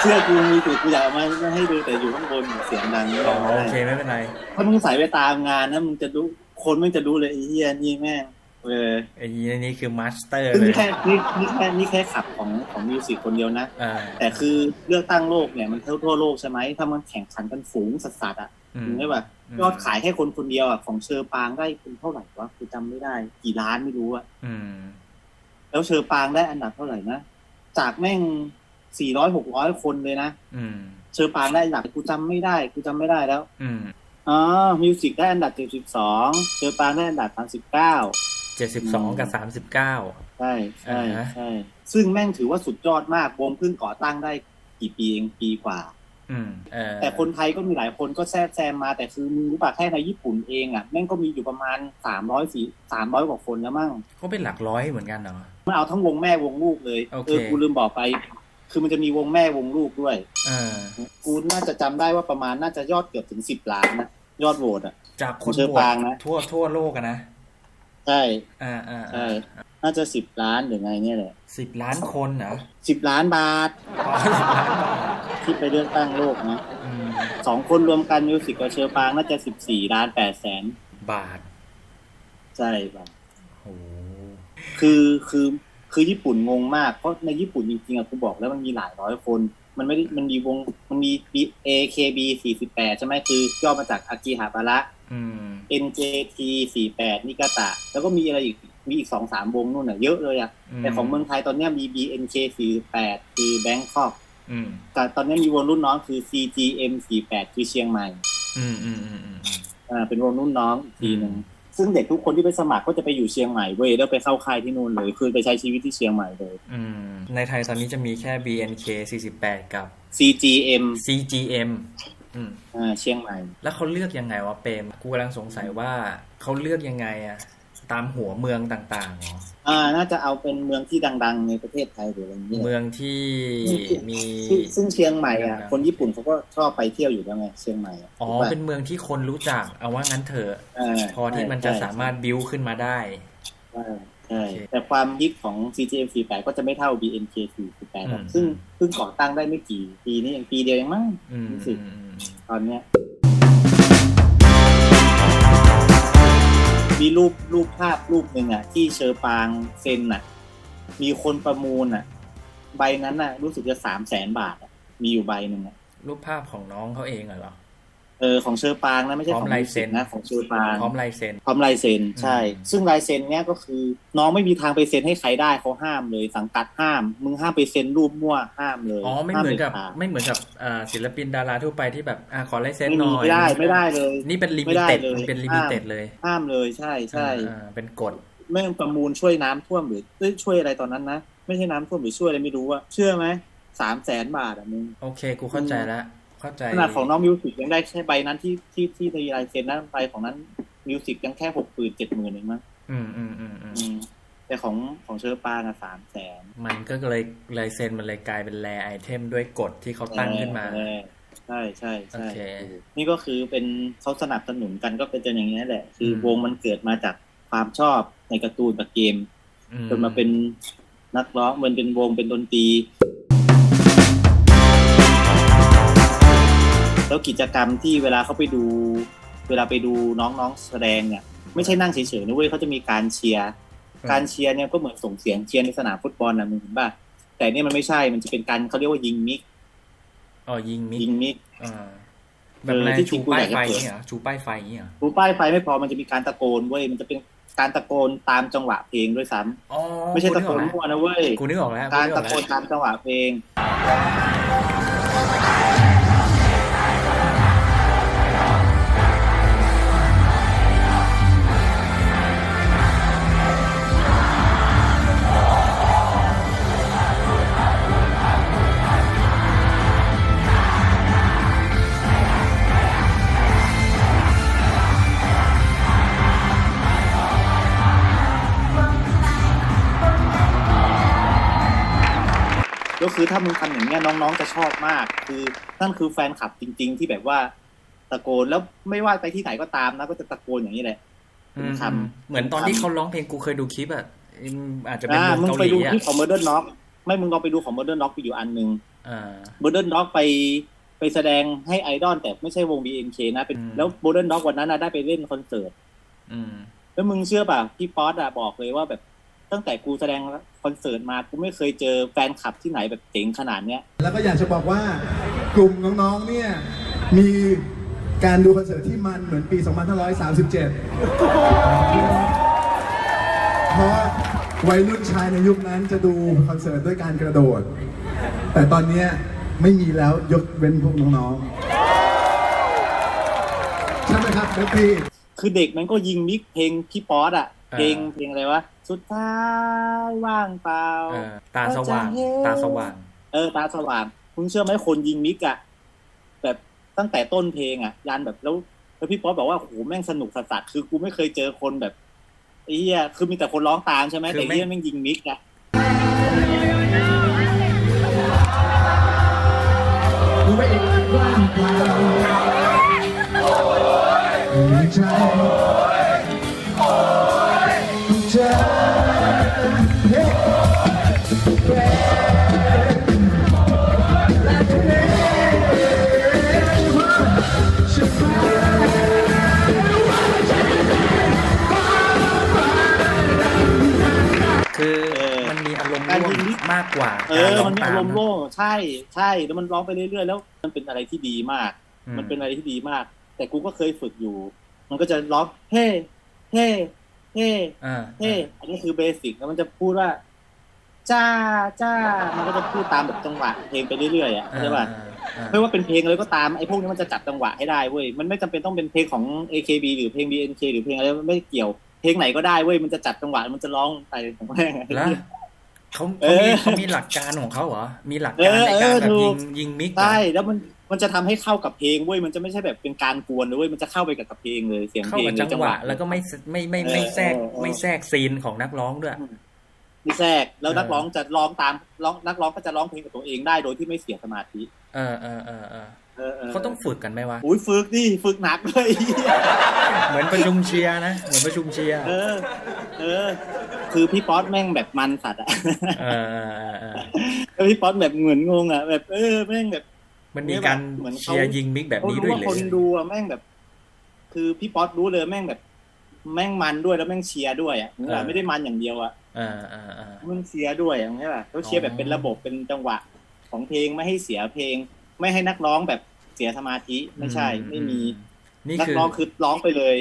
[SPEAKER 2] เชื่อกูมีกูกูอยากเอามาให้ดูแต่อยู่ข้างบนเสียงดังไม่
[SPEAKER 1] อ๋อ
[SPEAKER 2] เอา
[SPEAKER 1] โอเคไม่เป็นไร
[SPEAKER 2] ถ้ามึงใส่ไปตามงานนะมึงจะดูคนมึงจะดูเลยไอ้เหี้ยนี่แม่งเออ
[SPEAKER 1] ไอ้นี่นี่คือมาสเตอร์
[SPEAKER 2] ซึ่ง
[SPEAKER 1] เลย
[SPEAKER 2] นี่แค่นี่นี่แค่นี่แค่ขับของของมิวสิกคนเดียวนะ
[SPEAKER 1] อ่า
[SPEAKER 2] แต่คือเลือกตั้งโลกเนี่ยมันเท่าทั่วโลกใช่ไหมถ้ามันแข่งขันกันฝูงสัสๆอ่ะ
[SPEAKER 1] อืม
[SPEAKER 2] ถึงได้ป่ะยอดขายแค่คนคนเดียวอ่ะของเชอปางได้เป็นเท่าไหร่วะกูจำไม่ได้ กี่ล้านไม่รู้อ่ะ
[SPEAKER 1] อืม
[SPEAKER 2] แล้วเชอปางได้อันดับเท่าไหร่นะจากแม่งสี่ร้อยหกร้อยคนเลยนะ
[SPEAKER 1] อืม
[SPEAKER 2] เชอปางได้อันดับกูจำไม่ได้กูจำไม่ได้แล้ว
[SPEAKER 1] อืม
[SPEAKER 2] อ๋อมิวสิกได้อันดับเจ็ดสิบสองเชอปางได้อันดับสามสิบเก้า
[SPEAKER 1] เจ็ดสิบสองกับสามสิบเก้า
[SPEAKER 2] ใช่ใช่
[SPEAKER 1] อ่าฮะ
[SPEAKER 2] ใช่ซึ่งแม่งถือว่าสุดยอดมากวงเพิ่งก่อตั้งได้กี่ปีเองปีกว่า
[SPEAKER 1] อืมเออ
[SPEAKER 2] แต่คนไทยก็มีหลายคนก็แทรกแซมมาแต่คือมึงรู้ป่ะแค่ในญี่ปุ่นเองอ่ะแม่งก็มีอยู่ประมาณสามร้อยสี่สามร้อยกว่าคนแล้วมั้ง
[SPEAKER 1] เขาเป็นหลักร้อยเหมือนกันเหรอ
[SPEAKER 2] มันเอาทั้งวงแม่วงลูกเลย
[SPEAKER 1] โอเค
[SPEAKER 2] อกูลืมบอกไป คือมันจะมีวงแม่วงลูกด้วย
[SPEAKER 1] เออ
[SPEAKER 2] กูน่าจะจำได้ว่าประมาณน่าจะยอดเกือบถึงสิบล้านนะยอดโหวตอ่ะ
[SPEAKER 1] จากคน
[SPEAKER 2] เชอบ
[SPEAKER 1] วช
[SPEAKER 2] ปางนะ
[SPEAKER 1] ทั่วทั่วโลกอะนะ
[SPEAKER 2] ใช่
[SPEAKER 1] อ่าอ่า
[SPEAKER 2] ใช่น่าจะสิบล้านหรือไงเนี่ยแหละ
[SPEAKER 1] สิบล้านคนเหรอ
[SPEAKER 2] สิบล้านบาท
[SPEAKER 1] อ๋อ สิบล้านบาท
[SPEAKER 2] ที่ไปเลือกตั้งโลกนะ
[SPEAKER 1] อืม
[SPEAKER 2] สองคนรวมกันมิวสิกกับเชอปางน่าจะสิบสี่ล้านแปดแสน
[SPEAKER 1] บาท
[SPEAKER 2] ใช่ป่ะ
[SPEAKER 1] โอ้
[SPEAKER 2] คือคือคือญี่ปุ่นงงมากเพราะในญี่ปุ่นจริงๆอะกูบอกแล้วมันมีหลายร้อยคน มันไม่ได้มันมีวงมันมี AKB 48 ใช่ไหมคือย่อมาจากอากิฮาบาระ
[SPEAKER 1] อืม
[SPEAKER 2] NJT 48นิกาตะ แล้วก็มีอะไรอีกมีอีกสองสามวงนู่นน่ะเยอะเลยอะแต่ของเมืองไทยตอนเนี้ยมี BNK 48คือแบงคอก
[SPEAKER 1] อืม
[SPEAKER 2] แต่ตอนเนี้ยมีวงรุ่นน้องคือ CGM 48คือเชียงใหม่
[SPEAKER 1] อืมอืมอืมอืม
[SPEAKER 2] อ่าเป็นวงรุ่นน้องอีกทีหนึ่งซึ่งเด็กทุกคนที่ไปสมัครก็จะไปอยู่เชียงใหม่เว้ยแล้วไปเข้าค่ายที่นู่นเลยคือไปใช้ชีวิตที่เชียงใหม่เลย
[SPEAKER 1] อืมในไทยตอนนี้จะมีแค่ BNK 48 กับ
[SPEAKER 2] CGM
[SPEAKER 1] CGM อืม
[SPEAKER 2] อ่าเชียงใหม่
[SPEAKER 1] แล้วเขาเลือกยังไงวะเปรมกูกำลังสงสัยว่าเขาเลือกยังไงอะตามหัวเมืองต่างๆเหรอ
[SPEAKER 2] อ่า น่าจะเอาเป็นเมืองที่ดัง ๆ ในประเทศไทยหรืออะไรอย่างเงี้ย
[SPEAKER 1] เมืองที่มี
[SPEAKER 2] ซึ่งซึ่งเชียงใหม่อ่ะ
[SPEAKER 1] ดังๆ
[SPEAKER 2] คนญี่ปุ่นเขาก็ชอบไปเที่ยวอยู่แล้วไงเชียงใหม่ะ
[SPEAKER 1] อ๋อ
[SPEAKER 2] ถูกปะ
[SPEAKER 1] เป็นเมืองที่คนรู้จักเอาว่างั้นเถอะ
[SPEAKER 2] า
[SPEAKER 1] พอที่มันจะ
[SPEAKER 2] ใช่
[SPEAKER 1] สามารถบิวขึ้นมาได้
[SPEAKER 2] ใช่ใช่แต่ความฮิตของ CGM 48ก็จะไม่เท่า BNK 48
[SPEAKER 1] อืม
[SPEAKER 2] อะซึ่งเพิ่งก่อตั้งได้ไม่กี่ปีนี่เองปีเดียวเองมั้ง
[SPEAKER 1] อืม
[SPEAKER 2] รู้สึกตอนเนี้ย มีรูปรูปภาพรูปหนึ่งอ่ะ ที่เชอปางเซ็นอ่ะ มีคนประมูลอ่ะ ใบนั้นอ่ะ รู้สึกจะสามแสนบาทอะมีอยู่ใบหนึ่งอ่ะ
[SPEAKER 1] รูปภาพของน้องเขาเองเหรอ
[SPEAKER 2] เออของเชอปางนะไม่ใช่
[SPEAKER 1] พร้
[SPEAKER 2] ขอ
[SPEAKER 1] อง มลาย
[SPEAKER 2] มิว
[SPEAKER 1] เซ็
[SPEAKER 2] สิ
[SPEAKER 1] น
[SPEAKER 2] กนะของเชอปาง
[SPEAKER 1] พร้อมลายเซ็น
[SPEAKER 2] พร้อมลายเซ็นใช่
[SPEAKER 1] อืม
[SPEAKER 2] ซึ่งลายเซ็นเนี้ยก็คือ น้องไม่มีทางไปเซ็นให้ใครได้เขาห้ามเลย สังกัดห้าม มึงห้ามไปเซ็นรูปมั่วห้ามเลย
[SPEAKER 1] อ๋อไม่เหมือนกับ
[SPEAKER 2] ห้า
[SPEAKER 1] ไม่เหมือนกับเอ่อศิลปินดาราทั่วไปที่แบบอ่ะขอลายเซ็น
[SPEAKER 2] เด็ด
[SPEAKER 1] ห
[SPEAKER 2] ขาด
[SPEAKER 1] น่อย
[SPEAKER 2] ไม่มีไม่ได้ไม่ได้เลย
[SPEAKER 1] นี่เป็นลิ
[SPEAKER 2] ไม่
[SPEAKER 1] มิ
[SPEAKER 2] ได้
[SPEAKER 1] เต็ด
[SPEAKER 2] เลย
[SPEAKER 1] เป็นลิ
[SPEAKER 2] ห้าม
[SPEAKER 1] มิเต็ดเลย
[SPEAKER 2] ห้ามเลยใช่ใช่
[SPEAKER 1] อ่าอ่าเป็นกฎ
[SPEAKER 2] แม่งประมูลช่วยน้ำท่วมหรือเอ้ยช่วยอะไรตอนนั้นนะไม่ใช่น้ำท่วมหรือช่วยอะไรไม่รู้อะเชื่อไหมสามแสนบาทอะมึง
[SPEAKER 1] โอเคกูเข้าใจละเข้าใจ
[SPEAKER 2] ขนาดของน้องมิวสิกยังได้แค่ใบนั้นที่ที่ที่ในลายเซ็นนั้นใบของนั้นมิวสิกยังแค่หกหมื่นเจ็ดหมื่นเองมั้ง
[SPEAKER 1] อืมอืมอืมอืม
[SPEAKER 2] อืมแต่ของของเชอร์ปางอะสามแสน
[SPEAKER 1] มันก็เลยลายเซ็นมันเลยกลายเป็นแรไอเทมด้วยกฎที่เขาตั้งขึ้นมา
[SPEAKER 2] ใช่ใช่ใช่
[SPEAKER 1] โอเค
[SPEAKER 2] นี่ก็คือเป็นเขาสนับสนุนกันก็เป็นอย่างนี้ยแหละ คืออ
[SPEAKER 1] ม
[SPEAKER 2] วงมันเกิดมาจากความชอบในการ์ตูนกับเกม
[SPEAKER 1] อื
[SPEAKER 2] จนมาเป็นนักร้องมันเป็นวงเป็นดนตรี แล้วกิจกรรมที่เวลาเขาไปดู เวลาไปดูน้องๆแสดงเนี่ย ไม่ใช่นั่งเฉยๆนะเว้ยเขาจะมีการเชียร์
[SPEAKER 3] ครับ
[SPEAKER 2] การเชียร์เนี่ยก็เหมือนส่งเสียงเชียร์ในสนามฟุตบอลนะมึงเห็นป่ะแต่เนี่ยมันไม่ใช่มันจะเป็นการเขาเรียกว่ายิงมิก
[SPEAKER 1] อ๋อยิงมิก
[SPEAKER 2] ยิงมิก
[SPEAKER 1] อ่าแบบอะไร
[SPEAKER 2] เออที่จริ
[SPEAKER 1] ชู
[SPEAKER 2] งกู
[SPEAKER 1] ป้า
[SPEAKER 2] อย ยาก
[SPEAKER 1] ไฟ
[SPEAKER 2] จะเปิด
[SPEAKER 1] อย่างเงี้ยเหรอชูป้ายไฟอย่างเงี้ยเหรอ
[SPEAKER 2] ดูป้ายไฟไม่พอมันจะมีการตะโกนเว้ยมันจะเป็นการตะโกนตามจังหวะเพลงด้วยซ้ำ
[SPEAKER 1] อ๋อ
[SPEAKER 2] ไม่ใช่ตะโก
[SPEAKER 1] กู
[SPEAKER 2] น
[SPEAKER 1] นึกอ
[SPEAKER 2] มั่
[SPEAKER 1] อก
[SPEAKER 2] ว
[SPEAKER 1] แล้ว
[SPEAKER 2] นะเว้ย
[SPEAKER 1] กูนึกออกแล้ว
[SPEAKER 2] การ
[SPEAKER 1] นึออ
[SPEAKER 2] ตะโกน
[SPEAKER 1] แล้ว
[SPEAKER 2] ตามจังหวะเพลง ก็คือถ้ามึงทำอย่างเนี้ยน้องๆจะชอบมาก คือนั่นคือแฟนคลับจริง ๆ ที่แบบว่าตะโกนแล้วไม่ว่าไปที่ไหนก็ตามนะก็จะตะโกนอย่างนี้แหละ
[SPEAKER 1] อืม
[SPEAKER 2] ทำ
[SPEAKER 1] เหมือนตอนที่เขาร้องเพลงกูเคยดูคลิปอ่ะอืมอาจจะเป็น
[SPEAKER 2] อ่ามึ
[SPEAKER 1] เมือง
[SPEAKER 2] ง
[SPEAKER 1] เกา
[SPEAKER 2] ไป
[SPEAKER 1] ห
[SPEAKER 2] ดู
[SPEAKER 1] ลีอ่ะ
[SPEAKER 2] ที่ของ Modern Knock ไม่มึงลองไปดูของ Modern Knock ไปอยู่อันหนึ่ง
[SPEAKER 1] อ่า
[SPEAKER 2] Modern Knock ไปไปแสดงให้ไอดอลแต่ไม่ใช่วง BNK นะเป็น
[SPEAKER 1] อืม
[SPEAKER 2] แล้ว Modern Knock วันนั้นนะได้ไปเล่นคอนเสิร์ต
[SPEAKER 1] อืม
[SPEAKER 2] แล้วมึงเชื่อป่ะพี่ป๊อตอะบอกเลยว่าแบบตั้งแต่กูแสดงคอนเสิร์ตมากูไม่เคยเจอแฟนคลับที่ไหนแบบเจ๋งขนาดเนี้ย
[SPEAKER 3] แล้วก็อยากจะบอกว่ากลุ่มน้องๆ เนี่ย มีการดูคอนเสิร์ตที่มันเหมือนปี 2537 เพราะวัยรุ่นชายในยุคนั้นจะดูคอนเสิร์ตด้วยการกระโดด แต่ตอนเนี้ยไม่มีแล้วยกเว้นพวกน้องๆ ใช่ไหมครับนักพี่
[SPEAKER 2] คือเด็กมันก็ยิงมิกเพลงพี่ป๊อตอะ
[SPEAKER 1] อ่า
[SPEAKER 2] เพลงเพลงอะไรวะ สุดท้ายว่างเปล่า
[SPEAKER 1] เออตาสว่าง
[SPEAKER 2] เข้าใจ
[SPEAKER 1] ตาสว่าง
[SPEAKER 2] เออตาสว่างมึงเชื่อไหมคนยิงมิกอะแบบตั้งแต่ต้นเพลงอะยันแบบแล้วแล้วพี่ป๊อตบอกว่าโหแม่งสนุกสัสๆคือกูไม่เคยเจอคนแบบไอ้เหี้ยคือมีแต่คนร้องตามใช่ไหม
[SPEAKER 1] คือ
[SPEAKER 2] แต่
[SPEAKER 1] ไม่
[SPEAKER 2] เหี้ยแม่งยิงมิกอะ
[SPEAKER 3] รู้ไปเองว่างเปล่าหัวใจหัวใจเฮ้ยแฟนและเธอฉันรัก
[SPEAKER 1] คือ
[SPEAKER 2] เออ
[SPEAKER 1] มันมีอารมณ์
[SPEAKER 2] การ
[SPEAKER 1] ร่ว
[SPEAKER 2] ยิ
[SPEAKER 1] ม
[SPEAKER 2] งมิก
[SPEAKER 1] มากกว่า
[SPEAKER 2] เอ
[SPEAKER 1] การ
[SPEAKER 2] อ
[SPEAKER 1] ร้อ
[SPEAKER 2] มั
[SPEAKER 1] ง
[SPEAKER 2] นมี
[SPEAKER 1] ตา
[SPEAKER 2] อาม รมณ์โล่งใช่ใช่แล้วมันร้องไปเรื่อยๆแล้ว มันเป็นอะไรที่ดีมาก
[SPEAKER 1] อื
[SPEAKER 2] มันเป็นอะไรที่ดีมาก แต่กูก็เคยฝึกอยู่ มันก็จะร้องเฮ้เฮ้เฮ้
[SPEAKER 1] อ่า
[SPEAKER 2] เท่อันนี้คือเบสิกแล้วมันจะพูดว่า จ้าจ้า มันก็จะพูดตามแบบจังหวะเพลงไปเรื่อยๆอ่ะเข้าใช่ป่ะ
[SPEAKER 1] อ่า
[SPEAKER 2] ไม่ว่าเป็นเพลงอะไรก็ตามไอ้พวกนี้มันจะจับจังหวะให้ได้เว้ยมันไม่จำเป็นต้องเป็นเพลงของ AKB หรือเพลง BNK หรือเพลงอะไรไม่เกี่ยว เพลงไหนก็ได้เว้ยมันจะจับจังหวะมันจะร้องไปของแม่ง
[SPEAKER 1] แล้วเขา
[SPEAKER 2] เอ
[SPEAKER 1] เขามี
[SPEAKER 2] อ
[SPEAKER 1] เขามีหลักการของเขาเหรอ มีหลัก
[SPEAKER 2] เออ
[SPEAKER 1] การในการ
[SPEAKER 2] เออ
[SPEAKER 1] แบบ
[SPEAKER 2] ถู
[SPEAKER 1] ยิ
[SPEAKER 2] ก
[SPEAKER 1] งยิงมิกเหรอ
[SPEAKER 2] ใช่แล้วมันมันจะทำให้เข้ากับเพลงเว้ยมันจะไม่ใช่แบบเป็นการกวนนะเว้ยมันจะเข้าไปกับเพลงเลยเสียง
[SPEAKER 1] เข้า
[SPEAKER 2] เพลง
[SPEAKER 1] กับ
[SPEAKER 2] หรื
[SPEAKER 1] จั
[SPEAKER 2] อง จัง
[SPEAKER 1] ห
[SPEAKER 2] หวะ
[SPEAKER 1] วะ แล้วก็ไม่ไม่ไม่ไม่
[SPEAKER 2] เออ
[SPEAKER 1] แทรก
[SPEAKER 2] เออเออ
[SPEAKER 1] ไม่แทรกซีนของนักร้องด้วย
[SPEAKER 2] ที่แทรกแล้วนัก
[SPEAKER 1] เออ
[SPEAKER 2] ร้องจะร้องตามร้องนักร้องก็จะร้องเพลงกับตัวเองได้โดยที่ไม่เสียสมาธิ
[SPEAKER 1] เออเออเออเออ
[SPEAKER 2] เออ
[SPEAKER 1] เขาต้องฝึกกันไหมวะ
[SPEAKER 2] อุ้ยฝึกดิฝึกหนักเลย
[SPEAKER 1] เหมือนประชุมเชียร์นะ เหมือนประชุมเชียร์
[SPEAKER 2] เออ เออ คือพี่ป๊อตแม่งแบบมันสัตว์อะ
[SPEAKER 1] เออเออเออเออ
[SPEAKER 2] แล้วพี่ป๊อตแบบเหมือนงงอะแบบเออแม่งแบบ
[SPEAKER 1] มันมีการ
[SPEAKER 2] เหมือนเขา
[SPEAKER 1] เชียร์ยิงมิกแบบ
[SPEAKER 2] เขา
[SPEAKER 1] นี้
[SPEAKER 2] รู้
[SPEAKER 1] ด้วย
[SPEAKER 2] ว่า
[SPEAKER 1] เล
[SPEAKER 2] คน
[SPEAKER 1] ย
[SPEAKER 2] ดูอะแม่งแบบ คือพี่ป๊อตรู้เลยแม่งแบบ แม่งมันด้วยแล้วแม่งเชียร์ด้วยอะนึกออกปะไม่ได้มันอย่างเดียวอะ
[SPEAKER 1] เออเออเออ
[SPEAKER 2] มันเชียร์ด้วยอย่างนี้ยป่ะเขาเชียร์แบบเป็นระบบเป็นจังหวะ ของเพลงไม่ให้เสียเพลง ไม่ให้นักร้องแบบเสียสมาธิไม่ใช่
[SPEAKER 1] อื
[SPEAKER 2] ไม่มี
[SPEAKER 1] อืนี่
[SPEAKER 2] นัก
[SPEAKER 1] คือ
[SPEAKER 2] ร้องคือร้องไปเลย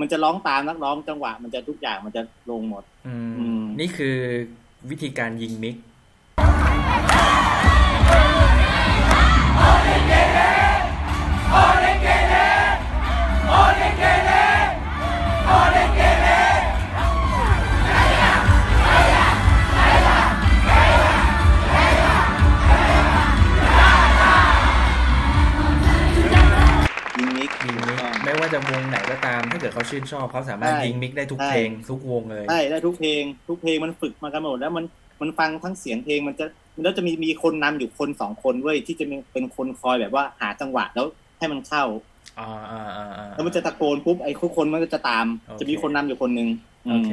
[SPEAKER 2] มันจะร้องตามนักร้องจังหวะ มันจะทุกอย่างมันจะลงหมด
[SPEAKER 1] ม
[SPEAKER 2] อืม
[SPEAKER 1] นี่คือวิธีการยิงมิก
[SPEAKER 2] ยิงนิก
[SPEAKER 1] ยิงมิก ไม่ว่าจะวงไหนก็ตาม ถ้าเกิดเขาชื่นชอบเขาสามารถ
[SPEAKER 2] ใช่
[SPEAKER 1] ยิงมิกได้ทุก
[SPEAKER 2] ใช่
[SPEAKER 1] เพลงทุกวงเลย
[SPEAKER 2] ใช่ได้ทุกเพลงทุกเพลงมันฝึกมากันหมดแล้วมันมันฟังทั้งเสียงเพลงมันจะแล้วจะมีมีคนนำอยู่คนสองคนเว้ยที่จะมีเป็นคนคอยแบบว่าหาจังหวะแล้วให้มันเข้า
[SPEAKER 1] อ่าอ่าอ่าอ่า
[SPEAKER 2] แล้วมันจะตะโกนปุ๊บไอ้ทุกคนมันก็จะตาม
[SPEAKER 1] โอเค
[SPEAKER 2] จะมีคนนำอยู่คนหนึง
[SPEAKER 1] โอเค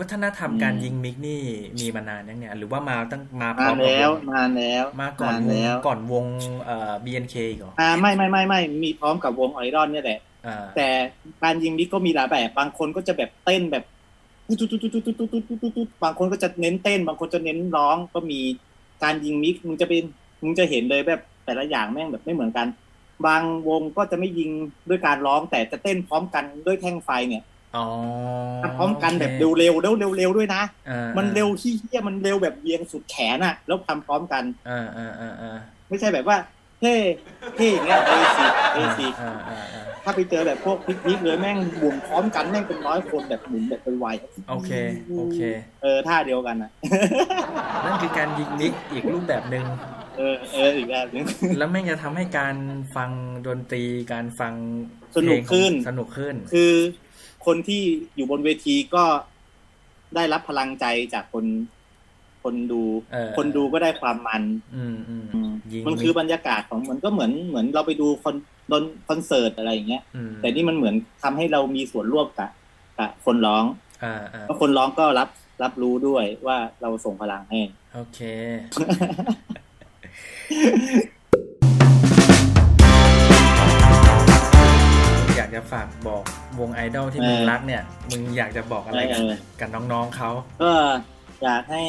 [SPEAKER 1] วัฒนธรรมการ
[SPEAKER 2] อืม
[SPEAKER 1] ยิงมิกนี่มีมานานยังเนี่ย หรือว่ามาตั้งมาพร้
[SPEAKER 2] มา
[SPEAKER 1] อมกับ
[SPEAKER 2] แล้ว
[SPEAKER 1] วง
[SPEAKER 2] มาแล้ว
[SPEAKER 1] มาก่อนวง
[SPEAKER 2] แล้ว
[SPEAKER 1] ก่อนวงเอ่อ BNK อีกเหรอ
[SPEAKER 2] อ่าไม่ไม่ไม่ไม่มีพร้อมกับวงไอรอนเนี่ยแหละ
[SPEAKER 1] อ่า
[SPEAKER 2] แต่การยิงนี้ก็มีหลายแบบ บางคนก็จะแบบเต้นแบบตุ๊ดตุ๊ดตุ๊ดตุ๊ดตุ๊ดตุ๊ดตุ๊ดตุ๊ดตุ๊ดบางคนก็จะเน้นเต้น บางคนจะเน้นร้องก็มีการยิงมิกมึงจะเป็นมึงจะเห็นเลยแบบแต่ละอย่างแม่งแบบไม่เหมือนกัน บางวงก็จะไม่ยิงด้วยการร้องแต่จะเต้นพร้อมกันด้วยแท่งไฟเนี่ย
[SPEAKER 1] อ๋อ
[SPEAKER 2] พร้อมกันแบบ
[SPEAKER 1] โอค
[SPEAKER 2] เร็วๆแล้วเร็วๆด้วยนะ
[SPEAKER 1] อ่า
[SPEAKER 2] มันเร็วที่เฮี้ยมันเร็วแบบเวียงสุดแขนอะแล้วทำพร้อมกัน
[SPEAKER 1] อ่าอ่าอ่าอ่า
[SPEAKER 2] ไม่ใช่แบบว่าเท่เท่อย่างเงี้ยเอซีเอซี
[SPEAKER 1] อ่าอ่าอ่า
[SPEAKER 2] ถ้าไปเจอแบบพวกพิกนิกเลยแม่งบุ่มพร้อมกันแม่งเป็นร้อยคนแบบหมุนแบบไวๆ
[SPEAKER 1] โอเคโอเค
[SPEAKER 2] เออท่าเดียวกันนะ
[SPEAKER 1] นั่นคือการยิงมิกอีกรูปแบบหนึ่ง
[SPEAKER 2] เออเอออีกแบบหนึง
[SPEAKER 1] แล้วแม่งจะทำให้การฟังดนตรีการฟัง
[SPEAKER 2] สนุก
[SPEAKER 1] เพลงของ
[SPEAKER 2] ขึ้น
[SPEAKER 1] สนุกขึ้น
[SPEAKER 2] คือคนที่อยู่บนเวทีก็ได้รับพลังใจจากคน คนดู
[SPEAKER 1] เออ
[SPEAKER 2] คนดูก็ได้ความมัน
[SPEAKER 1] อืมอืม
[SPEAKER 2] อืม
[SPEAKER 1] ยิง
[SPEAKER 2] มันคือบรรยากาศของมันก็เหมือนเหมือนเราไปดูคอนดนคอนเสิร์ตอะไรอย่างเงี้ย
[SPEAKER 1] อืม
[SPEAKER 2] แต่นี่มันเหมือนทำให้เรามีส่วนร่วมกับกับคนร้อง
[SPEAKER 1] อ่าอ่า
[SPEAKER 2] แล้วคนร้องก็รับรับรู้ด้วยว่าเราส่งพลังให้
[SPEAKER 1] โอเค อยากจะฝากบอกวงไอดอลที่
[SPEAKER 2] เออ
[SPEAKER 1] มึงรักเนี่ย มึงอยากจะบอกอะไรกับ
[SPEAKER 2] เออ
[SPEAKER 1] กับน้องๆเขา
[SPEAKER 2] ก็อยากให้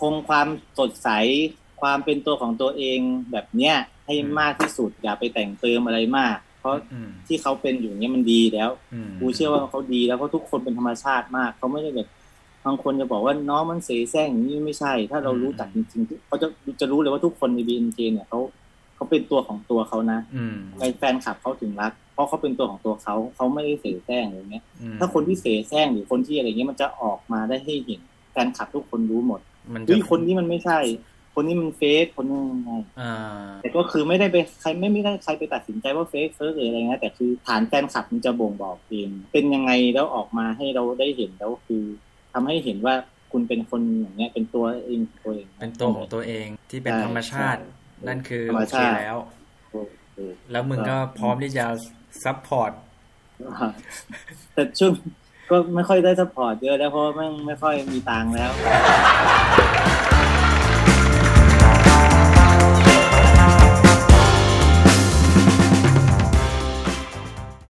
[SPEAKER 2] คงความสดใส ความเป็นตัวของตัวเองแบบเนี้ยให้มากที่สุด อย่าไปแต่งเติมอะไรมาก เพราะ
[SPEAKER 1] อืม
[SPEAKER 2] ที่เขาเป็นอยู่เนี้ยมันดีแล้ว
[SPEAKER 1] อืม
[SPEAKER 2] กูเชื่อว่าเขาดีแล้วเพราะทุกคนเป็นธรรมชาติมากเขาไม่ได้แบบบางคนจะบอกว่าน้องมันเสแสร้งอย่างนี้ไม่ใช่ ถ้าเรารู้จักจริงๆเขาจะจะรู้เลยว่าทุกคนใน BNK เนี่ยเขาเขาเป็นตัวของตัวเขานะ
[SPEAKER 1] อืม
[SPEAKER 2] ในแฟนคลับเขาถึงรัก เพราะเขาเป็นตัวของตัวเขาเขาไม่ได้เสแสร้งอย่างเงี้ย
[SPEAKER 1] อืม
[SPEAKER 2] ถ้าคนที่เสแสร้งหรือคนที่อะไรเงี้ยมันจะออกมาได้ให้เห็นแฟนคลับทุกคนรู้หมด
[SPEAKER 1] มันจะ
[SPEAKER 2] เฮ้ยคนนี้มันไม่ใช่ คนนี้มันเฟซคนนี้มันไง
[SPEAKER 1] อ่า
[SPEAKER 2] แต่ก็คือไม่ได้ไปใครไม่ไม่ได้ใครไปตัดสินใจว่าเฟซเฟซหรืออะไรเงี้ยแต่คือฐานแฟนคลับมันจะบ่งบอกเองเป็นยังไงแล้วออกมาให้เราได้เห็นแล้วคือทำให้เห็นว่าคุณเป็นคนอย่างเงี้ยเป็นตัวเองตัวเอง
[SPEAKER 1] เป็นตัวของตัวเองที่เป็น
[SPEAKER 2] ใช่
[SPEAKER 1] ธรรมชาติ
[SPEAKER 2] ใช่
[SPEAKER 1] นั่นคือ
[SPEAKER 2] ธรร
[SPEAKER 1] โอ
[SPEAKER 2] ม
[SPEAKER 1] เค
[SPEAKER 2] ชาติ
[SPEAKER 1] แล้ว
[SPEAKER 2] เออ
[SPEAKER 1] แล้วมึงก็
[SPEAKER 2] ก็
[SPEAKER 1] พร้อมที่จะซัพพอร์ต
[SPEAKER 2] แต่ช่วงก็ไม่ค่อยได้สปอร์ตเยอะแล้วเพราะว่าแม่งไม่ค่อยมีตังค์แล้ว